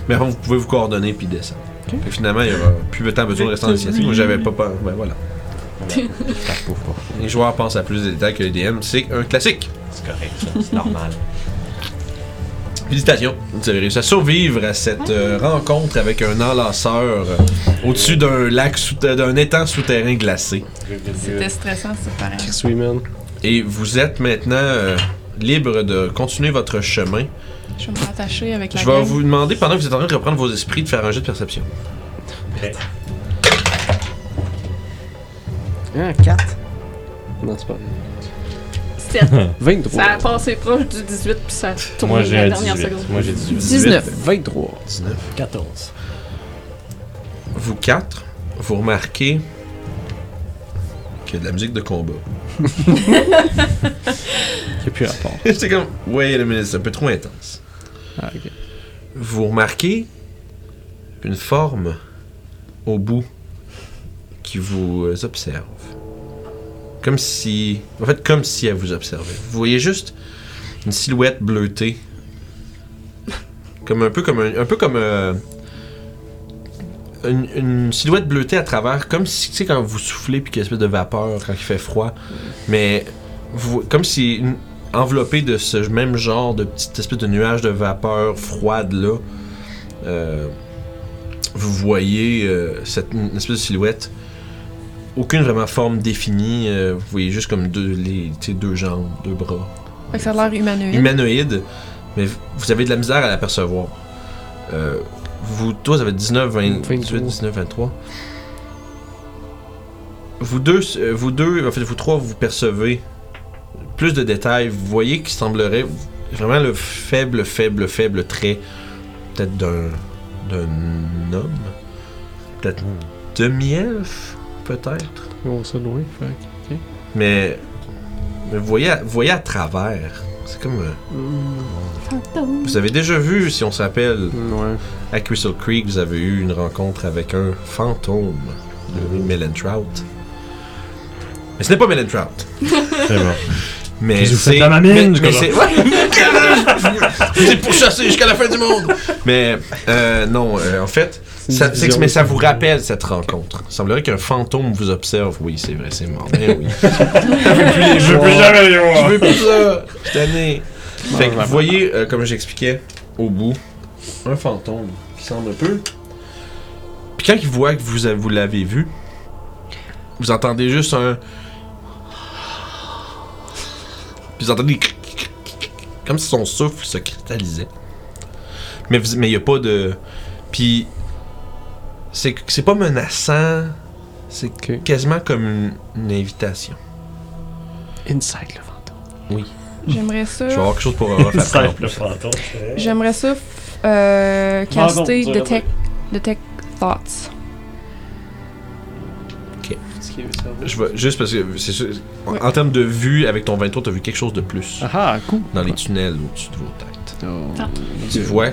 A: Mais bon, vous pouvez vous coordonner puis descendre. Fait que finalement, il y aura plus tant besoin de rester en initiative. Moi, j'avais pas peur. Ben voilà. Les joueurs pensent à plus de détails que les DM. C'est un classique.
E: C'est correct, ça, c'est normal.
A: Félicitations, vous avez réussi à survivre à cette euh, rencontre avec un enlaceur euh, au-dessus d'un lac, sous- d'un étang souterrain glacé.
F: C'était stressant, c'est pareil.
A: Et vous êtes maintenant euh, libre de continuer votre chemin.
F: Je vais me rattacher avec la
A: Je vais
F: gang.
A: vous demander, pendant que vous êtes en train de reprendre vos esprits, de faire un jet de perception.
N: Hein, 4. Non, c'est pas.
B: Sept.
N: 23.
B: Ça a passé proche du 18 puis ça a tourné
N: Moi, j'ai
B: la
N: un
B: dernière
N: 18.
B: seconde.
N: Moi, j'ai 18.
B: 19.
N: 23.
A: 19.
C: 14.
A: Vous quatre, vous remarquez qu'il y a de la musique de combat.
N: Qui a plus rapport.
A: C'est comme, wait a minute, c'est un peu trop intense.
N: Ah, ok.
A: Vous remarquez une forme au bout qui vous euh, observe. Comme si. En fait, comme si elle vous observait. Vous voyez juste une silhouette bleutée. Comme un peu comme un, un peu comme euh, une, une silhouette bleutée à travers, comme si tu sais quand vous soufflez puis qu'il y a une espèce de vapeur quand il fait froid, mais vous- comme si une- enveloppé de ce même genre de petite espèce de nuage de vapeur froide là, euh, vous voyez euh, cette une espèce de silhouette. Aucune vraiment forme définie. euh, vous voyez juste comme deux, les, tu sais, deux jambes, deux bras
F: Fait que ça a l'air humanoïde.
A: humanoïde, mais v- vous avez de la misère à l'apercevoir. Euh, vous, toi, vous avez 19, 20, 28, 19, 23. Vous deux, euh, vous deux, en fait, vous trois, vous percevez plus de détails. Vous voyez qu'il semblerait vraiment le faible, faible, faible trait, peut-être d'un d'un homme, peut-être demi-elfe, peut-être.
N: On se loin, fait. que- ok.
A: Mais, mais vous, voyez à, vous voyez à travers. C'est comme. euh,
N: Mm,
A: vous avez déjà vu, si on se rappelle, à Crystal Creek, vous avez eu une rencontre avec un fantôme nommé Melentrout. Mais ce n'est pas Melentrout.
E: C'est bon.
A: Mais
E: Qu'est-ce que vous faites
A: c'est.
E: dans ma mine,
A: mais-
E: je
A: mais
E: comprends.
A: c'est- ouais. C'est pour chasser jusqu'à la fin du monde. Mais euh, non, euh, en fait,
E: une
A: ça, c'est que-
E: vision.
A: mais ça vous rappelle cette rencontre. Il semblerait qu'un fantôme vous observe. Oui, c'est vrai, c'est mort. Mais oui.
E: Je veux plus jamais les voir.
A: Je veux plus ça. Je suis tanné.
E: Bon,
A: Fait que
E: vraiment.
A: vous voyez, euh, comme j'expliquais, au bout, un fantôme qui semble un peu. Puis quand il voit que vous, a- vous l'avez vu, vous entendez juste un. Puis vous entendez des cric, cric, cric, cric, comme si son souffle se cristallisait. Mais il mais n'y a pas de. Puis c'est c'est pas menaçant, c'est quasiment comme une, une invitation.
D: Inside le vent.
A: Oui.
F: J'aimerais ça.
A: Je vais avoir quelque chose pour Orof après. en
Q: Simple
A: plus.
Q: fantôme.
F: J'aimerais ça f- euh, caster
Q: Pardon, tu
F: detect, detect Thoughts.
A: Ok. Je vais, juste parce que c'est sûr- en- En termes de vue, avec ton 23, t'as vu quelque chose de plus.
D: Ah, cool.
A: Dans les tunnels au-dessus de vos têtes.
D: Ah.
A: Tu vois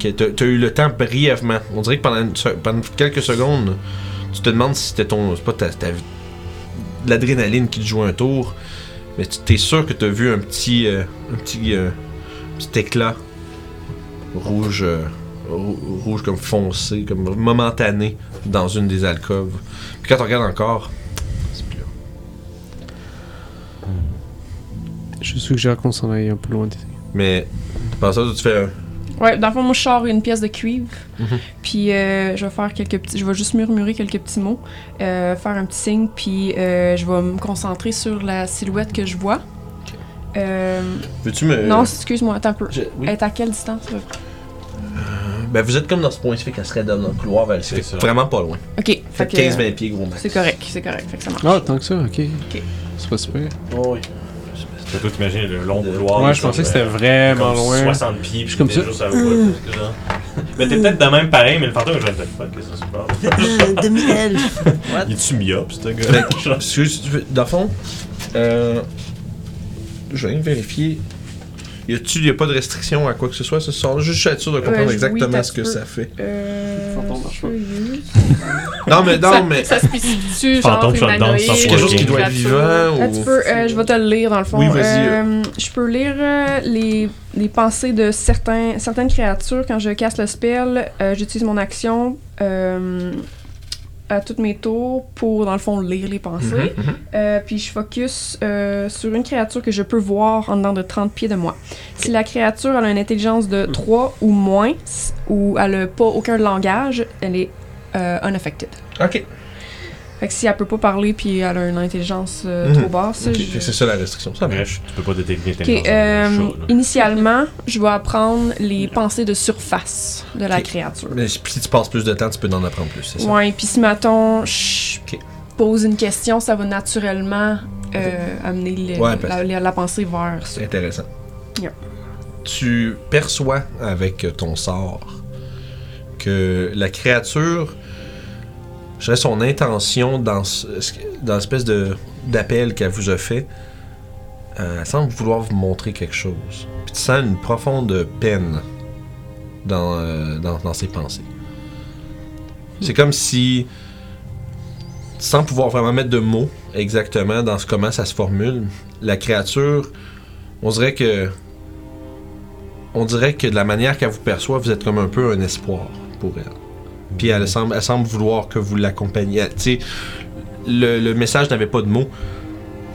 A: que t'as t'as eu le temps brièvement. On dirait que pendant, une se- pendant quelques secondes, tu te demandes si c'était ton. C'est pas ta. ta- de l'adrénaline qui te joue un tour. Mais tu t'es sûr que t'as vu un petit. euh, un petit. euh, petit éclat rouge, euh, rou- rouge comme foncé, comme momentané dans une des alcôves. Puis quand tu regardes encore, c'est plus là.
D: Je suggère qu'on s'en aille un peu loin d'ici.
A: Mais pendant ça, toi, tu fais un-
F: Ouais, dans le fond, moi, je sors une pièce de cuivre.
A: Mhm.
F: Puis euh, je vais faire quelques petits. Je vais juste murmurer quelques petits mots, euh, faire un petit signe, puis euh, je vais me concentrer sur la silhouette que je vois. Euh,
A: Veux-tu me-
F: Non, excuse-moi, attends un peu.
A: Je- oui.
F: Elle est à quelle distance? là?
A: Ben vous êtes comme dans ce point-ci, fait qu'elle serait dans le couloir vers le fait Vraiment pas loin.
F: Ok.
A: Fait
F: que-
A: 15-20 pieds, gros max.
F: C'est correct, c'est correct. Fait que ça marche.
D: Ah, tant que ça, ok.
F: Ok.
D: C'est pas super.
A: Oh, oui.
E: Surtout, t'imagines le long couloir.
D: Ouais,
E: là,
D: je pensais que
E: comme,
D: c'était
E: euh,
D: vraiment
E: comme
D: loin.
E: 60 pieds, puis
D: Je suis comme
E: t'es
D: ça.
E: juste à la voie, parce que genre- Mais t'es peut-être de même pareil, mais le fantôme, je vais te fuck, qu'est-ce que ça se passe?
A: Demi-elfe.
E: Il est-tu myope, ce
A: Fait
E: gars?
A: que, excuse, tu veux- dans le fond, euh, je vais aller vérifier. Y a-tu y a pas de restriction à quoi que ce soit ce soir? Juste je suis sûr de comprendre
F: Euh, oui,
A: exactement
F: t'as
A: ce que
F: peu.
A: ça fait.
F: Euh,
A: Non, mais non,
F: Ça-
A: mais.
F: ça se
A: spécifie
F: genre Fantôme humanoïde, shutdown, sans
A: quelque chose qui doit être
F: absolument.
A: vivant
F: Ah, tu
A: ou.
F: peux, euh, je vais te le lire dans le fond.
A: Oui, vas-y,
F: Euh, je peux lire euh, les, les pensées de certains, certaines créatures. Quand je casse le spell, euh, j'utilise mon action euh, à tous mes tours pour, dans le fond, lire les
A: Mm-hmm.
F: pensées.
M: Mhm, mhm.
F: Euh, puis je focus euh, sur une créature que je peux voir en dedans de 30 pieds de moi. Si la créature a une intelligence de
A: Mm.
F: 3 ou moins, s- ou elle n'a pas aucun langage, elle est euh, unaffected.
A: Ok.
F: Fait que si elle peut pas parler puis elle a une intelligence euh,
A: Mhm.
F: trop basse,
A: Ok,
F: je-
A: fait que C'est ça la restriction. Ça marche.
E: Tu peux pas détecter
F: Ok, euh, initialement, je vais apprendre les pensées de surface de la créature.
A: Mais si si tu passes plus de temps, tu peux en apprendre plus, c'est ça?
F: Ouais, puis si mettons, je
A: Ok.
F: pose une question, ça va naturellement euh, amener le-
A: Ouais, parce-
F: la, la- la pensée vers ça.
A: C'est intéressant.
F: Yeah.
A: Tu perçois avec ton sort que la créature, je dirais son intention dans, ce- ce- dans l'espèce de- d'appel qu'elle vous a fait, euh, elle semble vouloir vous montrer quelque chose. Puis tu sens une profonde peine dans, euh, dans, dans ses pensées. C'est comme si, sans pouvoir vraiment mettre de mots exactement dans ce, comment ça se formule, la créature, on dirait que, on dirait que de la manière qu'elle vous perçoit, vous êtes comme un peu un espoir pour elle. Puis elle semble, elle semble vouloir que vous l'accompagniez. Tu sais, le, le message n'avait pas de mots,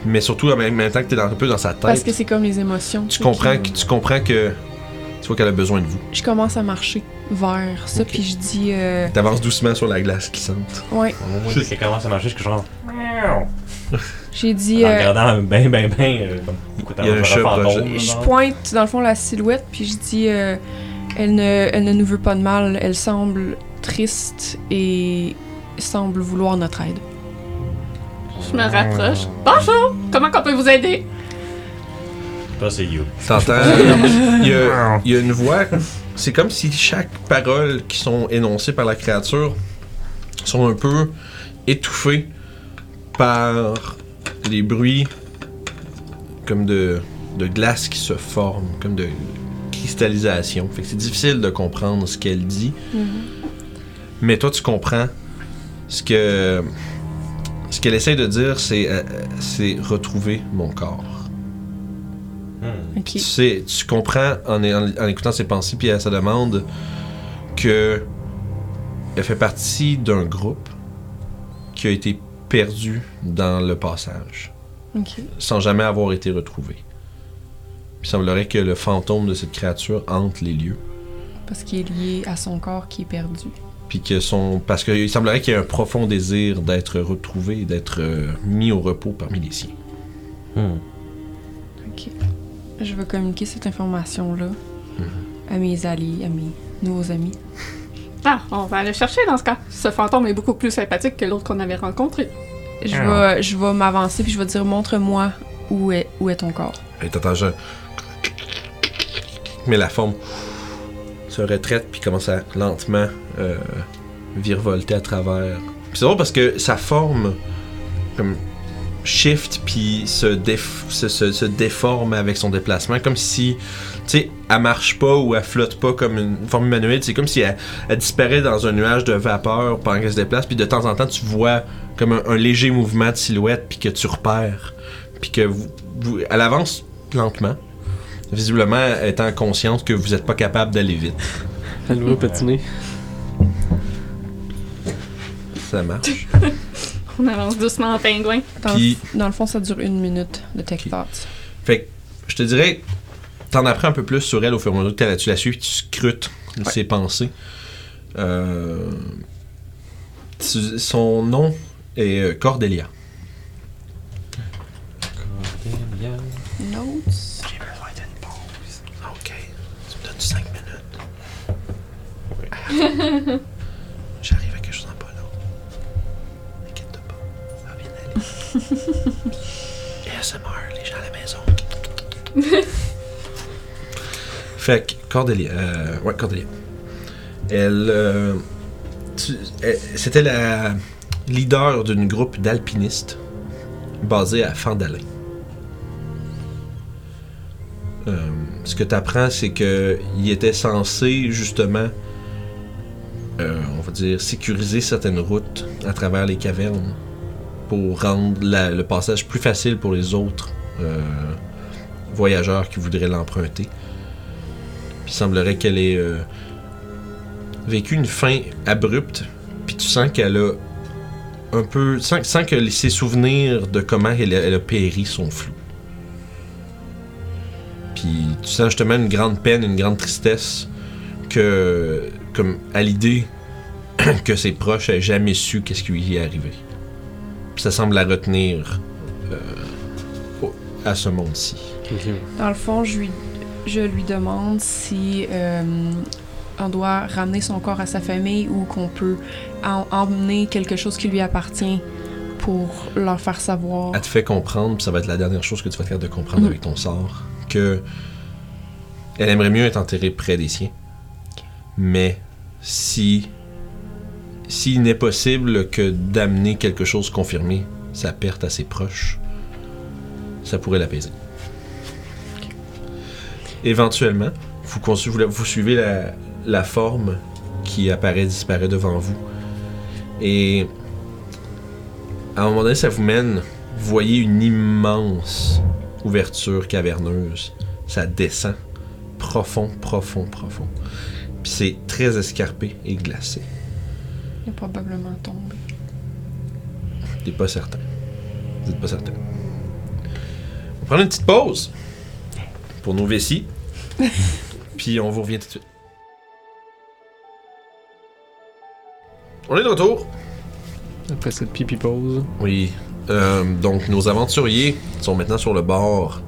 A: mais surtout en même même temps que tu es un peu dans sa tête,
F: Parce que c'est comme les émotions.
A: tu
F: sais,
A: comprends, que,
F: qui-
A: tu comprends que, tu vois qu'elle a besoin de vous.
F: Je commence à marcher vers ça, puis je dis. euh,
A: T'avances doucement sur la glace glissante.
F: Ouais.
E: Au moment où ça commence à marcher, je suis genre.
F: J'ai
E: En
F: dit. euh,
E: regardant ben, ben, ben. euh, comme beaucoup
A: Il y a un
E: d'argent,
A: chat
E: fantôme,
A: proche.
E: là,
F: Je
E: genre.
F: pointe dans le fond la silhouette, puis je dis euh, elle, ne, elle ne nous veut pas de mal, elle semble triste et semble vouloir notre aide.
B: Je me rapproche. Bonjour! Comment qu'on peut vous aider?
E: Toi, c'est you.
A: T'entends? Il y, a- il y a une voix. C'est comme si chaque parole qui sont énoncées par la créature sont un peu étouffées par les bruits comme de, de glace qui se forme, comme de cristallisation. Fait que c'est difficile de comprendre ce qu'elle dit. Mais toi, tu comprends ce que ce qu'elle essaie de dire, c'est euh, c'est retrouver mon corps.
E: Hmm.
F: Ok.
A: Tu sais, tu comprends en, en- en écoutant ses pensées puis à sa demande que elle fait partie d'un groupe qui a été perdu dans le passage
F: Ok.
A: sans jamais avoir été retrouvé. Il semblerait que le fantôme de cette créature hante les lieux.
F: Parce qu'il est lié à son corps qui est perdu.
A: Puis que son. Parce qu'il semblerait qu'il y ait un profond désir d'être retrouvé, d'être euh, mis au repos parmi les siens.
F: Ok. Je vais communiquer cette information-là à mes alliés, à mes nouveaux amis.
B: Ah, on va aller chercher dans ce cas. Ce fantôme est beaucoup plus sympathique que l'autre qu'on avait rencontré.
F: Je vais, je vais m'avancer puis je vais dire montre-moi où est, où est ton corps.
A: Et t'entends genre. Mais la forme se retraite puis commence à lentement euh, virevolter à travers. Puis c'est drôle parce que sa forme comme shift puis se, déf- se, se- se déforme avec son déplacement comme si tu sais elle marche pas ou elle flotte pas comme une forme humanoïde c'est comme si elle, elle disparaît dans un nuage de vapeur pendant qu'elle se déplace puis de temps en temps tu vois comme un, un léger mouvement de silhouette puis que tu repères puis que vous, vous- elle avance lentement visiblement étant consciente que vous êtes pas capable d'aller vite
D: Elle va patiner.
A: ça marche
B: On avance doucement en pingouin.
F: Dans,
A: Puis-
F: le, dans le fond, ça dure une minute de tech thoughts.
A: Fait que je te dirais, t'en apprends un peu plus sur elle au fur et à mesure que t'as- tu la suis, tu scrutes ses pensées. Euh, tu- son nom est euh, Cordelia.
F: Notes.
A: Ah, Ok, tu me donnes 5 minutes. J'arrive à quelque chose en pas là. Inquiète-toi pas, Ah, ça va bien aller. ASMR, les gens à la maison. Fait que Cordelia, euh, ouais Cordelia. Elle, euh, tu- elle- c'était la leader d'une groupe d'alpinistes basée à Fandalin. Euh, ce que tu apprends, c'est que il était censé justement, euh, on va dire, sécuriser certaines routes à travers les cavernes pour rendre la- le passage plus facile pour les autres euh, voyageurs qui voudraient l'emprunter. Puis il semblerait qu'elle ait euh, vécu une fin abrupte, puis tu sens qu'elle a un peu. Tu sens, tu sens que les- ses souvenirs de comment elle a- elle a péri sont flous. Puis tu sens justement une grande peine, une grande tristesse que, comme à l'idée que ses proches aient jamais su qu'est-ce qui lui est arrivé. Puis ça semble la retenir euh, au- à ce monde-ci.
F: Dans le fond, je lui, je lui demande si euh, on doit ramener son corps à sa famille ou qu'on peut en- emmener quelque chose qui lui appartient pour leur faire savoir.
A: Elle te fait comprendre, puis ça va être la dernière chose que tu vas te faire de comprendre
F: Mhm.
A: avec ton sort, que elle aimerait mieux être enterrée près des siens. Mais si s'il n'est possible que d'amener quelque chose confirmé, sa perte à ses proches, ça pourrait l'apaiser. Éventuellement, vous, consu- vous la- vous suivez la, la forme qui apparaît, disparaît devant vous. Et à un moment donné, ça vous mène. Vous voyez une immense ouverture caverneuse. Ça descend. Profond, profond, profond. Puis c'est très escarpé et glacé.
F: Il est probablement tombé.
A: T'es pas certain. Vous êtes pas certain. On prend une petite pause pour nos vessies. Puis on vous revient tout de suite. On est de retour.
D: Après cette pipi pause.
A: Oui. Euh, donc, nos aventuriers sont maintenant sur le bord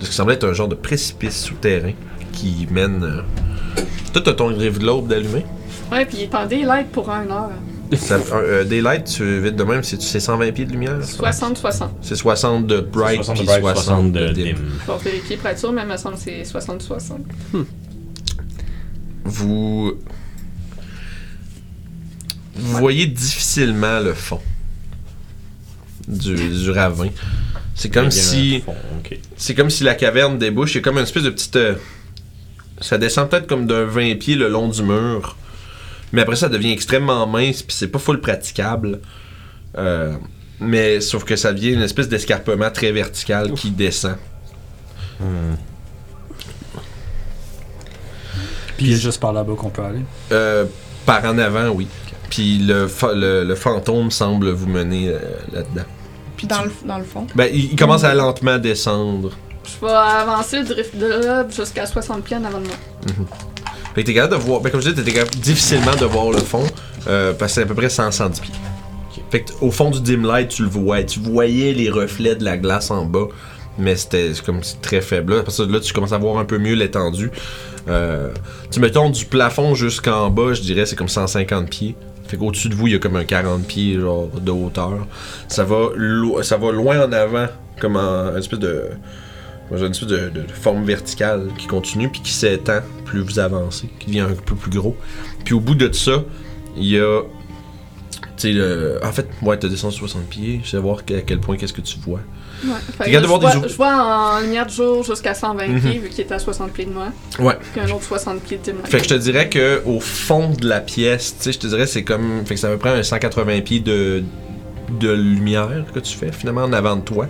A: de ce qui semble être un genre de précipice souterrain qui mène. euh, Toi, t'as ton rive de l'aube d'allumé.
B: Ouais, puis étendez l'aide pour un heure.
A: Ça- un- euh, Daylight, tu vite de même, c'est c'est 120 pieds de lumière. ça?
B: 60-60.
A: C'est 60 de bright,
E: 60 de
A: puis
E: bright,
A: 60,
E: 60
A: de
E: de
A: dim.
E: dim.
B: Pour vérifier pour être sûr, mais il me semble que c'est 60-60.
A: Vous. Vous voyez difficilement le fond du, du ravin. C'est comme
E: Eh Bien,
A: si.
E: fond, ok.
A: C'est comme si la caverne débouche. Il y a comme une espèce de petite. euh, ça descend peut-être comme d'un 20 pieds le long du mur. Mais après, ça devient extrêmement mince, puis c'est pas full praticable. Euh, mais sauf que ça devient une espèce d'escarpement très vertical qui descend.
C: Puis il y a juste par là-bas qu'on peut aller.
A: Euh, par en avant, oui. Puis le, fa- le, le fantôme semble vous mener euh, là-dedans.
F: dans, le, dans le fond.
A: Ben, il, il commence à lentement descendre.
B: Je vais avancer le drift de lobe jusqu'à 60 pieds en avant de moi.
A: Fait que t'es capable de voir. Ben, comme je disais, t'es capable difficilement de voir le fond euh, parce que c'est à peu près 110 pieds. Fait que t- au fond du dim light, tu le vois. Tu voyais les reflets de la glace en bas, mais c'était c'est comme c'est très faible. Là. Parce que là, tu commences à voir un peu mieux l'étendue. Euh, tu mettons du plafond jusqu'en bas, je dirais, c'est comme 150 pieds. Fait qu'au-dessus de vous, il y a comme un 40 pieds genre, de hauteur. Ça va, lo- ça va loin en avant, comme en une espèce de. Moi, j'ai une espèce de, de- de forme verticale qui continue puis qui s'étend plus vous avancez, qui devient un peu plus gros. Puis au bout de ça, il y a. Tu sais, le- en fait, ouais, t'as 260 pieds, je sais voir à quel point qu'est-ce que tu vois.
B: Ouais. Fait
A: T'es
B: que là,
A: capable de
B: je,
A: voir des
B: vois,
A: ou-
B: je vois en lumière de jour jusqu'à 120
A: Mhm.
B: pieds, vu qu'il est à 60 pieds de moi.
A: Ouais.
B: Puis un autre 60 pieds de dim light.
A: Fait que je te dirais que au fond de la pièce, tu sais, je te dirais c'est comme, fait que ça me prend un 180 pieds de de lumière que tu fais finalement en avant de toi.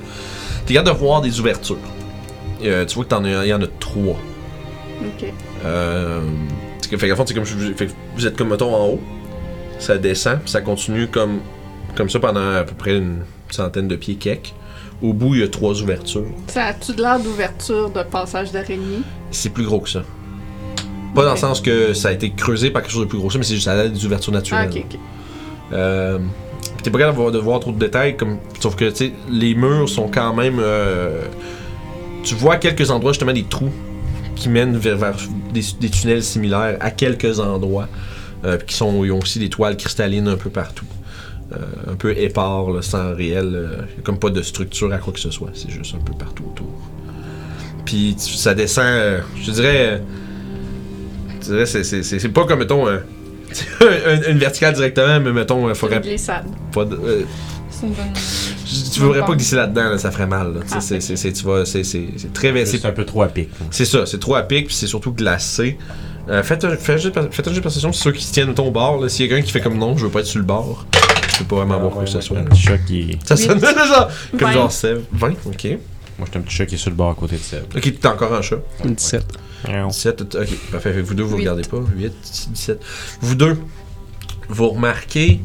A: T'es capable de voir des ouvertures. Euh, tu vois que t'en as, il y en a trois.
B: Ok.
A: Euh, parce que, fait qu'en fond, c'est comme je- fait que vous êtes comme mettons en haut, ça descend, puis ça continue comme comme ça pendant à peu près une centaine de pieds kek. Au bout, il y a trois ouvertures.
B: Ça a-tu de l'air d'ouverture de passage d'araignée?
A: C'est plus gros que ça. Pas dans le sens que ça a été creusé par quelque chose de plus gros que ça, mais c'est juste ça a l'air des ouvertures
B: Ah,
A: naturelles.
B: ok, ok.
A: Euh, pis t'es pas capable de voir- de voir trop de détails, comme, sauf que tu sais, les murs sont quand même. euh, tu vois à quelques endroits justement des trous qui mènent vers, vers des, des tunnels similaires à quelques endroits, euh, pis qui sont, ils ont aussi des toiles cristallines un peu partout. Euh, un peu épars, là, sans réel, euh, y a comme pas de structure à quoi que ce soit, c'est juste un peu partout autour. Puis tu- ça descend, euh, je te dirais. euh, je te dirais, c'est- c'est c'est- c'est pas comme, mettons, euh, un- une verticale directement, mais mettons, euh, faudrait
B: Une glissade.
A: pas de- euh,
F: C'est une bonne.
A: je- tu voudrais pas glisser là-dedans, là, ça ferait mal. là. Tu sais, c'est- c'est- c'est- tu vas- c'est- C'est c'est très
P: C'est un peu trop à pic.
A: C'est ça, c'est trop à pic, puis c'est surtout glacé. Euh, faites, un, faites, un jeu de per- faites un jeu de perception pour ceux qui se tiennent mettons, au bord. là. S'il y a quelqu'un qui fait comme non, je veux pas être sur le bord, je peux pas
E: Ah,
A: vraiment voir quoi que ce soit.
P: Un petit chat qui est.
A: Ça sonne déjà comme
P: Vingt.
A: genre Sèvres. 20, ok.
P: Moi, j'étais un petit chat qui est sur le bord à côté de Seb.
A: Ok, t'es encore un chat.
P: Une
A: 17. 17, ok, parfait. Fait que Vous deux, vous regardez pas. 8, 17. Vous deux, vous remarquez,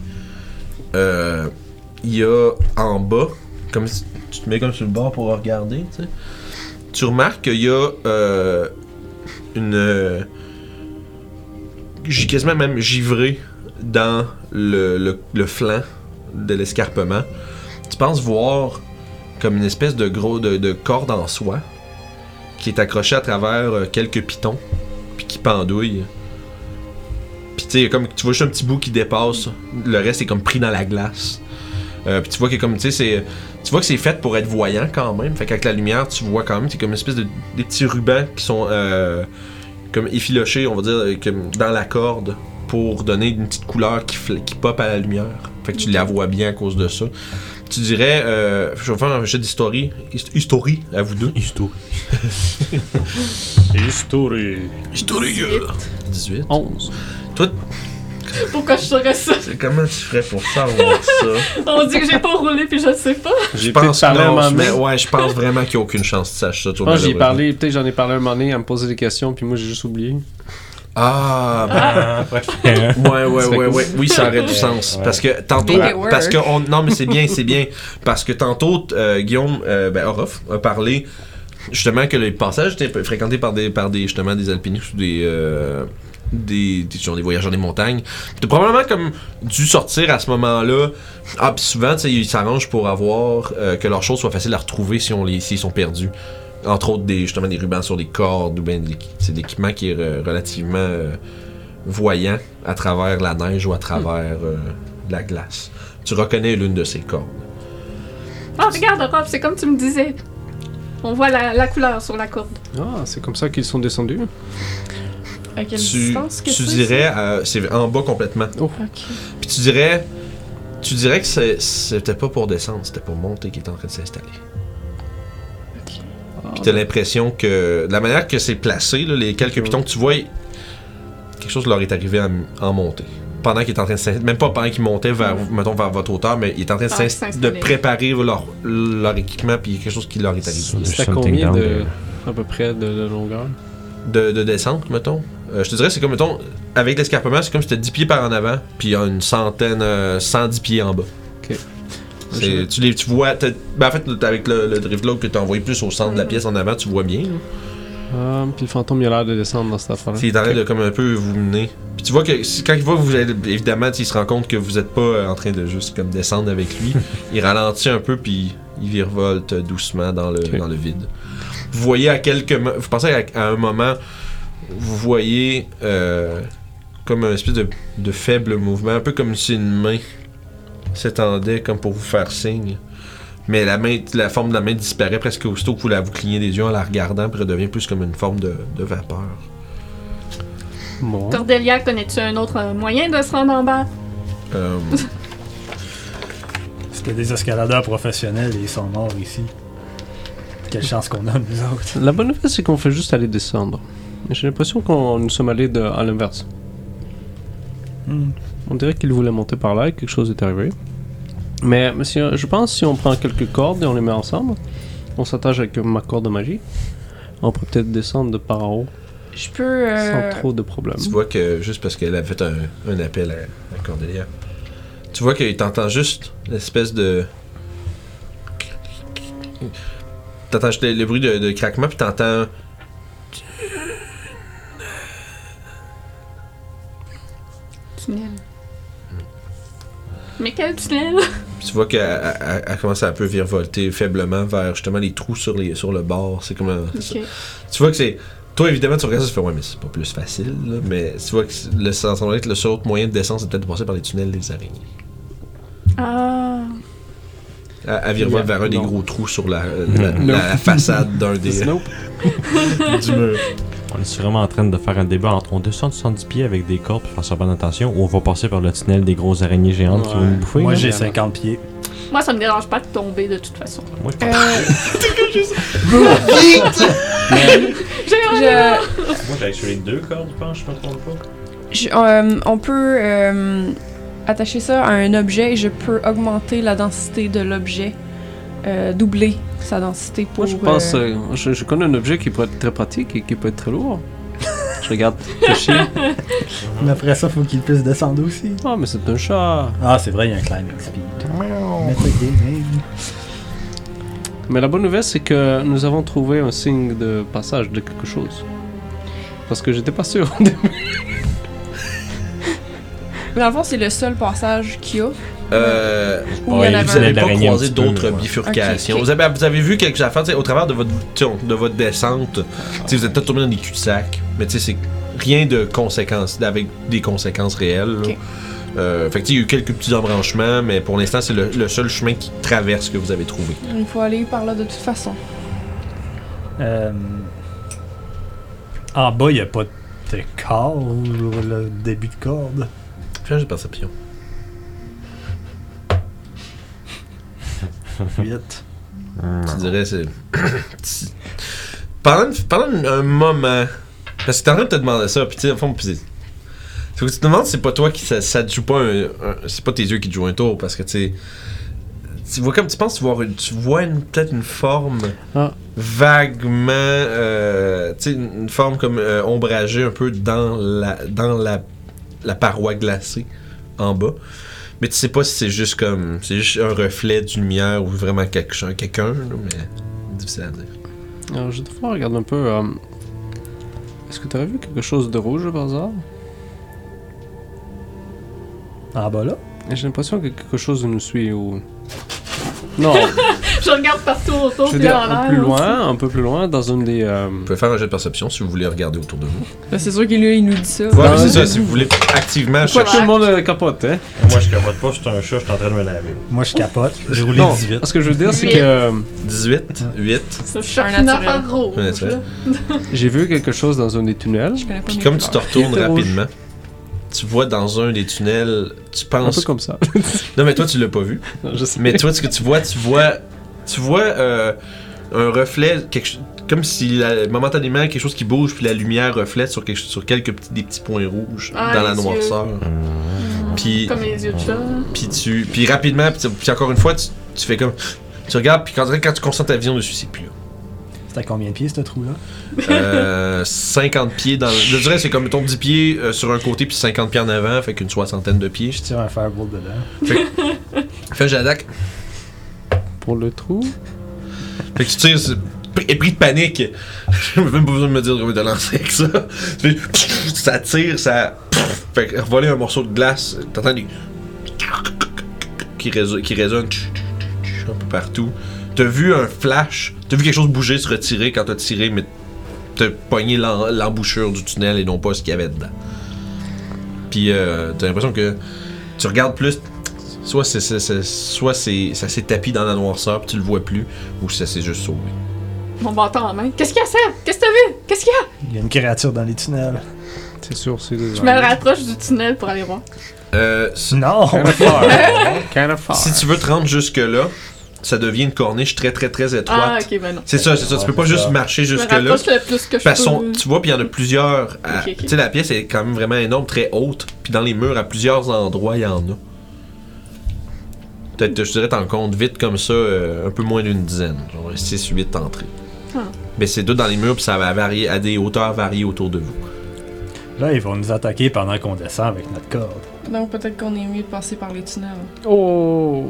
A: euh, il y a en bas, comme si tu te mets comme sur le bord pour regarder, tu sais. Tu remarques qu'il y a euh, une. euh, j'ai quasiment même givré dans le, le- le flanc de l'escarpement. Tu penses voir comme une espèce de gros de, de corde en soie qui est accrochée à travers euh, quelques pitons puis qui pendouille. Puis tu sais, comme tu vois juste un petit bout qui dépasse, le reste est comme pris dans la glace. Euh, puis tu vois que comme tu sais, c'est tu vois que c'est fait pour être voyant quand même. Fait qu'avec la lumière, tu vois quand même, c'est comme une espèce de des petits rubans qui sont euh, comme effilochés, on va dire, euh, comme dans la corde pour donner une petite couleur qui, fl- qui pop à la lumière. Fait que tu la vois bien à cause de ça. Tu dirais, euh, je vais faire un jeu d'history, hist- history à vous deux. History. history. History. 18. 11. Toi,
B: Pourquoi je saurais ça?
A: t- comment tu ferais pour savoir ça?
B: On dit que j'ai pas roulé, puis je le sais pas.
A: Je pense,
D: parlé à un
A: non,
D: moment
A: je- mais
D: donné.
A: ouais, je pense vraiment qu'il n'y a aucune chance que tu saches ça.
D: Je
A: toi,
D: pense que j'y ai
A: malheureusement.
D: parlé, peut-être j'en ai parlé un moment donné à me poser des questions, puis moi j'ai juste oublié.
A: Ah,
D: Ah.
A: ben, ouais, ouais,
D: Ça fait
A: ouais,
D: cool.
A: ouais. Oui, ça aurait du sens.
D: Ouais.
A: Parce que tantôt,
D: Make it work.
A: parce que on, non, mais c'est bien, c'est bien. Parce que tantôt, euh, Guillaume, euh, ben, Orof a parlé justement que les passages étaient fréquentés par des, par des, justement, des alpinistes ou des, euh, des, des, genre des voyageurs des montagnes. T'as probablement comme dû sortir à ce moment-là. Ah, pis souvent, tu sais, ils s'arrangent pour avoir euh, que leurs choses soient faciles à retrouver si on les, s'ils sont perdus. Entre autres, des, justement, des rubans sur des cordes ou bien des- c'est l'équipement qui est euh, relativement euh, voyant à travers la neige ou à travers euh, la glace. Tu reconnais l'une de ces cordes.
B: Ah, regarde, Rob, c'est comme tu me disais. On voit la, la couleur sur la corde.
D: Ah, c'est comme ça qu'ils sont descendus.
B: À quelle
A: tu, tu dirais, euh, c'est en bas complètement. Puis tu dirais, tu dirais que c'est- c'était pas pour descendre, c'était pour monter qui est en train de s'installer. Puis t'as l'impression que de la manière que c'est placé, là, les quelques pitons que tu vois, il- quelque chose leur est arrivé en, en montée. Pendant qu'il est en train de s'installer, même pas pendant qu'il montait vers, mettons, vers votre hauteur, mais il est en train de,
B: Pendant
A: s'inst-
B: qu'il
A: de
B: s'installait.
A: préparer leur, leur équipement, puis quelque chose qui leur est arrivé.
D: C'est à combien de, à peu près de, de longueur
A: de, de descente, mettons. Euh, je te dirais, c'est comme, mettons, avec l'escarpement, c'est comme si t'as 10 pieds par en avant, puis euh, une centaine, euh, 110 pieds en bas.
D: Ok.
A: C'est- Tu, les, tu vois, t'as- ben, en fait, t'as- avec le, le drift load que t'as envoyé plus au centre de la pièce en avant, tu vois bien. là.
D: Ah, puis le fantôme, il a l'air de descendre dans cette affaire-là.
A: Il est en train de comme un peu vous mener. Puis tu vois que si- quand il voit que vous allez, évidemment, il se rend compte que vous êtes pas euh, en train de juste comme descendre avec lui. il ralentit un peu puis il virevolte doucement dans le, dans le vide. Vous voyez à quelques, mo- vous pensez à, à un moment, vous voyez euh, comme un espèce de, de faible mouvement, un peu comme si une main s'étendait comme pour vous faire signe. Mais la main, la forme de la main disparaît presque aussitôt que vous la vous clignez des yeux en la regardant, puis redevient plus comme une forme de, de vapeur.
B: Cordelia, connais-tu un autre euh, moyen de se rendre en bas?
A: Euh,
C: C'était des escaladeurs professionnels et ils sont morts ici. Quelle chance qu'on a, nous autres.
D: La bonne nouvelle, c'est qu'on fait juste aller descendre. J'ai l'impression qu'on nous sommes allés de- à l'inverse. On dirait qu'il voulait monter par là et quelque chose est arrivé. Mais monsieur, je pense que si on prend quelques cordes et on les met ensemble, on s'attache avec ma corde de magie, on peut peut-être descendre de par en haut
F: Je peux. euh,
D: sans trop de problèmes.
A: Tu vois que juste parce qu'elle a fait un, un appel à, à Cordelia, tu vois qu'il t'entend juste l'espèce de. T'entends juste le, le bruit de, de craquement, puis t'entends.
B: Tunnel.
A: Hmm.
B: Mais quel tunnel?
A: puis Tu vois qu'elle elle- elle- elle commence à un peu virevolter faiblement vers justement les trous sur, les, sur le bord. C'est comme un- ça-
B: Ok.
A: Tu vois que c'est. Toi, évidemment, tu regardes ça, tu fais ouais, mais c'est pas plus facile, là. Mais tu vois que c'est- le, ça semblerait que le seul autre moyen de descendre, c'est peut-être de passer par les tunnels des araignées.
B: Ah.
A: Elle, elle virevolte
D: Yeah,
A: vers un des
D: non.
A: gros trous sur la, la-
E: Nope.
A: la façade d'un des.
D: Nope.
A: du mur.
E: On est vraiment en train de faire un débat entre on descend de 110 pieds avec des cordes pour faire sa bonne attention ou on va passer par le tunnel des grosses araignées géantes qui vont nous bouffer.
C: Moi,
E: là.
C: j'ai 50 pieds.
B: Moi, ça me dérange pas de tomber de toute façon.
E: Moi, je
B: Euh,
F: Je-
E: Moi, j'avais sur les deux cordes, je pense, je me trompe pas.
F: Je- euh, on peut euh, attacher ça à un objet et je peux augmenter la densité de l'objet, euh, doubler sa densité pour.
D: Moi, je pense,
F: euh,
D: euh, je, je connais un objet qui pourrait être très pratique et qui peut être très lourd. je regarde Toshi.
C: Mais après ça, faut qu'il puisse descendre aussi.
D: Ah, mais c'est un chat.
C: Ah, c'est vrai, il y a un climbing speed.
F: Oh.
C: Metagaming.
D: Mais la bonne nouvelle, c'est que nous avons trouvé un signe de passage de quelque chose. Parce que j'étais pas sûr.
F: Dans le fond, c'est le seul passage qu'il y a.
A: Euh,
F: Ou il y en avait
A: vous n'avez
F: un.
A: pas
E: L'araignée, un
A: croisé
E: petit peu,
A: d'autres
E: ouais.
A: bifurcations.
F: Ok, ok.
A: Vous, avez, vous avez vu quelques affaires tu sais, au travers de votre, tu sais, de votre descente. tu sais, Vous êtes peut-être tombé dans des cul-de-sac, mais tu sais, c'est rien de conséquences, avec des conséquences réelles. là.
F: Ok.
A: Euh, fait que, tu sais, il y a eu quelques petits embranchements, mais pour l'instant, c'est le, le seul chemin qui traverse que vous avez trouvé.
F: Il faut aller par là de toute façon.
C: Euh, En bas, il n'y a pas de corde ou le début de corde.
A: Fais de perception.
C: 8.
A: Tu dirais, c'est. Tu- pendant, une- pendant une- un moment, parce que t'es en train de te demander ça, puis tu sais, au fond, puis c'est- c'est que tu te demandes, c'est pas toi qui. Ça, ça te joue pas un. un- c'est pas tes yeux qui te jouent un tour, parce que tu sais. Tu vois comme tu penses, tu vois, une- tu vois une- peut-être une forme
D: Ah.
A: vaguement. euh, tu sais, une une forme comme euh, ombragée un peu dans la, dans la, la paroi glacée en bas. Mais tu sais pas si c'est juste comme. C'est juste un reflet d'une lumière ou vraiment quelque chose- quelqu'un, là, mais. Difficile à dire.
D: Alors, je vais devoir regarder un peu. euh, Est-ce que t'aurais vu quelque chose de rouge par hasard
C: En bas là.
D: J'ai l'impression que quelque chose nous suit ou. Non,
B: Je regarde partout autour,
D: je veux
B: puis
D: dire
B: en l'air.
D: un peu plus loin, un peu plus loin, dans une des. euh,
A: Vous pouvez faire un jet de perception si vous voulez regarder autour de vous.
F: Là, Ben, c'est sûr qu'il il nous dit ça.
A: Ouais, mais c'est ça, si vous voulez activement
D: Pourquoi
A: chercher.
D: tout le monde euh, capote, hein
E: Moi, je capote pas, je suis un chat, je suis en train de me laver.
C: Moi, je capote. J'ai roulé
D: Non,
C: 18.
D: ce que je veux dire, c'est que euh,
A: 18, 8.
B: Ça, je cherche
F: Un
B: une
F: naturel.
B: affaire rouge.
A: Ouais, c'est
B: là.
A: vrai.
D: j'ai vu quelque chose dans un des tunnels.
F: Je connais pas
A: Puis
F: mes
A: comme tu te
F: couleurs.
A: retournes
D: Il était rouge.
A: rapidement, tu vois dans un des tunnels, tu
D: Un peu
A: penses.
D: comme ça.
A: Non, mais toi, tu l'as pas vu.
D: je sais.
A: Mais toi, ce que tu vois, tu vois, tu vois euh, un reflet, quelque ch- comme si la- momentanément quelque chose qui bouge, puis la lumière reflète sur, quelque, sur quelques petits, des petits points rouges
B: Ah,
A: dans la
B: les yeux.
A: noirceur. Puis,
B: Comme les
D: Ah.
B: yeux de chat.
A: puis tu, puis rapidement, puis, tu- puis encore une fois, tu, tu fais comme, tu regardes, puis quand, quand tu concentres ta vision dessus, c'est plus là.
C: C'est à combien de pieds ce trou-là
A: Euh, 50 pieds dans le... Je dirais c'est comme ton 10 pieds euh, sur un côté puis 50 pieds en avant, fait qu'une soixantaine de pieds.
C: Je tire un fireball dedans.
A: Fait, fait Jadak.
D: Pour le trou.
A: Fait que tu tires, c'est pr- et pris de panique. J'ai même pas besoin de me dire comment te lancer avec ça. Tu fais- ça tire, ça. Fait que voler un morceau de glace, t'entends des. qui, réso- qui résonne un peu partout. T'as vu un flash, t'as vu quelque chose bouger, se retirer quand t'as tiré, mais t'as pogné l'en- l'embouchure du tunnel et non pas ce qu'il y avait dedans. Puis euh, t'as l'impression que tu regardes plus. Soit, c'est, c'est- c'est- soit c'est, ça s'est tapis dans la noirceur, puis tu le vois plus, ou ça s'est juste sauvé.
B: Mon bâton en main. Qu'est-ce qu'il y a, Seb? Qu'est-ce que t'as vu? Qu'est-ce qu'il y a?
C: Il y a une créature dans les tunnels.
D: C'est sûr, c'est deux.
B: Je me rapproche du tunnel pour aller voir.
A: Euh, si-
C: Non!
D: Hein? Kind
C: Ah.
D: of far.
A: si tu veux te rendre jusque-là, ça devient une corniche très très très étroite.
B: Ah, ok, ben non.
A: C'est ça, c'est ça. Tu peux pas
C: Ouais,
A: juste
C: ça.
A: marcher
B: Je me
A: jusque-là.
B: rapproche le plus que je peux.
A: Façon, tu vois, puis il y en a plusieurs. à-
B: Ok, ok.
A: Tu sais, la pièce est quand même vraiment énorme, très haute. Puis dans les murs, à plusieurs endroits, il y en a. Peut-être, je dirais, t'en comptes vite comme ça, euh, un peu moins d'une dizaine. Genre 6, 8 entrées.
B: Ah.
A: Mais c'est deux dans les murs, puis ça va varier à des hauteurs variées autour de vous.
C: Là, ils vont nous attaquer pendant qu'on descend avec notre corde.
F: Donc peut-être qu'on est mieux de passer par les tunnels.
D: Oh!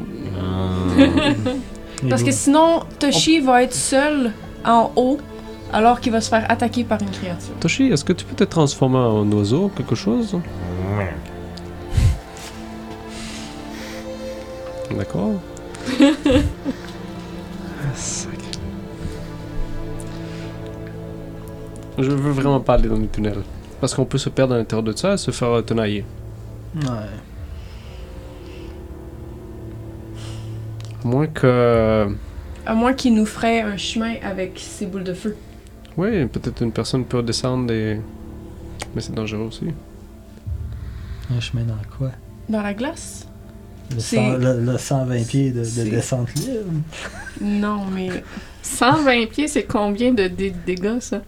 F: Parce que sinon, Toshi va être seul en haut alors qu'il va se faire attaquer par une créature.
D: Toshi, est-ce que tu peux te transformer en oiseau, quelque chose D'accord. Ah, sacré. Je veux vraiment pas aller dans les tunnels. Parce qu'on peut se perdre à l'intérieur de ça et se faire euh, tenailler.
C: Ouais.
D: À moins que. euh,
F: À moins qu'il nous ferait un chemin avec ses boules de feu.
D: Oui, peut-être une personne peut descendre et. Mais c'est dangereux aussi.
C: Un chemin dans quoi
F: Dans la glace?
C: Le,
F: C'est-
C: cent- le- le 120 pieds de, de
F: C'est-
C: descente libre.
F: Non, mais
B: 120 pieds, c'est combien de dé- dégâts, ça?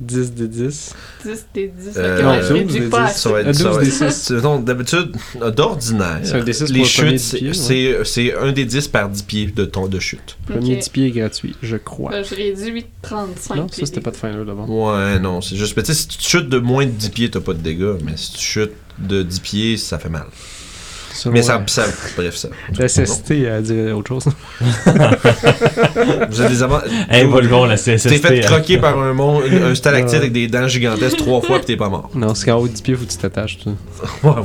D: 10 des 10.
B: 10 des 10.
A: Euh,
B: ok,
A: non,
B: ouais, je
D: 12
B: réduis
D: des
B: pas à
D: 10,
A: Ça va
D: Un
A: être. ça va
D: 12
A: être-
D: des six.
A: Non, d'habitude, d'ordinaire,
D: C'est un des six
A: les
D: pour le premier
A: chutes,
D: dix pieds,
A: c'est,
D: ouais.
A: c'est, c'est un des 10 par 10 pieds de, ton, de chute.
D: Premier
B: Ok.
D: 10 pieds est gratuit, je crois.
B: Là, je réduis 35
D: non,
B: pieds.
D: ça c'était pas de fin là d'avant.
A: Ouais, non, c'est juste. Mais tu sais, si tu chutes de moins de 10 pieds, t'as pas de dégâts. Mais si tu chutes de 10 pieds, ça fait mal. Mais ça, ça. Bref, ça.
D: La SST a dit autre chose.
A: Vous avez des avantages.
E: Hey, volons la CSST.
A: Eh, T'es fait
E: hein.
A: croquer par un, mon... un un stalactite
D: Ouais.
A: avec des dents gigantesques trois fois pis t'es pas mort.
D: Non, c'est qu'en haut de 10 pieds, faut que tu t'attaches. tu sais.
A: Ouais, ouais.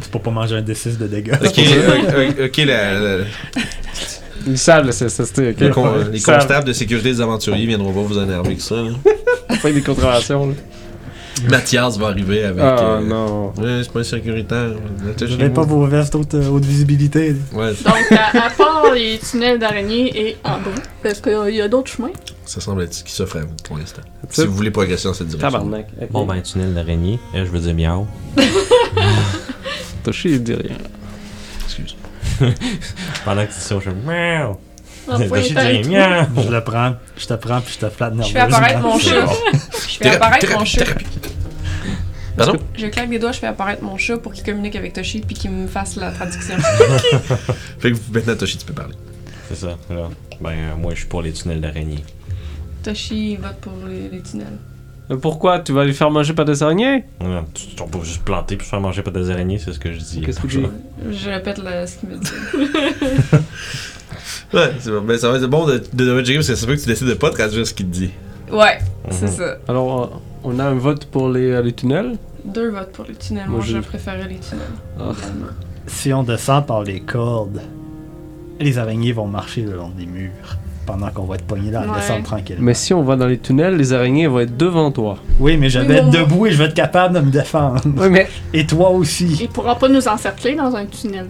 C: C'est pour pas manger un D6 de dégâts.
A: Ok, euh, euh, ok, la- la-
D: Ils savent le CSST, ok?
A: les, con- les
D: Ils savent.
A: constables de sécurité des aventuriers viendront pas vous énerver que ça. là.
D: Fait des contraventions, là.
A: Mathias va arriver avec.
D: Ah
A: euh,
D: non.
A: Ouais, c'est pas sécuritaire.
C: Vous n'avez pas vos vestes haute, euh, haute visibilité.
A: Ouais,
B: Donc, à, à part les tunnels d'araignée et en bas, parce qu'il y a d'autres chemins.
A: ça semble être ce qui s'offre à vous pour l'instant. Si
D: sais-
A: vous voulez progresser dans cette direction.
R: Tabarnak. ok.
E: Bon, ben, tunnel d'araignée. Euh, je veux dire miaou.
D: Toshi, il dit rien.
A: Excuse.
E: Pendant que tu sors, je fais miaou.
B: En
E: Toshi
B: pointant
E: dit
B: un
E: miaou.
C: Je le prends, je te prends puis je te flatte
F: je fais apparaître mon
C: nerveusement.
F: chat. Je fais apparaître mon chat.
A: Pardon?
F: Je claque des doigts, je fais apparaître mon chat pour qu'il communique avec Toshi puis qu'il me fasse la traduction.
A: Fait que vous- maintenant, Toshi, tu peux parler.
E: C'est ça, là. Ben, euh, moi, je suis pour les tunnels d'araignée.
F: Toshi il vote pour les, les tunnels.
D: Euh, Pourquoi Tu vas lui faire manger par des araignées
E: Ouais, Hum, Tu tu peux juste planter puis se faire manger par des araignées, c'est ce que je dis.
D: Qu'est-ce que tu dis
F: Je répète le- ce qu'il me dit.
A: Ouais, c'est bon. Ben, ça va être bon de, de James parce que ça se peut que tu décides de pas traduire ce qu'il te dit.
F: Ouais, c'est ça.
D: Alors, euh, on a un vote pour les, euh, les tunnels.
F: Deux votes pour les tunnels.
D: Moi,
F: Moi, je
D: je-
F: préférais les tunnels.
D: Ah.
F: finalement.
C: Si on descend par les cordes, les araignées vont marcher le long des murs pendant qu'on va être poigné dans la
B: Ouais.
C: descente tranquillement.
D: Mais si on va dans les tunnels, les araignées vont être devant toi.
C: Oui, mais je vais être
F: Oui, mais-
C: debout et je vais être capable de me défendre.
D: Oui, mais.
C: Et toi aussi.
B: Il pourra pas nous encercler dans un tunnel.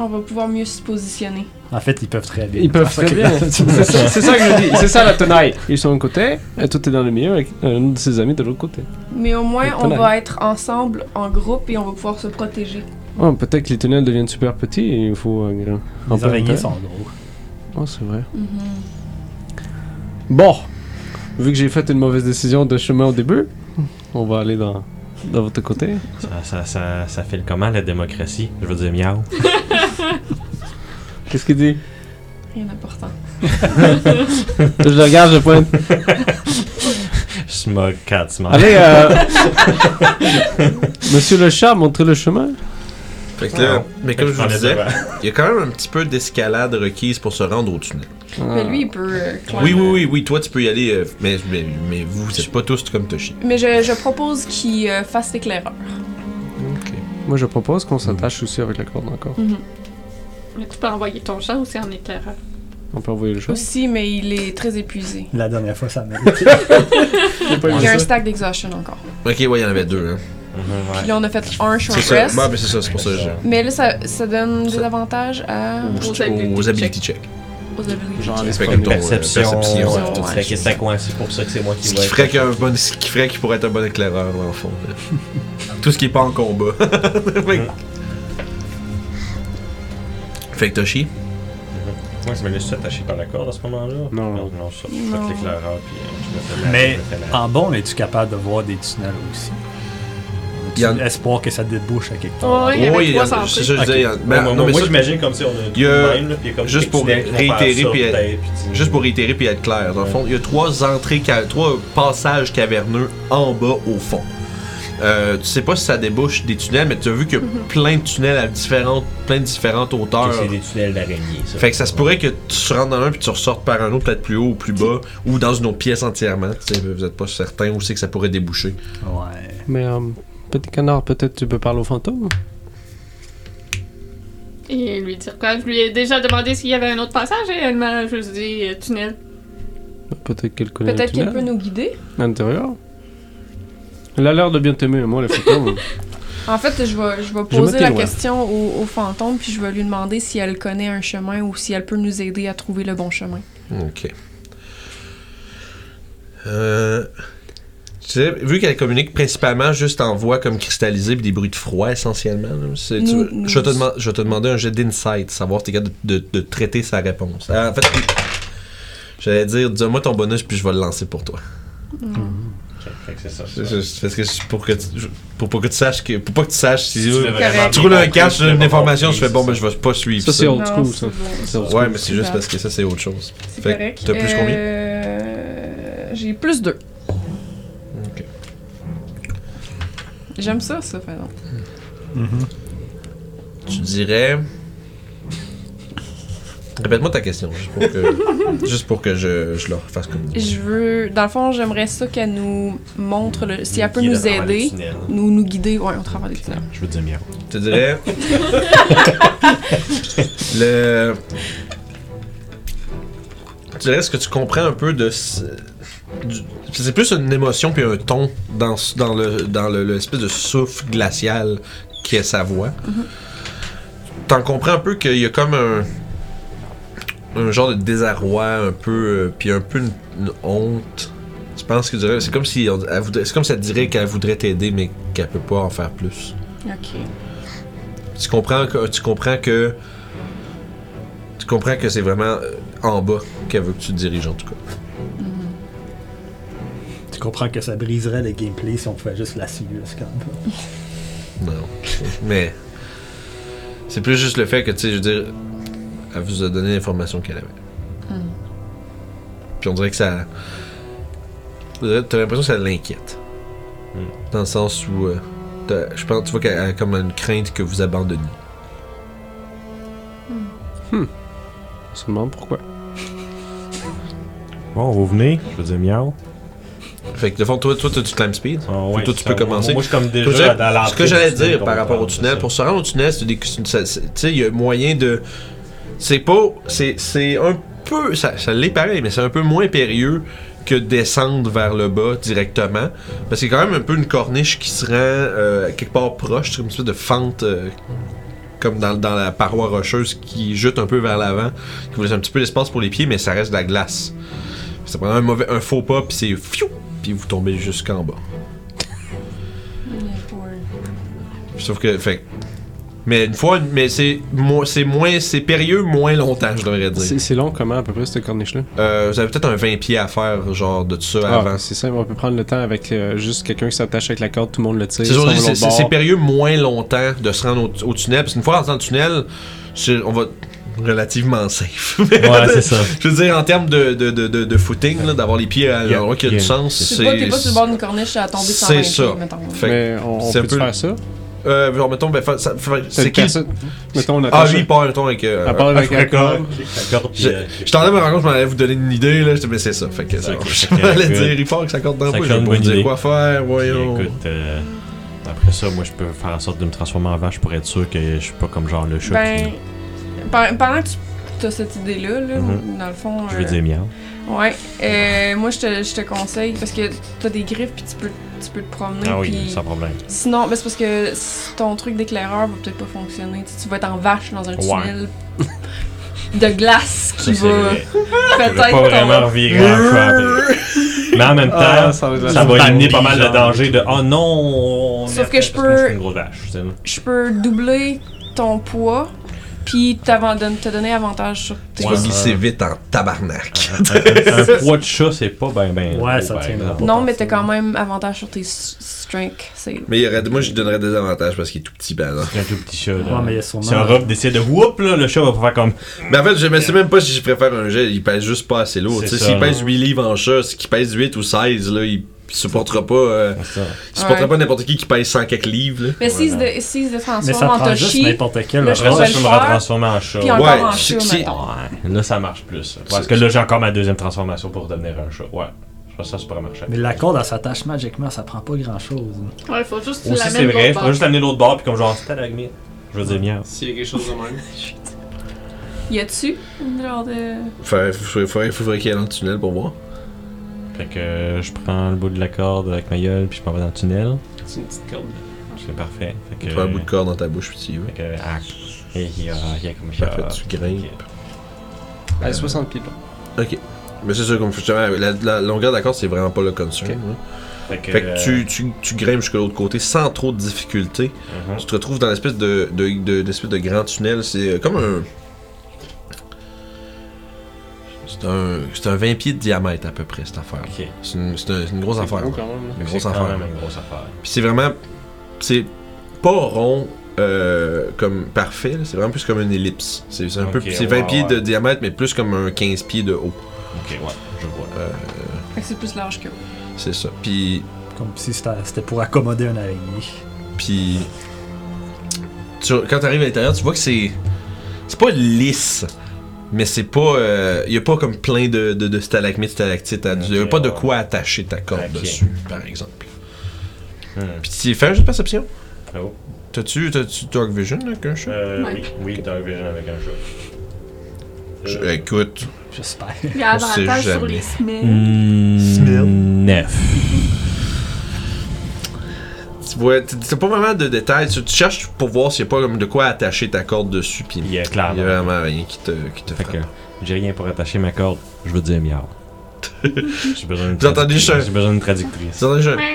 F: On va pouvoir mieux se positionner.
C: En fait, ils peuvent très bien.
D: Ils peuvent très bien. C'est ça, c'est ça que je dis. C'est ça la tenaille. Ils sont d'un côté, et toi t'es dans le milieu avec un de ses amis de l'autre côté.
F: Mais au moins,
D: Le
F: on
D: tunnel.
F: va être ensemble, en groupe, et on va pouvoir se protéger.
D: Oh, peut-être que les tunnels deviennent super petits et il faut euh, un
C: Les
D: peu
C: araignées
D: d'intérêt.
C: sont gros.
D: Oh, c'est vrai. Bon, vu que j'ai fait une mauvaise décision de chemin au début, on va aller dans, dans votre côté.
E: Ça, ça, ça, ça file comment la démocratie Je veux dire miaou.
D: Qu'est-ce qu'il dit
F: Rien d'important.
D: je le regarde, je pointe.
Q: Smug cat, smug.
D: Allez, euh... Monsieur le chat, montrez le chemin.
A: Fait que là,
D: Wow.
A: mais
D: Fait que
A: comme je
D: je
A: vous
D: prends
A: disais,
D: les devants.
A: il y a quand même un petit peu d'escalade requise pour se rendre au tunnel.
D: Ah.
F: Mais lui, il peut. euh,
A: Oui, oui, oui, oui, toi tu peux y aller, euh, mais, mais, mais vous, vous êtes pas tous comme Toshi.
F: Mais je, je propose qu'il euh, fasse l'éclaireur.
D: Moi, je propose qu'on s'attache aussi avec la corde encore.
B: Mais tu peux envoyer ton chat aussi en éclaireur.
D: On peut envoyer le chat.
F: Aussi, mais il est très épuisé.
C: La dernière fois, ça m'a
F: Il y a un stack d'exhaustion encore.
A: Ok, ouais, il y en avait deux. Hein.
Q: Mhm,
F: Puis là, on a fait un short
A: C'est ça,
F: rest.
A: bah, mais c'est ça, c'est pour ça que j'ai.
F: Mais là, ça, ça donne des avantages à...
A: Aux, aux ability check.
F: Aux ability
Q: Genre,
F: check.
Q: les
A: Fait que ton, euh,
Q: perception.
A: perception,
Q: ouais,
A: ouais.
Q: tout ça, que c'est quoi, c'est pour ça que c'est moi qui
A: Ce
Q: vais
A: qui,
Q: être-
A: ferait qu'un bon, ce qui ferait qu'il pourrait être un bon éclaireur, là, en fond. là. Tout ce qui est pas en combat. fait, que- fait que Toshi,
Q: Moi, je me laisse attacher par la corde à ce moment-là. Non, non, non. Je suis
F: Non.
Q: l'éclaireur, puis euh, je me fais la-
C: Mais
Q: je me fais la-
C: en bon, es-tu capable de voir des tunnels aussi? Tu
A: Yann.
C: espoir que ça débouche à quelque part.
B: Oh, il y avait
A: Oui,
B: trois
A: il y en a-
B: entrées.
A: c'est ça, je disais, il y en a-
Q: Ouais,
A: mais-
Q: moi,
A: Ben, non, mais
Q: moi,
A: ça-
Q: j'imagine comme si on a
A: Il y a-
Q: même, là, puis il y a comme
A: juste pour
Q: des tunnels qu'on passe
A: réitérer
Q: sur,
A: puis être-
Q: tu-
A: juste pour réitérer puis être clair, dans le fond, il y a trois entrées, ca- trois passages caverneux en bas au fond. Euh, tu sais pas si ça débouche des tunnels, mais tu as vu qu'il y a
B: Mhm.
A: plein de tunnels à différentes, plein de différentes hauteurs.
Q: que c'est des tunnels d'araignée. ça.
A: Fait que ça se pourrait que tu rentres dans un puis tu ressortes par un autre, peut-être plus haut ou plus bas, ou dans une autre pièce entièrement. Tu sais, vous êtes pas certain où c'est que ça pourrait déboucher.
C: Ouais.
D: Mais, euh, petit canard, peut-être tu peux parler au fantôme.
B: Et lui dire quoi? Je lui ai déjà demandé s'il y avait un autre passage et elle m'a juste dit euh, tunnel.
D: Peut-être qu'elle connaît
F: Peut-être
D: le
F: qu'il
D: tunnel.
F: peut nous guider.
D: À l'intérieur. Elle a l'air de bien t'aimer, moi, le fantôme.
F: En fait, je vais, je vais
D: Je vais
F: poser la
D: m'éloigner.
F: question au, au fantôme, puis je vais lui demander si elle connaît un chemin ou si elle peut nous aider à trouver le bon chemin.
A: Ok. Euh, tu sais, vu qu'elle communique principalement juste en voix comme cristallisée puis des bruits de froid essentiellement, là, c'est- tu
F: Nous-
A: veux-
F: nous-
A: je, vais te deman- je vais te demander un jet d'insight, savoir si t'es capable de, de- de traiter sa réponse. Ah, en fait, j'allais dire, dis-moi ton bonus puis je vais le lancer pour toi.
Q: Ok, Fait que c'est ça.
A: C'est- c'est- Parce que c'est pour que tu, pour, pour que tu saches que pour pas que tu saches si
Q: Tu l'as vraiment
A: tu roules un
Q: compris,
A: cash,
Q: tu l'as
A: une
Q: pas
A: information, je
Q: compris,
A: fais bon,
Q: c'est
A: ben je vais pas suivre ça.
D: Ça, c'est old
F: Non,
D: school,
F: c'est
D: ça.
F: bon.
D: C'est old
A: Ouais,
D: school.
A: mais c'est juste
F: ça.
A: parce que ça c'est autre chose.
F: C'est
A: Fait
F: correct.
A: que t'as plus combien
F: Euh, J'ai plus deux.
A: Ok.
F: J'aime ça, ça, par exemple.
A: Tu dirais. Répète-moi ta question, juste pour que, juste pour que je, je leur fasse comme.
F: Je veux. Dans le fond, j'aimerais ça qu'elle nous montre le. Si elle peut
Q: Guider à
F: nous
Q: travers les
F: aider,
Q: tunnels.
F: nous, nous guider, ouais, au travers des tunnels.
Q: Je veux dire mieux.
A: Je te dirais. le. Je te dirais ce que tu comprends un peu de. ce- du- C'est plus une émotion puis un ton dans, ce- dans le dans le- l'espèce de souffle glacial qui est sa voix. T'en comprends un peu qu'il y a comme un. un genre de désarroi un peu euh, puis un peu une, une honte. Je pense que tu dirais- c'est comme si on- elle voudrait- c'est comme si elle te dirait qu'elle voudrait t'aider mais qu'elle peut pas en faire plus.
F: Ok.
A: Tu comprends que tu comprends que tu comprends que c'est vraiment euh, en bas qu'elle veut que tu te diriges en tout cas.
C: Tu comprends que ça briserait le gameplay si on pouvait juste la suivre, c'est quand même.
A: Non. Mais c'est plus juste le fait que tu sais je veux dire elle vous a donné l'information qu'elle avait.
F: Mhm.
A: Puis on dirait que ça t'as l'impression que ça l'inquiète. Dans le sens où euh, t'as- je pense tu vois qu'elle a comme une crainte que vous abandonniez.
D: On se demande pourquoi.
Q: Bon, vous venez, je veux dire miaou.
A: Fait que de fond toi toi t'as du climb speed.
E: Ah
Q: ouais,
A: toi tu
Q: ça,
A: peux
Q: moi-
A: commencer.
Q: moi, je suis comme déjà
A: Je veux dire,
Q: dans l'entrée
A: Ce que
Q: du
A: j'allais
Q: tunnel,
A: dire
Q: donc,
A: par
E: euh,
A: rapport au
Q: c'est
A: tunnel,
Q: ça.
A: pour se rendre au tunnel, c'est des- c'est une- ça- c'est- tu sais, il y a moyen de. C'est pas. C'est c'est un peu. Ça, ça l'est pareil, mais c'est un peu moins périlleux que descendre vers le bas directement. Parce que c'est quand même un peu une corniche qui se rend euh, quelque part proche, c'est comme une espèce de fente. euh, comme dans, dans la paroi rocheuse qui jute un peu vers l'avant, qui vous laisse un petit peu d'espace pour les pieds, mais ça reste de la glace. Ça prend un, mauvais, un faux pas, puis c'est fiou, puis vous tombez jusqu'en bas. Sauf que, fait. Mais une fois, mais c'est mo- c'est moins, c'est périlleux moins longtemps, je devrais dire.
D: C'est c'est long comment, à peu près, cette corniche-là?
A: Euh, vous avez peut-être un 20 pieds à faire, genre de tout ça avant.
D: Ah, c'est simple, on peut prendre le temps avec euh, juste quelqu'un qui s'attache avec la corde, tout le monde le tire.
A: C'est sûr,
D: ça va
A: c'est-
D: l'autre
A: c'est- c'est
D: bord.
A: périlleux moins longtemps de se rendre au, au tunnel, parce qu'une fois rentré dans le tunnel, c'est- on va, relativement safe.
E: Ouais, c'est ça.
A: Je veux dire, en termes de, de, de, de, de footing, là, d'avoir les pieds à l'endroit qui a du
E: yeah.
A: sens,
F: C'est pas, t'es
A: c'est.
F: pas sur le bord d'une corniche à tomber sans
A: C'est ça.
D: Mais on- on
A: c'est un
D: peut-tu faire ça?
A: Euh, genre, mettons, ben, fa- ça- fa- c'est
D: une
A: qui
D: personne- mettons, on
A: Ah,
D: attache-
A: lui, il part, mettons, avec. euh,
D: Elle part avec la corde.
E: La corde, puis,
A: Je
E: euh,
A: je t'en ai ma rencontre, je m'en allais vous donner une idée, là. Je te mais c'est ça. Fait que c'est bon. Je
E: correct,
A: m'en allais
E: good.
A: dire, il part avec sa corde dans le
E: Ça
A: poing, je
E: crée
A: vais
E: une
A: pas
E: bonne
A: dire
E: idée.
A: quoi faire, voyons.
E: Puis, Écoute, euh, après ça, moi, je peux faire en sorte de me transformer en vache pour être sûr que je suis pas comme genre le chat
F: Ben,
E: qui-
F: pe- pendant que tu as cette idée-là,
A: Mm-hmm.
F: là,
E: Mhm.
F: dans le fond. euh,
E: Je vais dire miaou.
F: Ouais. euh, moi, je te, je te conseille parce que t'as des griffes puis tu peux, tu peux te promener.
E: Ah oui,
F: puis-
E: sans problème.
F: Sinon, ben, c'est parce que si ton truc d'éclaireur va peut-être pas fonctionner. Tu, tu vas être en vache dans un
E: Ouais.
F: tunnel de glace
E: Ça,
F: qui
E: c'est
F: va
E: vrai. Je vais
F: peut-être.
E: pas
F: t'en-
E: vraiment revirer en chat après. Mais en même temps,
D: Ah, ça
E: ça
D: va être
E: va,
D: la bonne
E: amener
D: idée,
E: pas mal de
D: genre.
E: danger de oh non. on est
F: Sauf que
E: atteint
F: je
E: parce moi,
F: peux-
E: suis une grosse vache. tu sais.
F: Je peux doubler ton poids puis t'avan- don- te donner avantage sur tes.
A: Tu vas glisser vite en tabarnak.
E: Ah. Un un poids de chat, c'est pas ben ben.
A: Ouais,
E: gros,
A: ça
E: ben,
A: tiendra
E: ben.
F: Non, mais t'as quand même avantage sur tes s- strength save.
A: Mais il y aurait, moi, je lui donnerais des avantages parce qu'il est tout petit, ben là.
E: C'est un tout petit chat, là.
F: Ouais, mais il y a sûrement-
E: Si un robe décide de whoop, là, le chat va pas faire comme.
A: Mais en fait, je ne sais même pas si je préfère un jet. Il pèse juste pas assez lourd.
E: C'est
A: Tu sais,
E: ça,
A: s'il
E: là.
A: pèse 8 livres en chat, ce qui pèse 8 ou 16, là, il supportera pas. euh, il supportera
F: Ouais.
A: pas n'importe qui qui pèse 100 quelques livres. là.
F: Mais s'ils
A: Voilà.
F: se, s'ils se
A: Mais ça
F: transforment en
A: prend juste
F: Toshi,
A: n'importe quel,
F: là, je
E: Après ça,
F: pourrais
E: je
F: le
E: peux me
F: faire,
E: retransformer en chat.
F: Puis encore en chat, mettons.
E: Ouais, Là, ça marche plus. Parce que là, j'ai encore ma deuxième transformation pour devenir un chat. Ouais. Je pense que ça, ça pourrait marcher.
C: Mais la corde, elle s'attache magiquement, ça prend pas grand chose.
B: Ouais, faut juste que tu
E: Aussi,
B: l'amènes
E: c'est vrai.
B: l'autre
E: Faut juste
B: bord.
E: l'amener l'autre bord, puis comme genre, c'était la lumière. Je veux dire, merde.
D: S'il y a quelque chose de même.
F: y a-tu une genre de.
A: Fait- faudrait- faudrait- faudrait qu'il aille dans le tunnel pour moi.
E: Fait que euh, je prends le bout de la corde avec ma gueule, puis je m'en vais dans le tunnel.
D: C'est une petite corde.
E: C'est parfait. Fait que.
A: Prends un bout de corde dans ta bouche, puis tu y vas.
E: Fait que. Ah, et il y a, il y a comme
A: Parfait, tu grimpes.
D: Elle est 60 Ben, pieds long.
A: Ok. Mais c'est sûr, comme justement, la, la longueur d'accord, c'est vraiment pas le concern. hein.
E: Fait que,
A: Fait que tu, tu, tu grimpes jusqu'à l'autre côté sans trop de difficulté.
E: euh, uh-huh.
A: Tu te retrouves dans l'espèce de, de, de, l'espèce de grand tunnel. C'est euh, comme un. C'est un, c'est un 20 pieds de diamètre à peu près, cette affaire. C'est une, c'est un- c'est une grosse
E: C'est
A: affaire.
E: gros
A: là.
E: quand même, là.
A: Une
E: C'est
A: grosse
E: quand
A: affaire.
E: même
A: là.
E: une grosse affaire.
A: Puis c'est vraiment. C'est pas rond euh, comme parfait, là. c'est vraiment plus comme une ellipse. C'est c'est un peu,
E: Ok,
A: c'est 20
E: ouais,
A: pieds de
E: ouais.
A: diamètre, mais plus comme un 15 pieds de haut.
E: Ok, ouais, je vois.
A: Euh,
F: Fait que c'est plus large que.
A: c'est ça. Puis
C: Comme si c'était c'était pour accommoder un araignée.
A: Puis. tu- quand t'arrives à l'intérieur, tu vois que c'est. C'est pas lisse. Mais c'est pas. Il y a pas comme plein de, de, de stalagmites, stalactites. Il y a pas de quoi attacher ta corde
E: Ok. Hmm.
A: dessus, par exemple. Puis tu fais un jeu de perception. T'as-tu, t'as-tu Dark Vision avec un chat
E: Euh,
B: Ouais.
E: oui, oui, Dark Vision avec un chat. Euh,
A: Je- Écoute.
C: J'espère.
B: Il y a avantage sur les semaines.
A: Tu vois, t- t'as pas vraiment de détails. Tu, tu cherches pour voir s'il y a pas comme de quoi attacher ta corde dessus. Puis il
E: y a clairement.
A: vraiment rien qui te, qui te frappe.
E: J'ai rien pour attacher ma corde. Je veux dire miaou. J'ai besoin d'une
A: Vous entendez
E: traductrice.
A: juste un-
E: J'ai besoin d'une traductrice.
A: Vous entendez juste un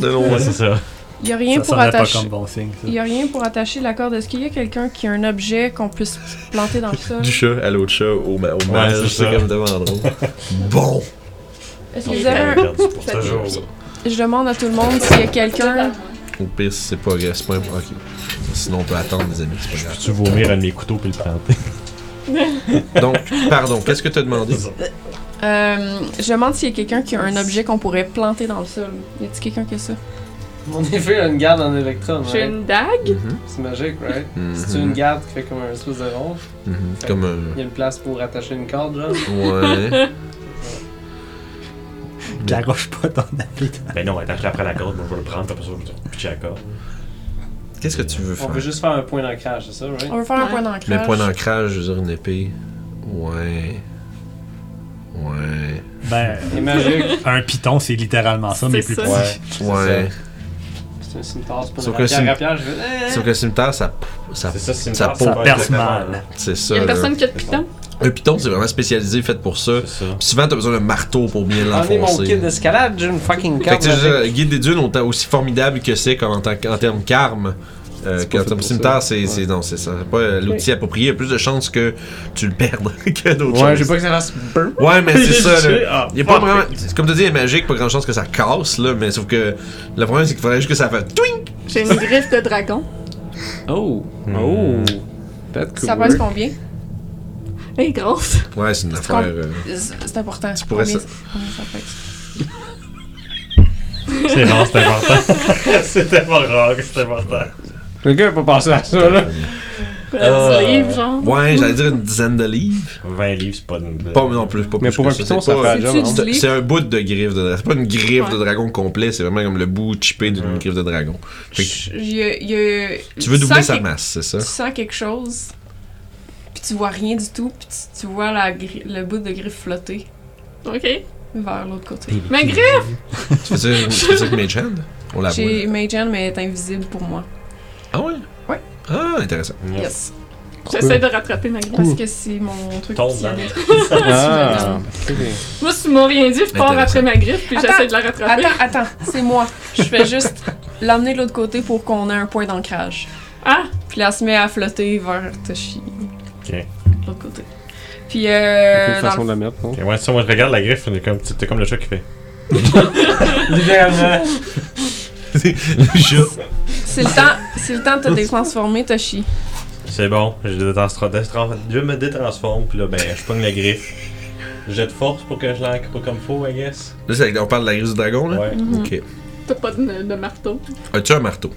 A: de loin.
E: Ouais, c'est ça.
F: Y a rien
C: Ça
F: pour
C: sonnait pas
F: attacher.
C: comme bon signe, ça.
F: Y a rien pour attacher la corde. Est-ce qu'il y a quelqu'un qui a un objet qu'on puisse planter dans le sol?
A: Du chat à l'autre chat au, ma- au
E: Ouais,
A: mage,
E: c'est
A: c'est
E: ça.
A: comme devant drôle. bon!
F: Est-ce que vous avez un-
E: perdu pour ce jour.
F: Je demande à tout le monde s'il y a quelqu'un.
A: Au pire, c'est pas grave, c'est pas imp- Ok. Sinon, on peut attendre, les amis, c'est pas grave.
E: Tu vomir un de mes couteaux puis le planter.
A: Donc, pardon, qu'est-ce que t'as demandé?
F: Euh, je demande s'il y a quelqu'un qui a un objet qu'on pourrait planter dans le sol. Y a-t-il quelqu'un qui a ça?
D: Mon effet a une garde en hein. électron.
B: J'ai
D: right?
B: une dague.
D: C'est magique, right?
A: Mhm.
D: Si tu as une garde qui fait comme un espèce de rond,
A: Mhm, Comme
D: il y a
A: un.
D: une place pour attacher une corde, genre.
A: Ouais.
C: Garoche pas ton appli.
E: Ben non, attache-le après la corde, moi je vais le prendre, puis après ça je vais te pitcher la corde.
A: Qu'est-ce que tu veux
D: On
A: faire?
D: peut juste faire un point d'ancrage, c'est ça, right?
F: On veut faire un point d'ancrage.
A: Mais point d'ancrage, je veux dire, une épée. Ouais. Ouais.
C: Ben,
D: C'est magique.
C: un piton, c'est littéralement ça, mais
D: C'est
C: plus
D: ça.
C: petit.
D: Ouais.
A: Ouais.
D: C'est un cimetière, c'est pas
A: Sauf
D: une
A: que
D: rapière,
A: cim-
D: rapière, je vais...
A: Sauf que le cimetière, ça. Ça,
E: C'est ça, cimetière,
A: ça,
E: ça
A: peau-
E: perce
C: mal.
A: C'est ça.
B: Il y a
A: là.
B: personne qui a de piton.
A: Un piton, c'est vraiment spécialisé, fait pour ça. Puis souvent, t'as besoin d'un marteau pour bien
D: Prenez mon kit
A: l'enfoncer.
D: d'escalade, j'ai une fucking
A: Fait
D: corde.
A: que, tu sais, je veux
D: avec-
A: dire, Guide des Dunes, autant- aussi formidable que c'est comme en, tant que- en termes carme, euh, qu'en termes cimetière, c'est c'est- non, c'est ça. C'est pas euh, l'outil approprié. Il y a plus de chances que tu le perdes que d'autres
D: Ouais, j'ai
A: choses.
D: pas que ça fasse burp.
A: Ouais, mais c'est ça.
D: J'ai-
A: Là.
D: ah,
A: Il y a pas
D: fuck.
A: vraiment. c'est- Comme tu dis, il est magique, pas grand chance que ça casse, là, mais sauf que le problème, c'est qu'il faudrait juste que ça fasse twink!
B: J'ai une griffe de dragon.
A: Hmm.
D: Oh! Oh! That could
F: Ça pèse
D: work.
F: combien? Elle est grosse.
A: Ouais, c'est une
F: C'est
A: affaire.
F: com-
A: euh,
F: C'est c'est important.
A: Tu pourrais
F: On est-
A: ça-
F: on est sur Plex.
E: C'est rare, c'est important. c'est tellement rare que c'est important.
D: Le gars pas pensé à ça, là.
A: euh,
B: livres, genre.
A: Ouais, j'allais dire une dizaine de livres.
E: 20 livres, c'est pas une.
A: Pas non plus, pas
D: Mais
A: plus
D: pour
A: que
D: un python,
A: c'est
D: ça
A: pas-
D: fait la job,
A: c'est-
D: hein.
A: C'est un bout de griffe de dragon. C'est pas une griffe de
F: Ouais.
A: dragon complet, c'est vraiment comme le bout chippé d'une griffe de dragon. Fait que
F: Il y a- il y a-
A: tu veux doubler
F: sens
A: sa
F: quelque-
A: masse, c'est ça?
F: Tu sens quelque chose, puis tu vois rien du tout, puis tu, tu vois la gri- le bout de griffe flotter
B: Ok.
F: vers l'autre côté.
A: Baby.
F: Ma griffe!
A: tu fais ça tu fais ça avec Mage Hand? On la voit.
F: J'ai Mage Hand, mais elle est invisible pour moi.
A: Ah ouais?
F: Ouais.
A: Ah, intéressant.
F: Yes.
B: J'essaie de rattraper ma griffe.
F: Parce que c'est mon truc
E: Tombe hein.
F: qui
E: dans-
F: avait-
D: Ah,
A: Euh,
B: Moi, si tu m'as rien dit, je pars
A: Intéressant.
B: après ma griffe puis
F: Attends,
B: j'essaie de la rattraper.
F: Attends, attends, c'est moi. Je fais juste l'emmener de l'autre côté pour qu'on ait un point d'ancrage.
B: Ah!
F: Puis là, elle se met à flotter vers Toshi.
E: Ok.
F: De l'autre côté. Puis, euh.
D: Quelle
F: dans le
D: façon de la mettre, hein. non?
E: Ok, ouais, ça, moi je regarde la griffe, on est comme, t'es comme le chat qui fait.
D: Littéralement.
F: C'est le temps, c'est le temps de te détransformer, Toshi.
E: C'est bon, je, détranstra- détran- je me détransforme, puis là, ben, je pogne la griffe. J'ai de force pour que je l'ancre comme faut, I guess.
A: Là, c'est- on parle de la griffe du dragon, là?
E: Ouais.
A: Ok.
B: T'as pas de, de marteau.
A: As-tu un marteau?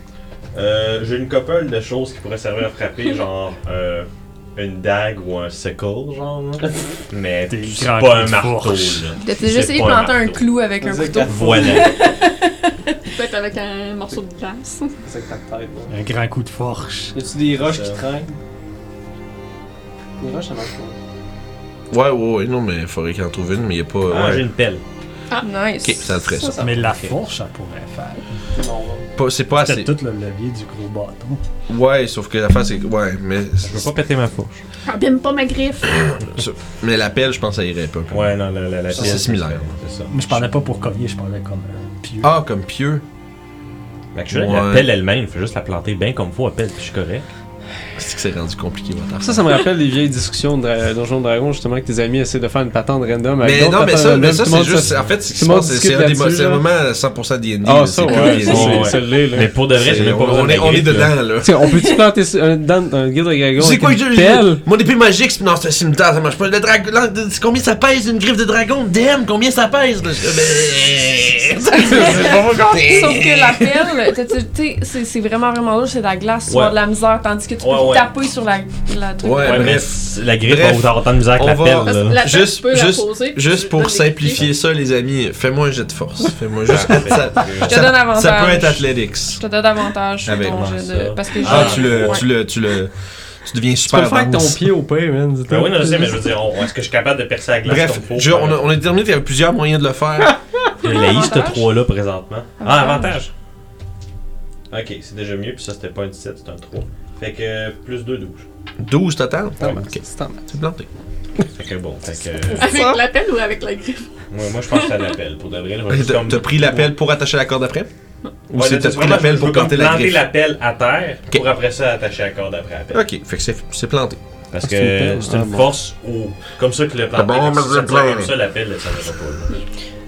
E: Euh, j'ai une couple de choses qui pourraient servir à frapper, genre euh, une dague ou un sickle, genre. là. Mais
C: Des
E: c'est
C: grands
E: pas un
C: coups de
E: marteau, là.
C: fourche.
F: T'as
E: C'est
F: déjà essayé de
E: pas
F: planter un
E: marteau.
F: clou avec un
D: Vas-y,
F: couteau.
E: Voilà.
B: Peut-être avec un morceau de glace.
D: C'est avec ta tête, là.
C: Un grand coup de forge.
D: Y a-tu des roches
E: Ça.
D: qui traînent Les roches, ça marche pas.
A: Ouais, ouais, ouais, non, mais il faudrait qu'il en trouve une, mais il n'y a pas.
E: Ah, j'ai
A: ouais.
E: une pelle.
F: Ah, Nice.
A: Ok, ça le ferait ça.
C: Mais la fourche, ça pourrait faire.
D: Non,
A: Pas- Ah, C'est pas
C: C'est
A: assez.
C: tout le levier du gros bâton.
A: Ouais, sauf que l'affaire, c'est. que- Ouais, mais.
E: Je veux pas péter ma fourche.
B: Abîme pas ma griffe.
A: Mais la pelle, je pense que ça irait pas.
E: Ouais, non, la, la, la
A: Ça,
E: pelle,
A: c'est similaire.
E: C'est ça.
C: Moi, je parlais pas pour cogner, je parlais comme euh, un pieu.
A: Ah, comme pieux.
E: Fait que je suis là,
A: Ouais.
E: la pelle elle-même, faut juste la planter bien comme faut, la pelle, puis je suis correct.
A: C'est que c'est rendu compliqué, votre
D: Ça, ça me rappelle les vieilles discussions de Dra- Donjon Dragon, justement, que tes amis essaient de faire une patente random avec
A: Mais
D: d'autres
A: non, mais
D: patentes
A: ça,
D: random,
A: mais ça
D: tout le
A: c'est
D: monde
A: juste.
D: se-
A: En fait, c'est- je
D: tout le monde
A: pense que c'est
D: discute
A: un, des-
D: là-dessus,
A: c'est un
D: là.
A: moment à 100% D&D.
D: Ah,
A: là,
D: ça,
A: c'est que
D: ouais,
A: D&D.
D: c'est
E: ouais.
D: c'est celle-là, là.
E: Mais pour de vrai, j'ai
A: C'est-
E: même pas besoin
A: on,
E: de
A: est,
E: la
A: on est
E: griffe, là.
A: dedans, là.
D: Tu sais, on peut-tu planter s- un, dans un guide de dragon
A: C'est
D: avec
A: quoi que
D: une
A: j'ai-
D: pelle?
A: j'ai Mon épée magique, c'est- non, c'est un cimetière, ça marche pas. Le dragon, là, c'est combien ça pèse une griffe de dragon DM, combien ça pèse là? Je-
F: Ben. Sauf que la pelle, t'as- tu sais, c'est- c'est vraiment, vraiment dur, c'est de la glace, tu
E: Ouais.
F: as de la misère, tandis que tu peux
E: Ouais, ouais.
F: taper sur la, la truc.
A: Ouais,
E: Ouais, mais
A: Bref.
E: c- la griffe
A: Bref.
E: va autant autant de misère que
A: On
E: la
A: va-
E: pelle, là.
B: La tête,
A: Juste-
B: tu peux la
A: juste-
B: poser, puis
A: Juste
B: tu
A: pour
B: donnes des
A: simplifier ça, les amis, fais-moi un jet de force. Fais-moi juste. ça,
F: Ah, ben. Je te
A: ça-
F: donne
A: ça peut
F: avantage.
A: être athletics.
F: Je te donne davantage sur
A: Avec
F: ton
A: moi,
F: jet
E: ça.
F: de. Parce que
A: Ah,
F: j'ai-
A: tu le,
F: Ouais.
A: tu le, tu le, tu deviens
D: Tu peux
A: super.
D: le faire avec
A: dense.
D: ton pied au pain, man.
E: Ben oui, non, je sais, mais je veux dire, on- est-ce que je suis capable de percer la glace
A: Bref,
E: comme faut?
A: je- on, a, on a déterminé qu'il y avait plusieurs moyens de le faire.
E: Je l'ai ce
F: Avantage.
E: 3 E là présentement. Ah,
F: Avantage.
E: avantage! Ok, c'est déjà mieux, puis ça c'était pas un 17, c'est un 3. Fait que euh, plus 2, 12.
A: 12 total.
D: C'est en
A: Ok,
D: c'est en masse.
A: c'est planté.
E: Fait que bon, fait que.
B: griffe.
E: euh,
B: Avec la pelle ou avec la griffe?
E: moi, moi je pense que c'est un appel. Pour de vrai, là, je vais juste
A: T'as
E: comme-
A: t'as pris l'appel pour attacher la corde après Ou
E: Ouais,
A: c'est t'as
E: là,
A: pris
E: vraiment,
A: l'appel
E: je veux
A: pour
E: comme
A: planter la
E: planter
A: griffe
E: l'appel à terre
A: Ok.
E: pour après ça attacher la corde après appel.
A: Ok, fait que c'est c'est planté.
E: Parce que
D: c'est une pelle.
E: euh, c'est une
D: Ah, bon.
E: force ou. Comme ça que le planter.
A: Ah, bon,
E: comme
A: mais
E: ça,
A: je
E: ça me sert
A: plante.
E: comme ça, l'appel, là, ça ne pas. là.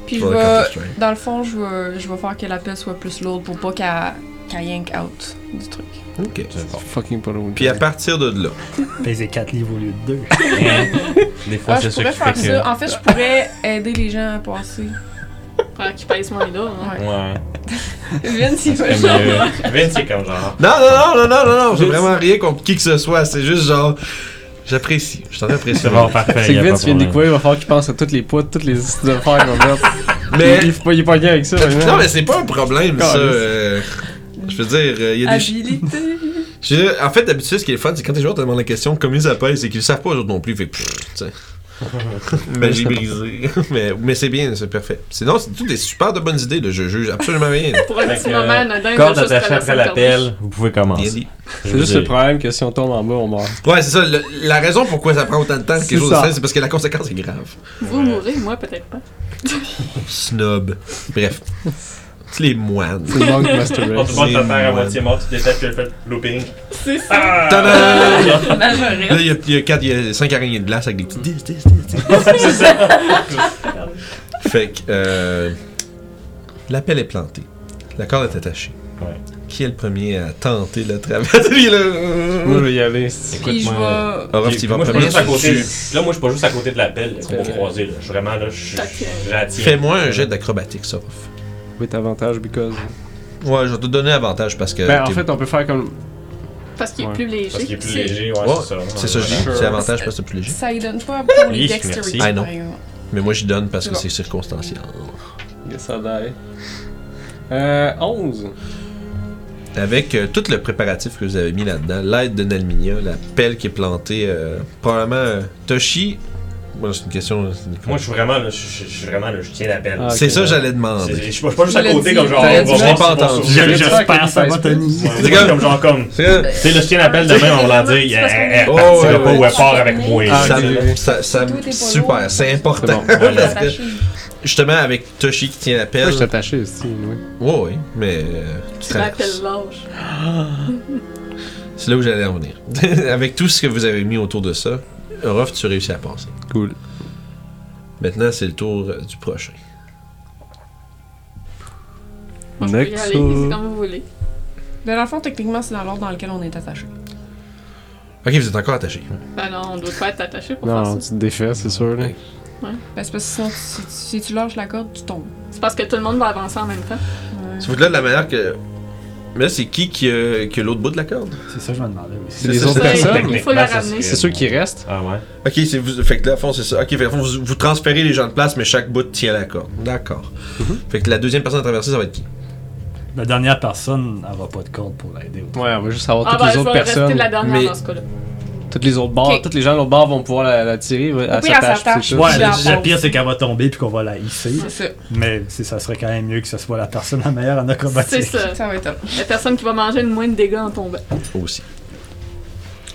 F: Puis je
A: Pour le
F: vais.
A: Counter-Strike.
F: Dans le fond, je vais, je vais faire que la pelle soit plus lourde pour pas qu'elle qu'elle yank out du truc.
A: Ok.
E: C'est bon.
D: Fucking pas loin.
A: Puis à partir de là,
C: Peser 4 livres au lieu de 2.
E: Des fois,
F: Ah,
E: c'est
F: je
E: ça qui
F: pourrais
E: fait
F: faire
E: que.
F: ça. En fait, je pourrais aider les gens à passer.
B: Ah, qui pèse moins là. hein.
F: Ouais.
E: Ouais.
F: Vince, il va
Q: euh,
E: C'est mieux. Vince, c'est comme genre.
A: Non, non, non, non, non, non, non, j'ai vraiment rien contre qui que ce soit. C'est juste genre. J'apprécie. Je t'en apprécie.
E: C'est bon, parfait.
D: C'est
E: Ben, y
D: que
E: a pas
D: Vince vient
E: de
D: de
E: problème.
D: découvrir, il va falloir qu'il pense à toutes les poids, toutes les histoires de faire, mon gars.
A: Mais.
D: Il, il, faut pas- il est pas bien avec ça,
A: Non, mais c'est pas un problème, ça.
D: Calisse.
A: euh, Je veux dire, euh, il y a des.
F: Agilité.
A: Je- En fait, d'habitude, ce qui est le fun, c'est quand les joueurs te demandent la question combien ça pèse, c'est qu'ils le savent pas eux autres non plus. Fait que, pfff, tu sais. Magie brisée. mais mais c'est bien, c'est parfait. Sinon, c'est toutes des super de bonnes idées, là. Je juge absolument rien.
B: Pour un
E: Fait
B: petit
E: que,
B: moment,
E: euh,
B: Nadine va
E: Corde
B: juste
E: attachée
B: traverser
E: après
B: le
E: l'appel, vous pouvez
A: Bien
E: commencer.
A: dit.
D: Ah, C'est juste le problème que si on tombe en bas, on meurt.
A: Ouais, c'est ça. le- la raison pourquoi ça prend autant de temps que quelque
D: C'est
A: chose de
D: ça.
A: simple, c'est parce que la conséquence est grave.
B: corniche. Vous mourrez, moi peut-être pas.
A: Snob. Bref. C'est les moines.
D: C'est le manque de Master
E: On
D: Race.
E: te prend ta terre à moitié morte, tu détectes que tu fait looping.
B: C'est ça.
E: Ah!
A: Tadam!
F: La forêt.
A: Là, il y a- il y, a quatre, il y a cinq araignées de glace avec des petits 10, 10, 10,
E: C'est ça.
A: Fait que, euh, l'appel est planté. La corde est attachée.
E: Ouais.
A: Qui est le premier à tenter le traverser? Lui, là.
Q: Moi, je vais y aller.
A: Puis je
Q: Écoute-moi.
A: vais- Orof, tu vas
Q: Moi, je suis
A: premier.
Q: juste à côté.
A: Tu-
Q: Là, moi, je suis pas juste à côté de la pelle là, qu'on va croiser. Là. Je suis vraiment là, je suis j'attire.
A: Fais-moi un jet d'acrobatique, ça.
D: Oui, t'as avantage, because.
A: Ouais, je vais te donner avantage parce que.
D: Ben, en
A: Euh, t'es-
D: fait, on peut faire comme.
B: Parce qu'il est
D: Ouais.
B: plus léger.
Q: Parce qu'il est plus
B: C'est-
Q: léger, ouais,
A: Ouais,
Q: c'est ça.
A: c'est ça, je dis.
Q: Sure.
A: C'est avantage parce que c'est plus léger.
M: Ça y donne pas pour les
A: Oui,
M: dexterity,
A: Ah non.
M: par exemple.
A: Mais moi, j'y donne parce
M: C'est
A: que
M: bon.
A: c'est circonstanciel.
D: Yes, I die. Euh, 11.
A: Avec euh, tout le préparatif que vous avez mis là-dedans, l'aide de Nalminia, la pelle qui est plantée, euh, probablement euh, Toshi. Moi, c'est une question. c'est une-
Q: Moi, je suis vraiment là, je, je- je suis vraiment là, je tiens la pelle.
A: Ah, ok. C'est ça que j'allais demander.
Q: C'est- Je suis pas, je suis pas juste à
A: Tu l'as
Q: côté
A: dit.
Q: comme genre.
A: Tu l'as
Q: on va
A: dit.
Q: voir
A: Je l'ai pas
Q: si c'est bon
A: entendu.
Q: sur-
A: J'allais
Q: Je-
A: dire
Q: je-
A: faire sa
Q: je-
A: botaniste.
Q: Ouais, C'est comme genre comme. Tu
A: C'est-
Q: sais, là, je tiens la pelle demain, on va leur dire,
A: C'est
Q: yeah,
A: parce qu'on-
Q: elle
A: Oh,
Q: partira
A: ouais,
Q: pas
A: ouais.
Q: ou elle part avec moi.
A: Ah, ça,
Q: Tu sais, là.
A: ça- ça-
Q: Tout est pas
A: super, c'est important.
Q: C'est bon,
A: parce
Q: voilà.
A: que, justement, avec Toshi qui tient la pelle.
D: Moi, je suis attaché aussi, oui.
A: Ouais, ouais, mais. euh, tu
B: Tu
A: traverses.
B: m'appelles l'âge.
A: C'est là où j'allais en venir. Avec tout ce que vous avez mis autour de ça, Rof, tu réussis à passer.
D: Cool.
A: Maintenant, c'est le tour euh, du prochain.
B: Vous pouvez y aller, c'est comme vous voulez.
F: ben,
M: Mais dans le fond, techniquement, c'est dans l'ordre dans lequel on est attaché.
A: Ok, vous êtes encore attaché.
B: Ben non, on doit pas être attaché pour faire
D: Non,
B: ça.
D: tu te défais, c'est sûr. Là.
B: Ouais.
M: Ben, c'est parce que sinon, si, si tu lâches la corde, tu tombes.
B: C'est parce que tout le monde va avancer en même temps.
A: Si vous là de la manière que. Mais là, c'est qui qui a, qui a l'autre bout de la corde
C: C'est ça, je me demandais aussi.
D: C'est les autres personnes.
B: il faut la ramener.
D: C'est ceux qui restent.
Q: Ah ouais.
A: Ok, c'est vous. Fait que là, à fond, c'est ça. Ok, fait que à fond, vous, vous transférez les gens de place, mais chaque bout tient la corde. D'accord. Fait que la deuxième personne à traverser, ça va être qui
C: La dernière personne n'aura pas de corde pour l'aider.
D: Ouais, on va juste avoir
B: Ah
D: toutes
B: ben,
D: les
B: je
D: autres
B: vais rester
D: personnes.
B: la dernière dans ce cas-là.
D: Toutes les autres bars,
B: Ok.
D: toutes les gens de l'autre bar vont pouvoir la, la tirer. Ouais,
B: pire, elle s'attache,
D: puis
C: Ouais,
D: c'est
C: le,
D: tout.
C: le pire, c'est qu'elle va tomber puis qu'on va la hisser.
B: C'est ça.
C: Mais c'est- ça serait quand même mieux que ce soit la personne la meilleure en acrobatique.
B: C'est ça.
M: Ça va être
B: La personne qui va manger le moins de dégâts en tombant.
A: Aussi.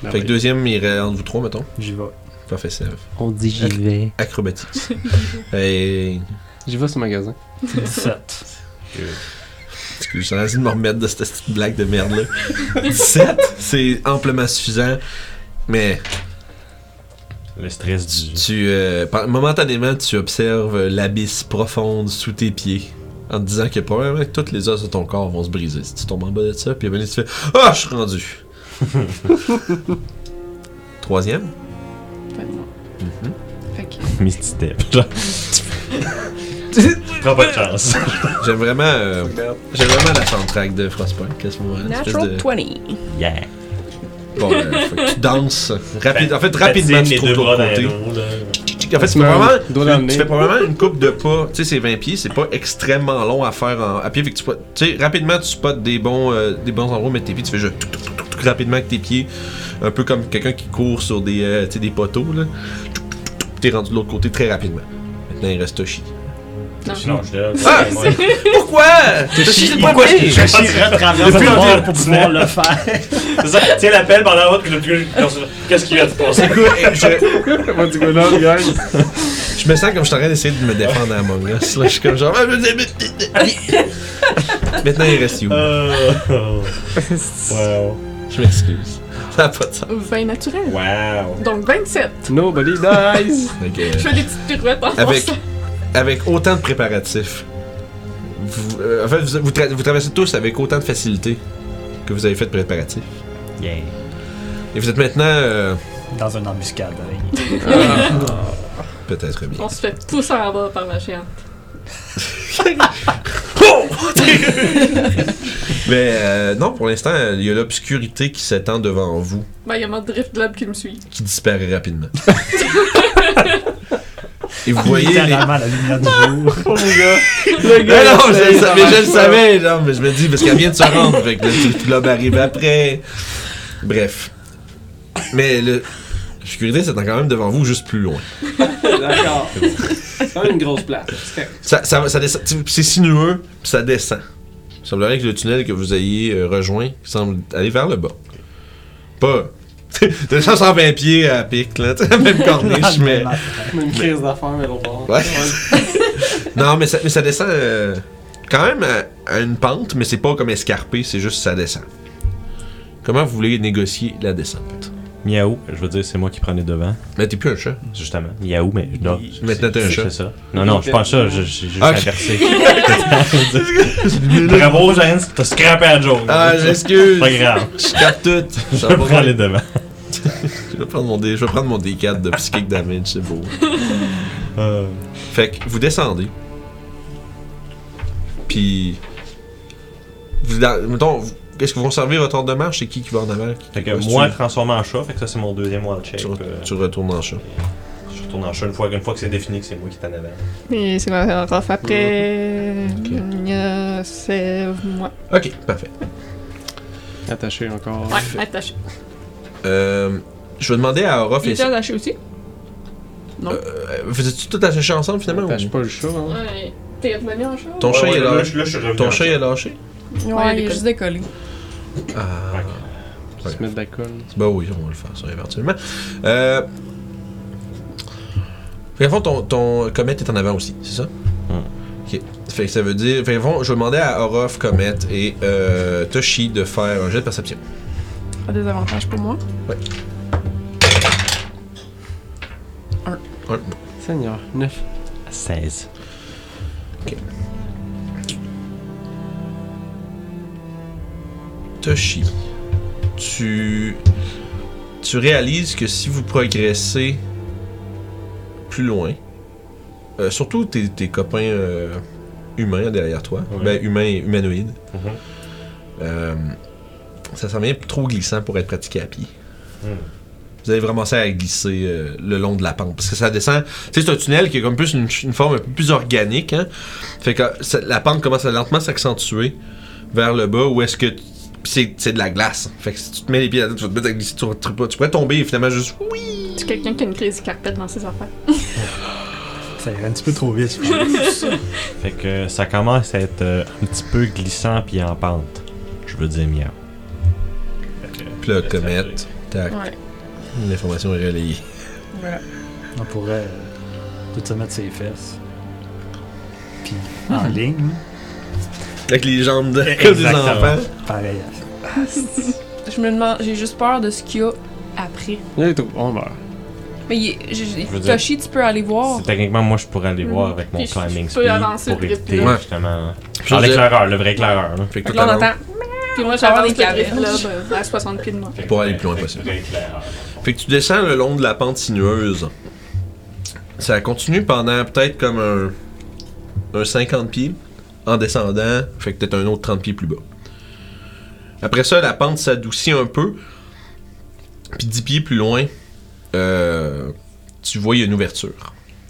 C: Ah
A: fait que deuxième, il irait entre vous trois, mettons.
C: Ben J'y vais.
A: Parfait, c'est.
D: On dit j'y vais.
A: Acrobatique. Et.
D: J'y vais sur le magasin.
C: 17.
A: Excuse, j'ai envie de me remettre de cette petite blague de merde là. 17, c'est amplement suffisant, mais.
Q: Le stress du.
A: Tu, euh, par- momentanément, tu observes l'abysse profonde sous tes pieds en te disant que probablement toutes les os de ton corps vont se briser si tu tombes en bas de ça, puis ben, tu fais Ah, je suis rendu Troisième
M: Fait que.
A: Misty Step. Prends pas de chance. J'aime vraiment, euh, j'aime vraiment la soundtrack de Frostpunk à ce moment-là. une espèce
M: Natural
A: de-
M: 20.
A: Yeah. Bon, euh, faut que tu danses. Rapide, en fait,
Q: Patine
A: rapidement, tu
Q: les
A: trouves
Q: Ben, deux
A: ton
Q: bras dans
A: côté.
Q: les roues, là.
A: En fait,
Q: Tu
A: tu,
Q: mets
A: fais
Q: un
A: vraiment-
Q: doigt
A: tu-
Q: dans le
A: tu
Q: nez.
A: fais probablement une coupe de pas. Tu sais, c'est 20 pieds, c'est pas extrêmement long à faire en- à pied. Fait que tu, peux- tu sais, rapidement, tu spots des bons, euh, des bons endroits où mettre tes pieds. Tu fais juste tout, tout, tout, tout, tout rapidement avec tes pieds. Un peu comme quelqu'un qui court sur des, euh, tu sais, des poteaux. Là. Tout, tout, tout, T'es rendu de l'autre côté très rapidement. Maintenant, il reste Toshi.
Q: Sinon, je dirais-
A: Ah!
Q: Ouais, moi.
A: Pourquoi? Toshi, c'est pas
Q: je- je-
A: pire!
Q: je- je-
C: traverse
Q: Depuis
C: le bord
Q: le
C: pour
Q: début.
C: pouvoir le faire.
Q: C'est ça, tiens la pelle pendant l'autre que le plus. Qu'est-ce qui vient de se passer?
A: Je me sens comme je suis en train d'essayer de me défendre à Among Us. Là. Je suis comme genre. Ah, je sais, mais- Maintenant, il reste You.
Q: Euh, oh. Wow.
A: Je m'excuse. Ça n'a pas de sens.
B: 20 naturel.
Q: Wow.
B: Donc 27.
D: Nobody dies.
A: Donc,
B: Je
A: euh,
B: fais des petites pirouettes en
A: avec,
B: forçant.
A: avec autant de préparatifs, vous, euh, en fait, vous, vous tra- vous traversez tous avec autant de facilité que vous avez fait de préparatifs. Et vous êtes maintenant. euh,
C: Dans une embuscade. avec.
D: Ah.
A: Peut-être bien.
B: On se fait pousser en bas par la chiante.
A: Mais euh, non, pour l'instant, il y a l'obscurité qui s'étend devant vous,
B: Ben, il y a mon drift globe qui me suit.
A: qui disparaît rapidement. Et vous voyez. les-
C: Littéralement la lumière du jour.
D: Oh, mon gars.
A: Mais
D: Le
A: non, je le
D: ça
A: savais, je le
D: marche pas.
A: savais, genre, mais je me dis, parce qu'elle vient de se rendre, fait que le petit globe arrive après. Bref. Mais le. L'obscurité s'étend quand même devant vous, juste plus loin.
D: D'accord. C'est quand même une grosse place. C'est correct.
A: Ça, ça, ça descend- tu- C'est sinueux, puis ça descend. Il semblerait que le tunnel que vous ayez euh, rejoint semble aller vers le bas. Pas. T'as déjà 120 pieds à pic, là. t'sais, Même corniche, mais.
D: Une crise d'affaires, mais l'autre bord.
A: Ouais. Non, mais ça, mais ça descend euh, quand même à, à une pente, mais c'est pas comme escarpé, c'est juste ça descend. Comment vous voulez négocier la descente
E: Miaou, je veux dire, c'est moi qui prends les devants.
A: Mais t'es plus un chat.
E: Justement. Miaou, mais non.
A: Maintenant, t'es un chat.
E: C'est ça. Non, non, je pense ça, je- j'ai juste
A: Ah, ok.
E: inversé. Bravo, James, t'as scrappé la joke.
A: Ah, j'excuse.
E: Pas grave.
A: Je capte tout.
E: Je prends les devants.
A: je, vais prendre mon D, je vais prendre mon D4 de psychic damage, c'est beau. Fait que vous descendez. Puis. Vous, dans- mettons, vous- est-ce que vous conservez votre ordre de marche C'est qui qui va en avant qui-
E: Fait que
A: est-ce
E: moi,
A: tu-
E: transformé en chat, fait que ça, c'est mon deuxième wild shape.
A: tu, re-
E: euh,
A: tu retournes en chat.
E: Je retourne en chat une fois, une fois que c'est défini que c'est moi qui t'en avais.
B: Et c'est quoi, Raph, après. euh, c'est moi.
A: Ok, parfait.
D: Attaché encore.
B: Ouais, attaché.
A: Euh, je vais demander à Orof
M: Il
A: et
M: était attaché aussi?
A: Euh, Vous êtes tous attachés ensemble finalement
D: Attache
A: ou-
D: pas le chat, hein?
B: Ouais, t'es revenu en show?
A: Ton
E: Ouais,
A: chat
E: ouais,
A: est
E: là,
A: lâché.
E: je- là, je suis revenu
A: Ton
E: en
A: chat
E: chat.
A: est lâché.
M: Ouais, il
B: Ouais,
M: est
B: décollé.
M: juste décollé.
A: Ah.
D: Faut se mettre de la colle.
A: Bah oui, on va le faire ça éventuellement. Euh... Fait qu'à fond, ton, ton comète est en avant aussi, c'est ça? Ok. Fait que ça veut dire. Fait qu'à fond, je vais demander à Orof, Comet et euh, Toshi de faire un jet de perception.
M: Pas des avantages pour moi.
A: Ouais.
M: Un.
A: Un.
D: Seigneur, 9.
E: 16.
A: Toshi, tu, tu réalises que si vous progressez plus loin, euh, surtout tes, tes copains euh, humains derrière toi,
E: Ouais.
A: ben, humains et humanoïdes,
E: Mhm.
A: euh, ça s'en vient trop glissant pour être pratiqué à pied.
E: Mm.
A: Vous allez vraiment ça à glisser euh, le long de la pente. Parce que ça descend. Tu sais, c'est un tunnel qui est comme plus une, une forme un peu plus organique. hein. Fait que ça- la pente commence à lentement s'accentuer vers le bas où est-ce que. tu- pis c'est c'est de la glace. Fait que si tu te mets les pieds là-dedans, tu vas te mettre à glisser, tu, vas- tu pourrais- tu pourrais tomber et finalement juste.
B: Tu quelqu'un qui a une crise du carpette dans ses affaires.
C: Ça irait un petit peu trop vite. je
E: Fait que ça commence à être euh, un petit peu glissant puis en pente. Je veux dire miaou.
A: Puis là, comète. Tac.
M: Ouais.
A: L'information est relayée.
M: Voilà.
C: pense. On pourrait euh, tout se mettre ses fesses. Puis en ligne.
A: Avec les jambes de, comme des
C: Exactement.
A: enfants.
C: Pareil.
M: Je me demande, j'ai juste peur de ce qu'il y a après.
D: Il est trop, on meurt.
M: Mais il est- j'ai- j'ai-
E: Je veux dire-
M: Toshi, tu peux aller voir.
E: C'est Techniquement, moi, je pourrais aller voir avec mon
M: Oh. Mm. Puis je-
E: climbing
M: je
E: speed
M: peux avancer
E: pour
M: le grip,
E: éviter,
M: là.
E: justement.
A: Puis
E: Genre
A: je veux dire-
E: l'éclaireur, le vrai éclaireur. Là.
A: Fait que
M: Fait que
A: toi,
M: là, on
A: t'avances
M: entend.
B: Puis moi,
M: Avant
B: j'avance
M: les
B: le grip, là,
M: carrés.
B: ben, à 60 pieds de moi.
A: pour aller le plus loin possible.
E: Vrai éclaireur.
A: Fait que tu descends le long de la pente sinueuse. Ça continue pendant peut-être comme un, un 50 pieds en descendant. Fait que peut-être un autre 30 pieds plus bas. Après ça, la pente s'adoucit un peu. Puis 10 pieds plus loin, euh, tu vois, il y a une ouverture.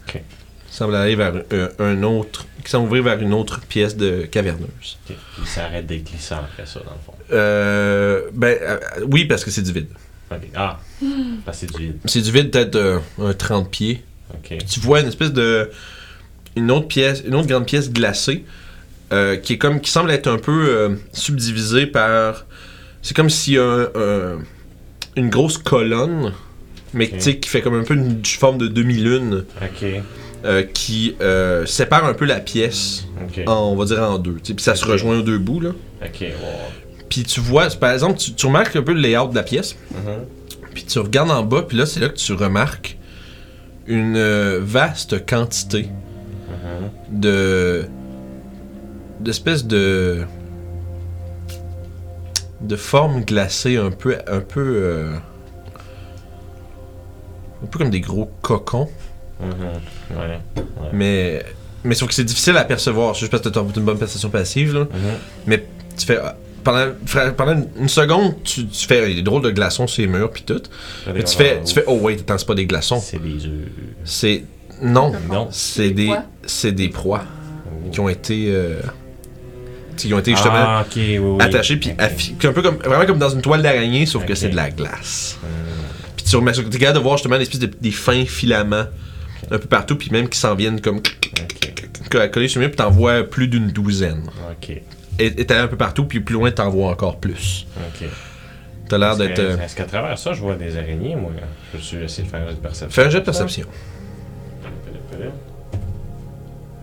E: Ok.
A: Il semble aller vers euh, un autre. Qui semble ouvrir vers une autre pièce de caverneuse.
E: Ok. Il s'arrête d'être glissant après ça, dans le fond.
A: Euh, ben, euh, oui, parce que c'est du vide.
E: Ok. Ah, parce que c'est du vide.
A: C'est du vide, peut-être euh, un 30 pieds.
E: Ok.
A: tu vois une espèce de une autre pièce, une autre grande pièce glacée euh, qui est comme qui semble être un peu euh, subdivisée par. C'est comme si un, un- une grosse colonne, mais
E: Ok.
A: tu sais, qui fait comme un peu une forme de demi-lune
E: Ok.
A: euh, qui euh, sépare un peu la pièce
E: Ok.
A: en, on va dire en deux. tu sais, Puis ça se rejoint aux deux bouts là.
E: Ok, wow.
A: Puis tu vois, par exemple, tu, tu remarques un peu le layout de la pièce.
E: Mhm.
A: Puis tu regardes en bas, puis là, c'est là que tu remarques une euh, vaste quantité
E: Mhm.
A: de d'espèces de de formes glacées un peu un peu euh, un peu comme des gros cocons
E: Mhm. Ouais.
A: mais mais sauf que c'est difficile à percevoir c'est juste parce que t'as une bonne perception passive là
E: Mhm.
A: mais tu fais ah, pendant, fra- pendant une- une seconde tu, tu fais il y a des drôles de glaçons sur les murs puis tout mais tu fais tu fais oh wait attends c'est pas des glaçons
E: C'est des œufs.
A: c'est non
E: Non.
A: c'est des
B: proies.
A: c'est des proies qui ont été euh, qui ont été justement
E: Ah, ok, oui, oui.
A: attaché puis affi- puis un peu comme vraiment comme dans une toile d'araignée sauf que c'est de la glace. Puis tu remets tu es capable de voir justement l'espèce de des fins filaments un peu partout puis même qui s'en viennent comme co- collés sur le mur puis t'en vois plus d'une douzaine.
E: Ok,
A: Et et t'es allé un peu partout puis plus loin t'en vois encore plus.
E: ok.
A: T'as l'air
E: Est-ce
A: d'être
E: que-
A: euh,
E: Est-ce qu'à travers ça, je vois des araignées, moi Je suis essayé de faire une perception.
A: fais un jet de perception.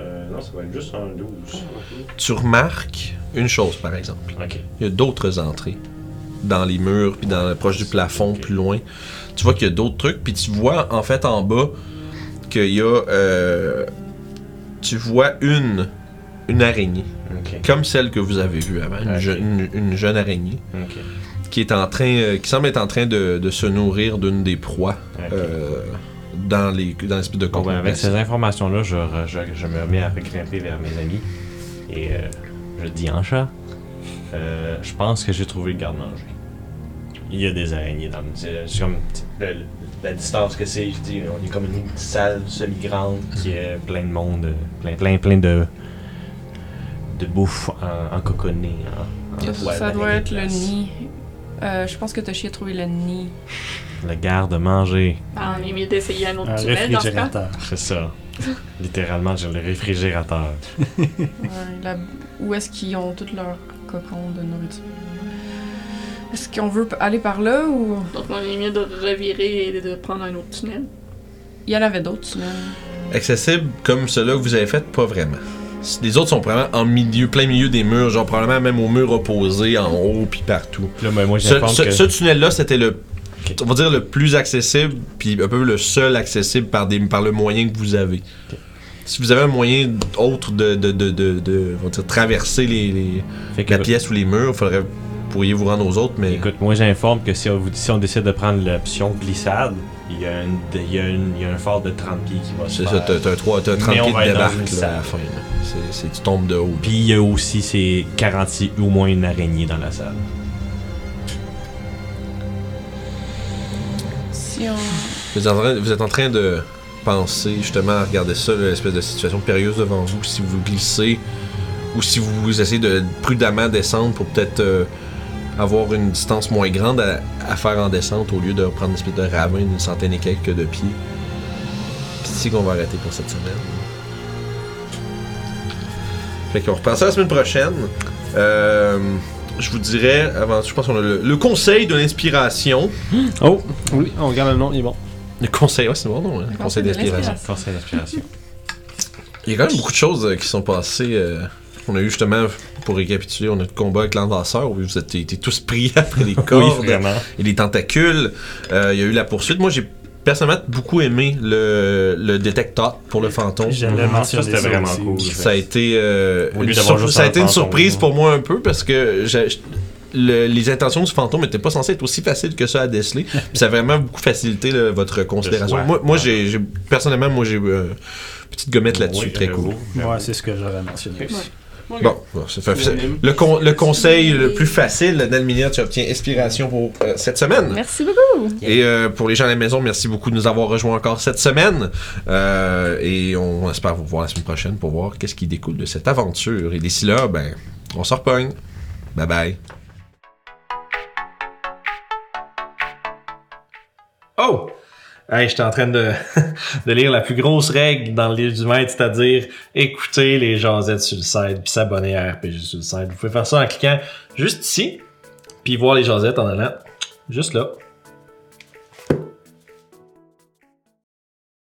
E: Euh, non, ça va être juste un 12.
A: Tu remarques une chose par exemple.
E: Ok.
A: Il y a d'autres entrées dans les murs, puis dans proche du plafond, plus loin. Tu vois qu'il y a d'autres trucs, puis tu vois en fait en bas qu'il y a. euh, tu vois une une araignée, comme celle que vous avez vue avant, une, je- une- une jeune araignée, qui est en train, euh, qui semble être en train de, de se nourrir d'une des proies euh, dans les dans l'espèce de
E: Bon, ben,
A: conteneur.
E: avec ces informations-là, je, re- je, je me remets à regrimper vers mes amis. Et euh, je dis en chat, euh, je pense que j'ai trouvé le garde-manger. Il y a des araignées dans le. c'est- c'est comme le- le- la distance que c'est. je dis, On est comme une salle semi-grande
A: Mhm.
E: qui est plein de monde, euh, plein, plein, plein de, de bouffe en, en coconné. en- en toile
M: ça doit
E: d'araignée
M: être le
E: place.
M: nid. Euh, je pense que Toshi a trouvé le nid.
E: Le garde-manger.
B: Ah, on est mieux d'essayer un autre
E: Un
B: tunnel dans ce cas.
C: Ah
E: C'est ça. Littéralement, j'ai le réfrigérateur.
M: Ouais, là- où est-ce qu'ils ont tous leurs cocons de nourriture? Est-ce qu'on veut p- aller par là ou...
B: Donc, on est mieux de revirer et de prendre un autre tunnel.
M: Il y en avait d'autres, tunnels.
A: accessible comme ceux-là que vous avez fait, pas vraiment. Les autres sont vraiment en milieu, plein milieu des murs, genre probablement même au mur opposé, en haut, puis partout.
E: ben,
A: ce,
E: j'informe
A: ce-
E: que-
A: ce tunnel-là, c'était le, on va dire le plus accessible, puis un peu le seul accessible par, des, par le moyen que vous avez. Si vous avez un moyen autre de, de, de, de- de- on va dire, traverser les, les- la pièce ou les murs, faudrait, pourriez vous rendre aux autres, mais...
E: Écoute, moi j'informe que si on, vous- si on décide de prendre l'option glissade, il y, a une- il y a une- il y a un fort de 30 pieds qui va se
A: C'est ça,
E: faire.
A: t'as t'as un trois- t'as un 30
E: Mais on
A: pieds
E: va
A: de
E: être dans
A: débarque
E: une
A: là, à la
E: salle.
A: fin. là. C'est- c'est- Tu tombes de haut.
E: Puis il y a aussi, c'est garanti au moins une araignée dans la salle.
M: Si on...
A: Vous êtes, en train, vous êtes en train de penser justement à regarder ça, là, l'espèce de situation périlleuse devant vous, si vous glissez ou si vous, vous essayez de prudemment descendre pour peut-être euh, avoir une distance moins grande à, à faire en descente au lieu de prendre une espèce de ravin d'une centaine et quelques de pieds. Puis c'est qu'on va arrêter pour cette semaine. Fait qu'on repasse à la semaine prochaine. Euh, je vous dirais, avant, je pense qu'on a le, le conseil de l'inspiration.
N: Oh, oui, on regarde le nom, il est bon.
A: Le conseil, ouais, c'est bon, non? hein? Le conseil
E: conseil de
A: d'inspiration.
E: l'inspiration. Conseil d'inspiration.
A: Il y a quand même beaucoup de choses euh, qui sont passées. euh, on a eu justement, pour récapituler, on a eu le combat avec l'envaseur où vous êtes été tous pris après les cordes
E: vraiment.
A: et les tentacules. Euh, il y a eu la poursuite. Moi, j'ai personnellement beaucoup aimé le, le détecteur pour le fantôme.
C: J'allais
A: Ça,
C: mentionner
A: c'était
C: ça
A: vraiment
C: aussi.
A: cool. Ça a été, euh,
E: Au
A: une,
E: lieu d'avoir
A: sur-
E: juste
A: ça a
E: un
A: été une
E: fantôme,
A: surprise pour moi un peu parce que j'ai- le- les intentions du fantôme n'étaient pas censées être aussi faciles que ça à déceler. Puis ça a vraiment beaucoup facilité là, votre considération.
C: choix.
A: moi, moi j'ai, j'ai- personnellement, moi j'ai euh, une petite gommette là-dessus,
C: Oui,
A: très
C: j'avoue,
A: cool.
C: Ouais, c'est ce que j'aurais mentionné aussi.
A: Bon, bon, ça fait- ça- le, con- le conseil le plus facile, Nelminia, tu obtiens inspiration pour euh, cette semaine.
M: Merci beaucoup!
A: Et euh, pour les gens à la maison, merci beaucoup de nous avoir rejoints encore cette semaine. Euh, et on espère vous voir la semaine prochaine pour voir qu'est-ce qui découle de cette aventure. Et d'ici là, ben, on se repogne. Bye bye.
S: Oh! Hey, j'étais en train de, de lire la plus grosse règle dans le livre du maître, c'est-à-dire écouter les jasettes sur le site puis s'abonner à RPG sur le site. Vous pouvez faire ça en cliquant juste ici, puis voir les jasettes en allant juste là.